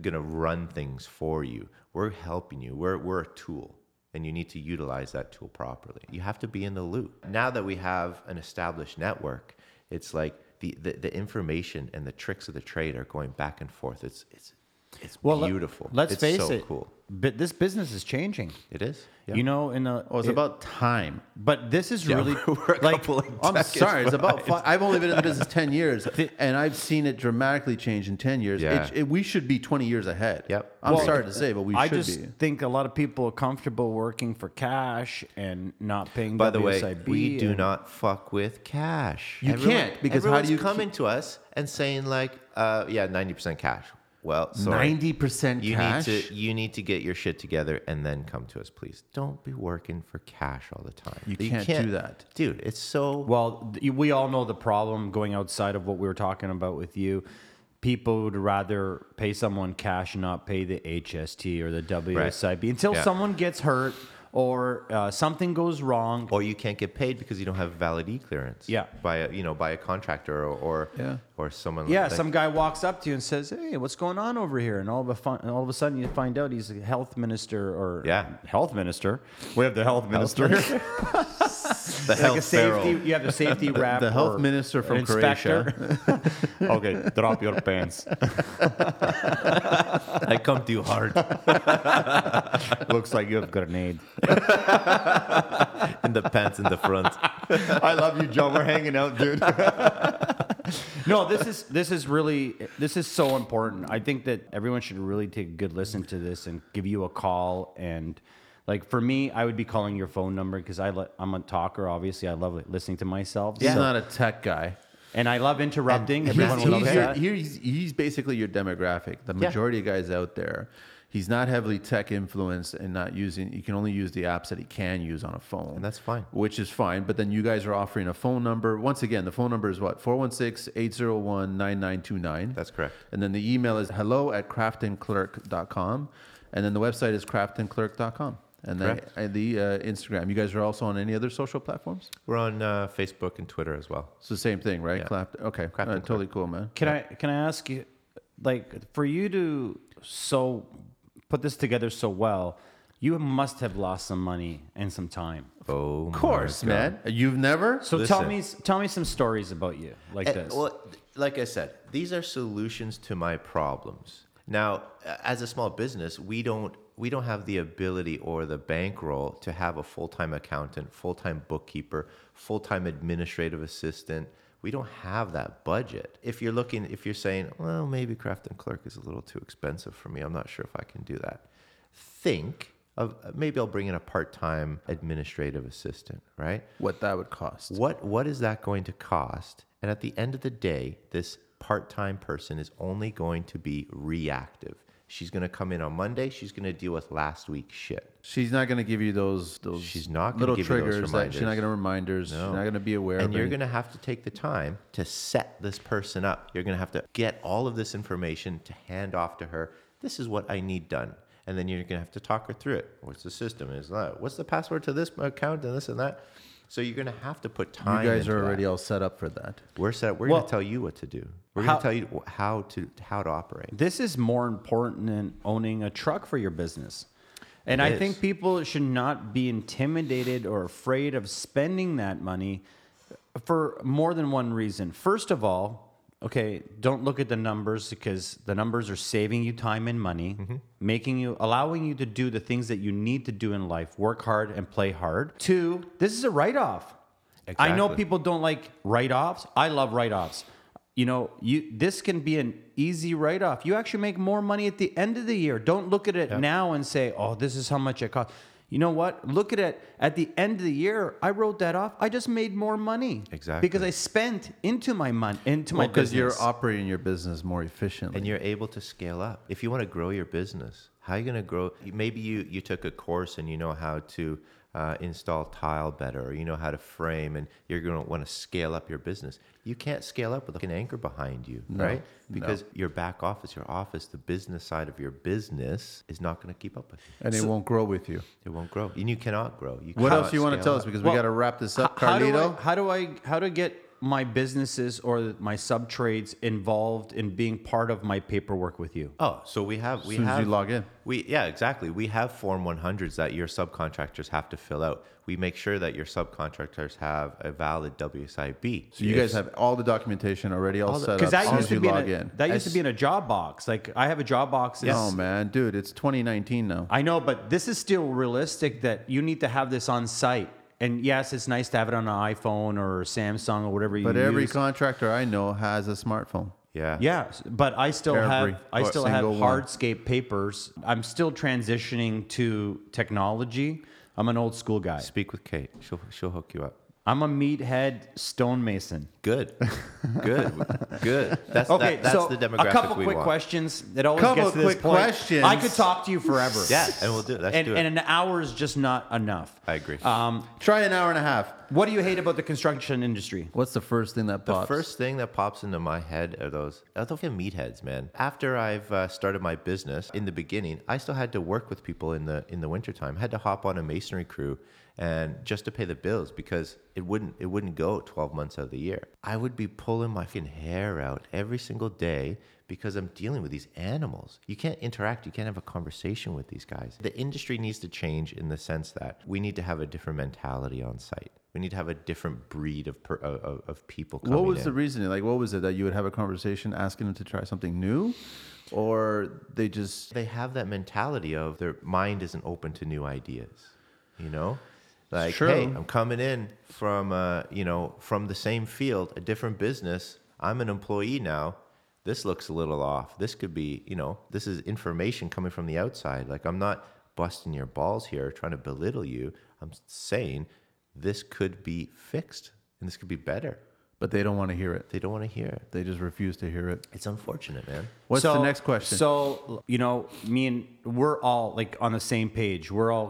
Speaker 1: going to run things for you. We're helping you. We're we're a tool and you need to utilize that tool properly. You have to be in the loop. Now that we have an established network, it's like the, the, the information and the tricks of the trade are going back and forth. It's it's it's
Speaker 3: le-
Speaker 1: beautiful.
Speaker 3: Let's
Speaker 1: it's
Speaker 3: face
Speaker 1: so
Speaker 3: it.
Speaker 1: Cool.
Speaker 3: But this business is changing.
Speaker 1: It is.
Speaker 3: You know, in the
Speaker 2: Oh, it's
Speaker 3: it-
Speaker 2: about time.
Speaker 3: but this is really
Speaker 1: we're a
Speaker 3: like
Speaker 1: couple of
Speaker 2: I'm
Speaker 1: decades
Speaker 2: sorry. It's about five. I've only been in the business 10 years and I've seen it dramatically change in 10 years.
Speaker 1: Yeah.
Speaker 2: It, it, we should be 20 years ahead.
Speaker 1: Yep.
Speaker 2: I'm
Speaker 1: Well,
Speaker 2: sorry to say, but we
Speaker 3: I
Speaker 2: should
Speaker 3: just
Speaker 2: be.
Speaker 3: think a lot of people are comfortable working for cash and not paying.
Speaker 1: By the way,
Speaker 3: WSIB
Speaker 1: we do
Speaker 3: and-
Speaker 1: not fuck with cash.
Speaker 2: You can't, because how do
Speaker 1: everyone's
Speaker 2: you
Speaker 1: coming to us and saying like, uh, yeah, ninety percent cash. Well, sorry.
Speaker 2: 90%
Speaker 1: You
Speaker 2: cash.
Speaker 1: need to you need to get your shit together and then come to us, please. Don't be working for cash all the time. You
Speaker 2: can't do that.
Speaker 1: dude. It's so
Speaker 3: Well, th- we all know the problem going outside of what we were talking about with you. People would rather pay someone cash and not pay the HST or the WSIB until
Speaker 1: Yeah.
Speaker 3: someone gets hurt or uh, something goes wrong.
Speaker 1: or you can't get paid because you don't have valid e clearance.
Speaker 3: Yeah.
Speaker 1: by a you know by a contractor or or, or someone.
Speaker 3: Yeah,
Speaker 1: like-
Speaker 3: some guy walks up to you and says, "Hey, what's going on over here?" And all of a fun, and all of a sudden, you find out he's a health minister or
Speaker 1: Yeah.
Speaker 3: health minister. We have the health minister.
Speaker 1: the
Speaker 3: like a safety, you have a safety wrap.
Speaker 2: The health
Speaker 3: or
Speaker 2: minister
Speaker 3: an
Speaker 2: from
Speaker 3: inspector. okay, drop your pants.
Speaker 1: I come too hard
Speaker 3: Looks like you have grenade.
Speaker 1: in the pants in the front.
Speaker 5: I love you, Joe. We're hanging out, dude.
Speaker 3: No, this is this is really this is so important. I think that everyone should really take a good listen to this and give you a call and like for me, I would be calling your phone number because I le- I'm a talker. Obviously, I love listening to myself.
Speaker 2: He's
Speaker 3: so-
Speaker 2: not a tech guy.
Speaker 3: and I love interrupting.
Speaker 2: He's,
Speaker 3: Everyone
Speaker 2: he's
Speaker 3: loves
Speaker 2: your-
Speaker 3: that.
Speaker 2: here- he's, he's basically your demographic. The majority of guys out there, he's not heavily tech influenced and not using. You can only use the apps that he can use on a phone,
Speaker 1: And that's fine.
Speaker 2: which is fine. But then you guys are offering a phone number. Once again, the phone number is what 416-801-9929.
Speaker 1: That's correct.
Speaker 2: And then the email is hello at craftandclerk.com. and then the website is craftandclerk.com. And then
Speaker 1: Correct.
Speaker 2: and the uh, Instagram. You guys are also on any other social platforms?
Speaker 1: We're on uh, Facebook and Twitter as well.
Speaker 2: It's the same thing, right? Clap. Okay,
Speaker 1: Craft
Speaker 2: Uh,
Speaker 1: and Clerk. Oh
Speaker 2: totally cool, man.
Speaker 3: Can I can I ask you, like, for you to so put this together so well, you must have lost some money and some time.
Speaker 1: Oh,
Speaker 2: Of course, man. You've never?
Speaker 3: So tell
Speaker 1: Listen.
Speaker 3: me tell me some stories about you like
Speaker 1: Eh,
Speaker 3: this.
Speaker 1: Well, th- like I said, these are solutions to my problems. Now, a- as a small business, we don't we don't have the ability or the bankroll to have a full-time accountant, full-time bookkeeper, full-time administrative assistant. We don't have that budget. If you're looking, if you're saying, well, maybe craft and clerk is a little too expensive for me. I'm not sure if I can do that. Think of maybe I'll bring in a part-time administrative assistant, right?
Speaker 2: what that would cost.
Speaker 1: What what is that going to cost? And at the end of the day, this part-time person is only going to be reactive. She's going to come in on Monday, she's going to deal with last week's shit.
Speaker 2: She's not going to give you those those
Speaker 1: She's not gonna
Speaker 2: little
Speaker 1: give you those
Speaker 2: triggers. that- she's not
Speaker 1: reminders.
Speaker 2: going to reminders. She's not going to be aware.
Speaker 1: And
Speaker 2: of
Speaker 1: you're
Speaker 2: any-
Speaker 1: going to have to take the time to set this person up. You're going to have to get all of this information to hand off to her. This is what I need done. And then you're going to have to talk her through it. What's the system? Is that what's the password to this account and this and that? So you're going to have to put time.
Speaker 2: you guys
Speaker 1: into
Speaker 2: are
Speaker 1: that.
Speaker 2: already all set up for that.
Speaker 1: We're set. We're
Speaker 3: Well-
Speaker 1: going to tell you what to do. We're
Speaker 3: How-
Speaker 1: going to tell you how to how to operate.
Speaker 3: this is more important than owning a truck for your business. And I
Speaker 1: is.
Speaker 3: think people should not be intimidated or afraid of spending that money for more than one reason. First of all, okay, don't look at the numbers because the numbers are saving you time and money,
Speaker 1: Mm-hmm.
Speaker 3: making you allowing you to do the things that you need to do in life, work hard and play hard. Two, this is a write-off. I know
Speaker 1: Exactly.
Speaker 3: people don't like write-offs. I love write-offs. You know, you this can be an easy write-off. You actually make more money at the end of the year. Don't look at it now and say, "Oh, this is how much it cost." You know what? Look at it at the end of the year. I wrote that off. I just made more money
Speaker 1: Exactly.
Speaker 3: because I spent into my money into my
Speaker 2: because
Speaker 3: business.
Speaker 2: you're operating your business more efficiently.
Speaker 1: and you're able to scale up. If you want to grow your business, how are you going to grow? Maybe you you took a course and you know how to uh, install tile better, or you know how to frame, and you're going to want to scale up your business. You can't scale up with an anchor behind you, right? Because your back office, your office, the business side of your business is not going to keep up with you.
Speaker 2: and it won't grow with you.
Speaker 1: It won't grow, and you cannot grow. You
Speaker 2: What
Speaker 1: cannot
Speaker 2: else do you want to
Speaker 1: scale
Speaker 2: tell us?
Speaker 1: up.
Speaker 2: Because we
Speaker 3: Well,
Speaker 2: got to wrap this up,
Speaker 3: How do I-
Speaker 2: Carlito.
Speaker 3: How do I how to get my businesses or my sub trades involved in being part of my paperwork with you?
Speaker 1: Oh, so we have we
Speaker 2: soon as
Speaker 1: have
Speaker 2: you log in.
Speaker 1: We yeah, exactly. We have form 100s that your subcontractors have to fill out. We make sure that your subcontractors have a valid WSIB.
Speaker 2: So you guys have all the documentation already all, set up
Speaker 3: Because that
Speaker 2: as soon
Speaker 3: used
Speaker 2: as
Speaker 3: to
Speaker 2: you
Speaker 3: be in
Speaker 2: log
Speaker 3: a,
Speaker 2: in.
Speaker 3: that used to be in a job box. Like I have a job box.
Speaker 2: Oh
Speaker 3: It's-
Speaker 2: man, dude, it's 2019 now.
Speaker 3: I know, but this is still realistic that you need to have this on site. And yes, it's nice to have it on an iPhone or Samsung or whatever you
Speaker 2: But every
Speaker 3: use.
Speaker 2: contractor I know has a smartphone.
Speaker 1: yeah.
Speaker 3: yeah, but I still
Speaker 2: Every
Speaker 3: have I still have
Speaker 2: single one.
Speaker 3: hardscape papers. I'm still transitioning to technology. I'm an old school guy.
Speaker 1: Speak with Kate. She'll she'll hook you up.
Speaker 3: I'm a meathead stonemason.
Speaker 1: Good. Good. Good. That's
Speaker 3: Okay,
Speaker 1: that, that's
Speaker 3: so
Speaker 1: the demographic
Speaker 3: a couple
Speaker 1: we
Speaker 3: quick
Speaker 1: want.
Speaker 3: questions. It always
Speaker 2: Couple
Speaker 3: gets to this
Speaker 2: quick
Speaker 3: point.
Speaker 2: questions.
Speaker 3: I could talk to you forever.
Speaker 1: Yeah, and we'll do it. Let's
Speaker 3: and,
Speaker 1: do it.
Speaker 3: and an hour is just not enough.
Speaker 1: I agree.
Speaker 3: Um,
Speaker 2: Try an hour and a half.
Speaker 3: what do you hate about the construction industry?
Speaker 2: What's the first thing that
Speaker 1: the
Speaker 2: pops?
Speaker 1: first thing that pops into my head are those are those fucking meatheads, man. After I've uh, started my business, in the beginning, I still had to work with people in the in the wintertime. Had to hop on a masonry crew, and just to pay the bills because it wouldn't it wouldn't go twelve months out of the year. I would be pulling my fucking hair out every single day because I'm dealing with these animals. You can't interact, you can't have a conversation with these guys. The industry needs to change in the sense that we need to have a different mentality on site. We need to have a different breed of per, of, of people. Coming
Speaker 2: what was
Speaker 1: in.
Speaker 2: the reasoning? Like, what was it that you would have a conversation asking them to try something new, or they just
Speaker 1: they have that mentality of their mind isn't open to new ideas you know like
Speaker 2: true.
Speaker 1: hey i'm coming in from uh, you know from the same field a different business i'm an employee now this looks a little off this could be you know this is information coming from the outside like i'm not busting your balls here trying to belittle you i'm saying this could be fixed and this could be better
Speaker 2: but they don't want to hear it.
Speaker 1: they don't want to hear it
Speaker 2: They just refuse to hear it.
Speaker 1: it's unfortunate man
Speaker 2: What's
Speaker 3: So-
Speaker 2: the next question?
Speaker 3: So you know, me and we're all like on the same page. We're all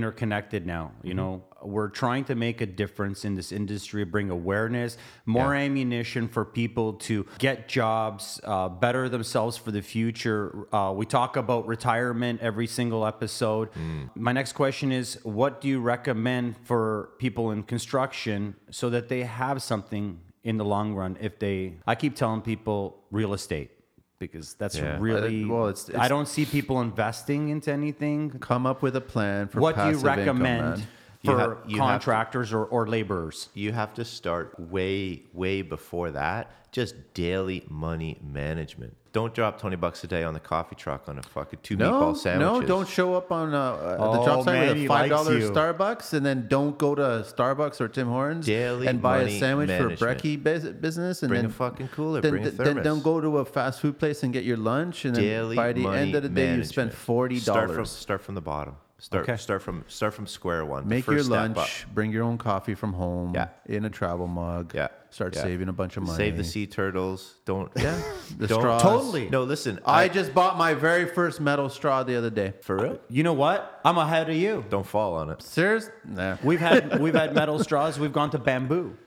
Speaker 3: interconnected now. You know, we're trying to make a difference in this industry, bring awareness, more ammunition for people to get jobs, uh, better themselves for the future. Uh, we talk about retirement every single episode. My next question is, what do you recommend for people in construction so that they have something? in the long run if they i keep telling people real estate because that's
Speaker 1: Yeah.
Speaker 3: really
Speaker 2: I- Uh, well, it's- it's-
Speaker 3: I don't see people investing into anything.
Speaker 2: Come up with a plan for
Speaker 3: What do you
Speaker 2: passive income,
Speaker 3: recommend
Speaker 2: man.
Speaker 1: You
Speaker 3: for
Speaker 1: ha- you have to-
Speaker 3: contractors or, or laborers?
Speaker 1: you have to start way way before that just daily money management don't drop 20 bucks a day on the coffee truck on a fucking two
Speaker 2: No,
Speaker 1: meatball sandwiches
Speaker 2: no, don't show up on uh, uh, the
Speaker 5: Oh,
Speaker 2: job site
Speaker 5: man,
Speaker 2: with a
Speaker 5: he
Speaker 2: five
Speaker 5: likes
Speaker 2: dollar
Speaker 5: you.
Speaker 2: Starbucks, and then don't go to Starbucks or Tim Hortons
Speaker 1: Daily
Speaker 2: and buy a
Speaker 1: money
Speaker 2: sandwich for
Speaker 1: management.
Speaker 2: brekkie bus- business. And
Speaker 1: Bring a
Speaker 2: then,
Speaker 1: fucking cooler,
Speaker 2: Then,
Speaker 1: bring a
Speaker 2: then
Speaker 1: thermos.
Speaker 2: don't go to a fast food place and get your lunch. And then
Speaker 1: daily
Speaker 2: by the
Speaker 1: money
Speaker 2: end of the day, you spent
Speaker 1: management.
Speaker 2: forty
Speaker 1: start from,
Speaker 2: dollars.
Speaker 1: start from the bottom start
Speaker 3: Okay.
Speaker 1: start from start from square one the
Speaker 2: Make your
Speaker 1: first step up.
Speaker 2: lunch. Bring your own coffee from home.
Speaker 1: Yeah.
Speaker 2: in a travel mug.
Speaker 1: Yeah,
Speaker 2: start
Speaker 1: yeah.
Speaker 2: saving a bunch of money.
Speaker 1: save the sea turtles don't yeah
Speaker 2: The
Speaker 1: don't,
Speaker 2: straws.
Speaker 3: Totally.
Speaker 1: no listen
Speaker 2: I just bought my very first metal straw the other day.
Speaker 1: for real
Speaker 3: You know what? I'm ahead of you.
Speaker 1: don't fall on it
Speaker 2: Serious? Nah.
Speaker 3: We've had we've had metal straws. We've gone to bamboo,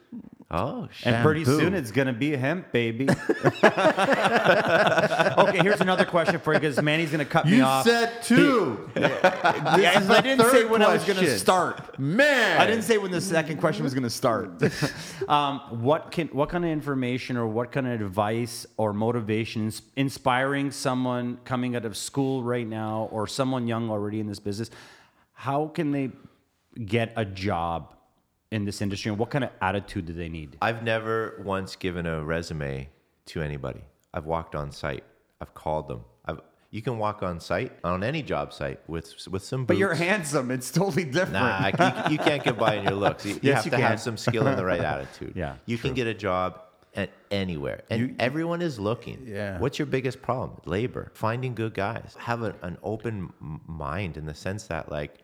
Speaker 1: oh shit
Speaker 3: and pretty
Speaker 2: Bamboo.
Speaker 3: soon it's gonna be hemp, baby. okay, here's another question for you because Manny's gonna cut me
Speaker 2: You
Speaker 3: off.
Speaker 2: said two.
Speaker 3: Yeah,
Speaker 2: is
Speaker 3: but I
Speaker 2: the
Speaker 3: didn't say
Speaker 2: third
Speaker 3: when I was gonna
Speaker 2: question.
Speaker 3: start.
Speaker 2: Man,
Speaker 3: I didn't say when the second question was going to start. um, what can what kind of information or what kind of advice or motivation is inspiring someone coming out of school right now or someone young already in this business? How can they get a job in this industry and what kind of attitude do they need?
Speaker 1: I've never once given a resume to anybody. I've walked on site. I've called them. I've You can walk on site on any job site with with some.
Speaker 4: But you're
Speaker 1: boots.
Speaker 4: handsome. It's totally different.
Speaker 1: Nah, I- you, you can't combine your looks. You, you
Speaker 4: Yes,
Speaker 1: have
Speaker 4: you
Speaker 1: to
Speaker 4: can.
Speaker 1: have some skill and the right attitude.
Speaker 3: Yeah,
Speaker 1: you can get a job at anywhere, and everyone is looking.
Speaker 2: Yeah.
Speaker 1: What's your biggest problem? Labor, finding good guys. Have a, an open m- mind in the sense that like,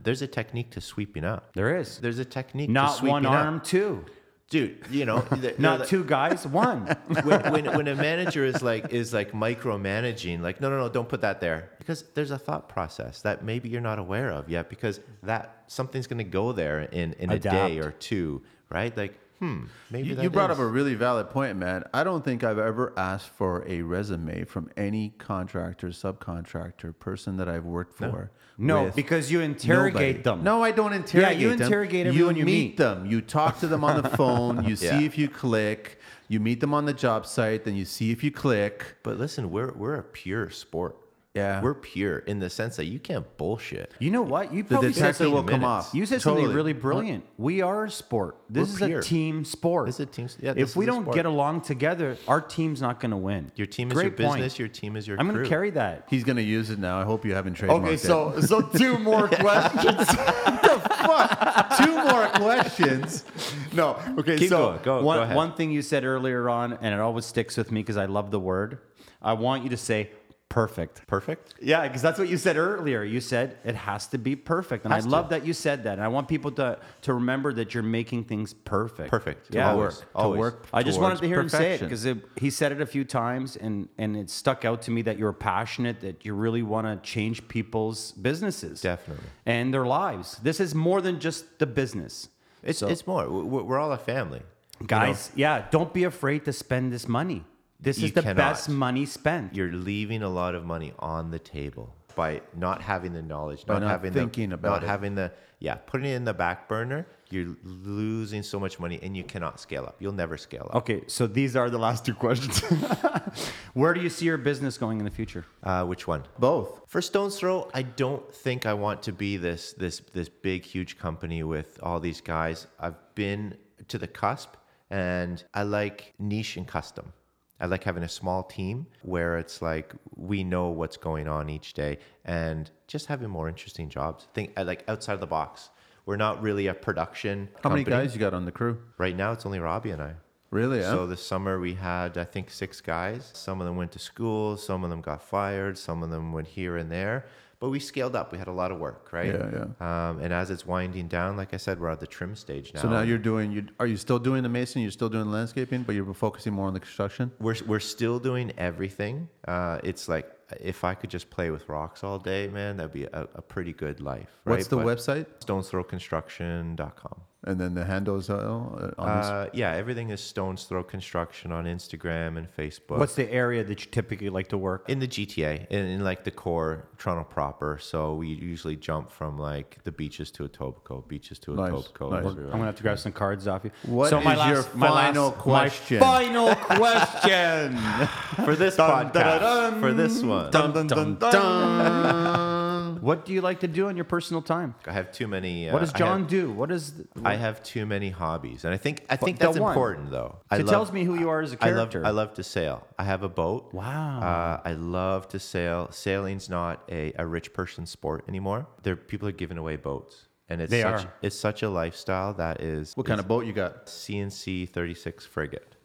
Speaker 1: there's a technique to sweeping up.
Speaker 3: There is.
Speaker 1: There's a technique. to
Speaker 3: Not
Speaker 1: sweeping
Speaker 3: one
Speaker 1: up.
Speaker 3: arm, two.
Speaker 1: dude. You know, the-
Speaker 3: Not
Speaker 1: the-
Speaker 3: two guys, one.
Speaker 1: when, when, when a manager is like is like micromanaging like no no no don't put that there because there's a thought process that maybe you're not aware of yet because that something's going to go there in in
Speaker 3: Adapt.
Speaker 1: a day or two right like hmm maybe
Speaker 2: You,
Speaker 1: that
Speaker 2: you brought
Speaker 1: is.
Speaker 2: up a really valid point, man. I don't think I've ever asked for a resume from any contractor, subcontractor, person that I've worked for.
Speaker 3: No,
Speaker 2: with
Speaker 3: because you interrogate
Speaker 2: nobody.
Speaker 3: them.
Speaker 2: No, I don't interrogate them.
Speaker 3: you interrogate everyone you meet.
Speaker 2: them. You talk to them on the phone. You
Speaker 1: Yeah.
Speaker 2: see if you click. You meet them on the job site. Then you see if you click.
Speaker 1: but listen we're we're a pure sport
Speaker 2: Yeah.
Speaker 1: we're pure in the sense that you can't bullshit
Speaker 3: You know what? You
Speaker 2: The
Speaker 3: probably said
Speaker 2: detector
Speaker 3: something.
Speaker 2: will come
Speaker 1: minutes.
Speaker 2: off.
Speaker 3: You said
Speaker 2: Totally.
Speaker 3: something really brilliant. We are a sport. This
Speaker 1: We're
Speaker 3: is a
Speaker 1: pure.
Speaker 3: team sport.
Speaker 1: This is a team s- yeah, this
Speaker 3: if we
Speaker 1: is a
Speaker 3: don't
Speaker 1: sport.
Speaker 3: get along together, our team's not going to win.
Speaker 1: your team is your
Speaker 3: Great
Speaker 1: business
Speaker 3: Point.
Speaker 1: your team is your
Speaker 3: I'm going
Speaker 1: crew.
Speaker 3: to carry that.
Speaker 2: He's gonna use it now. I hope you haven't trademarked
Speaker 5: Okay,
Speaker 2: it.
Speaker 5: so so two more questions.
Speaker 2: two more questions.
Speaker 5: no, okay,
Speaker 1: Keep
Speaker 5: so
Speaker 1: going. Go,
Speaker 3: one,
Speaker 1: go ahead.
Speaker 3: one thing you said earlier on, and it always sticks with me because I love the word. I want you to say perfect.
Speaker 1: perfect
Speaker 3: Yeah, because that's what you said earlier. You said it has to be perfect, and I love that you said that. And I want people to to remember that you're making things perfect.
Speaker 1: Perfect. To
Speaker 3: Yeah.
Speaker 1: always,
Speaker 3: To
Speaker 1: always.
Speaker 3: work. I just wanted to hear him
Speaker 2: perfection.
Speaker 3: say it because he said it a few times, and and it stuck out to me that you're passionate, that you really want to change people's businesses,
Speaker 1: Definitely.
Speaker 3: and their lives. This is more than just the business.
Speaker 1: it's
Speaker 3: So-
Speaker 1: it's more we're, we're all a family you know?
Speaker 3: guys. yeah, don't be afraid to spend this money. This
Speaker 1: You
Speaker 3: is the
Speaker 1: cannot.
Speaker 3: best money spent.
Speaker 1: you're leaving a lot of money on the table by not having the knowledge, not,
Speaker 2: not
Speaker 1: having
Speaker 2: thinking
Speaker 1: the,
Speaker 2: about
Speaker 1: not
Speaker 2: it.
Speaker 1: having the yeah, putting it in the back burner. You're losing so much money, and you cannot scale up. You'll never scale up,
Speaker 3: okay, so these are the last two questions. Where do you see your business going in the future?
Speaker 1: uh, which one?
Speaker 2: Both.
Speaker 1: For Stone's Throw, I don't think I want to be this this this big huge company with all these guys. I've been to the cusp and I like niche and custom. I like having a small team where it's like we know what's going on each day and just having more interesting jobs. Think I like outside of the box. We're not really a production
Speaker 2: How many
Speaker 1: company.
Speaker 2: guys you got on the crew?
Speaker 1: Right now it's only Robbie and I.
Speaker 2: Really? huh?
Speaker 1: So this summer we had, I think, six guys. Some of them went to school, some of them got fired, some of them went here and there. But we scaled up. We had a lot of work, right?
Speaker 2: Yeah,
Speaker 1: yeah. Um, and as it's winding down, like I said, we're at the trim stage now.
Speaker 2: So now you're doing. You are you still doing the mason? You're still doing the landscaping, but you're focusing more on the construction.
Speaker 1: we're we're still doing everything. Uh, it's like if I could just play with rocks all day, man, that'd be a, a pretty good life. Right?
Speaker 2: What's the website?
Speaker 1: StonesThrowConstruction.com.
Speaker 2: And then the handles uh, on this.
Speaker 1: Uh, yeah, everything is Stones Throw Construction on Instagram and Facebook.
Speaker 3: What's the area that you typically like to work?
Speaker 1: in the GTA, in, in like the core Toronto proper. So we usually jump from like the beaches to Etobicoke, beaches to
Speaker 2: Nice,
Speaker 1: Etobicoke.
Speaker 2: nice.
Speaker 3: I'm gonna have to grab some cards off you.
Speaker 2: What
Speaker 3: so my
Speaker 2: is
Speaker 3: last,
Speaker 2: your
Speaker 3: my last-
Speaker 2: final
Speaker 3: my
Speaker 2: question?
Speaker 3: final question.
Speaker 1: For this podcast, for this one,
Speaker 5: dun, dun, dun.
Speaker 3: what do you like to do in your personal time?
Speaker 1: I have too many. Uh,
Speaker 3: What does
Speaker 1: I
Speaker 3: John
Speaker 1: have-
Speaker 3: do? What is? th-
Speaker 1: I have too many hobbies, and I think I think
Speaker 3: the
Speaker 1: that's
Speaker 3: one.
Speaker 1: important though. I
Speaker 3: it tells me who you are as a character.
Speaker 1: I love I love to sail. I have a boat.
Speaker 3: Wow.
Speaker 1: Uh, I love to sail. Sailing's not a, a rich person sport anymore. There people are giving away boats, and it's
Speaker 3: They
Speaker 1: such
Speaker 3: are.
Speaker 1: it's such a lifestyle that is
Speaker 2: what kind of boat you got?
Speaker 1: CNC 36 frigate.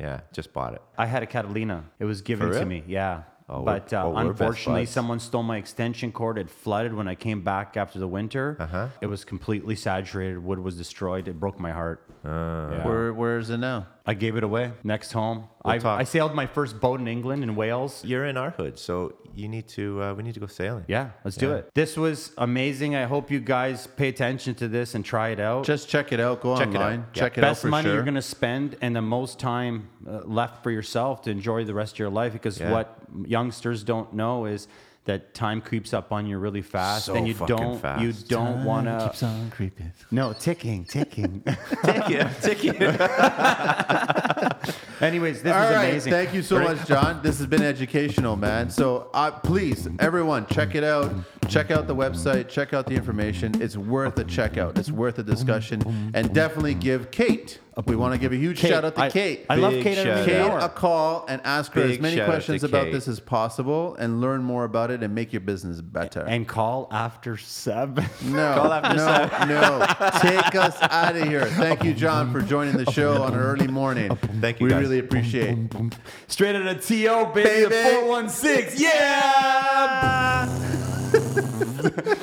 Speaker 1: Yeah, just bought it.
Speaker 3: I had a Catalina. It was given
Speaker 1: For
Speaker 3: to
Speaker 1: real?
Speaker 3: me. Yeah.
Speaker 1: Oh, we're-
Speaker 3: but uh,
Speaker 1: oh, we're best
Speaker 3: unfortunately,
Speaker 1: buds.
Speaker 3: someone stole my extension cord. It flooded when I came back after the winter.
Speaker 1: Uh-huh.
Speaker 3: It was completely saturated. Wood was destroyed. It broke my heart.
Speaker 1: Uh.
Speaker 3: Yeah.
Speaker 2: Where Where is it now?
Speaker 3: I gave it away. Next home.
Speaker 1: We'll
Speaker 3: I,
Speaker 1: talk.
Speaker 3: I sailed my first boat in England, in Wales.
Speaker 1: You're in our hood, so you need to. Uh, we need to go sailing.
Speaker 3: Yeah, let's do it. This was amazing. I hope you guys pay attention to this and try it out.
Speaker 2: Just check it out. Go
Speaker 1: Check it out.
Speaker 2: online.
Speaker 1: Yeah.
Speaker 2: Check it out
Speaker 3: best
Speaker 2: for
Speaker 3: money
Speaker 2: sure.
Speaker 3: you're going to spend and the most time uh, left for yourself to enjoy the rest of your life because
Speaker 1: Yeah.
Speaker 3: what youngsters don't know is that time creeps up on you really fast
Speaker 1: So
Speaker 3: and you
Speaker 1: fucking
Speaker 3: don't
Speaker 1: fast.
Speaker 3: you don't want to
Speaker 2: on creeping.
Speaker 3: no ticking ticking
Speaker 1: Ticket, ticket.
Speaker 3: Anyways, this
Speaker 2: All
Speaker 3: was
Speaker 2: right,
Speaker 3: amazing.
Speaker 2: Thank you so much, John. This has been educational, man. So uh, please, everyone, check it out. Check out the website. Check out the information. It's worth a checkout. It's worth a discussion. And definitely give Kate. We want to give a huge
Speaker 5: Kate,
Speaker 2: shout out to
Speaker 5: I-
Speaker 2: Kate.
Speaker 5: I love
Speaker 1: Big
Speaker 5: Kate
Speaker 1: shout
Speaker 5: every
Speaker 2: Kate
Speaker 1: out.
Speaker 5: hour.
Speaker 2: a call and ask her as
Speaker 1: Big
Speaker 2: many
Speaker 1: shout out to
Speaker 2: questions about
Speaker 1: Kate.
Speaker 2: this as possible and learn more about it and make your business better.
Speaker 5: And call after seven.
Speaker 2: no, no, no. Take us out of here. Thank you, John, for joining the show on an early morning.
Speaker 1: Thank you,
Speaker 2: We
Speaker 1: guys.
Speaker 2: really appreciate it.
Speaker 3: Straight out of TO, baby. The
Speaker 2: Baby.
Speaker 3: 416. Yeah.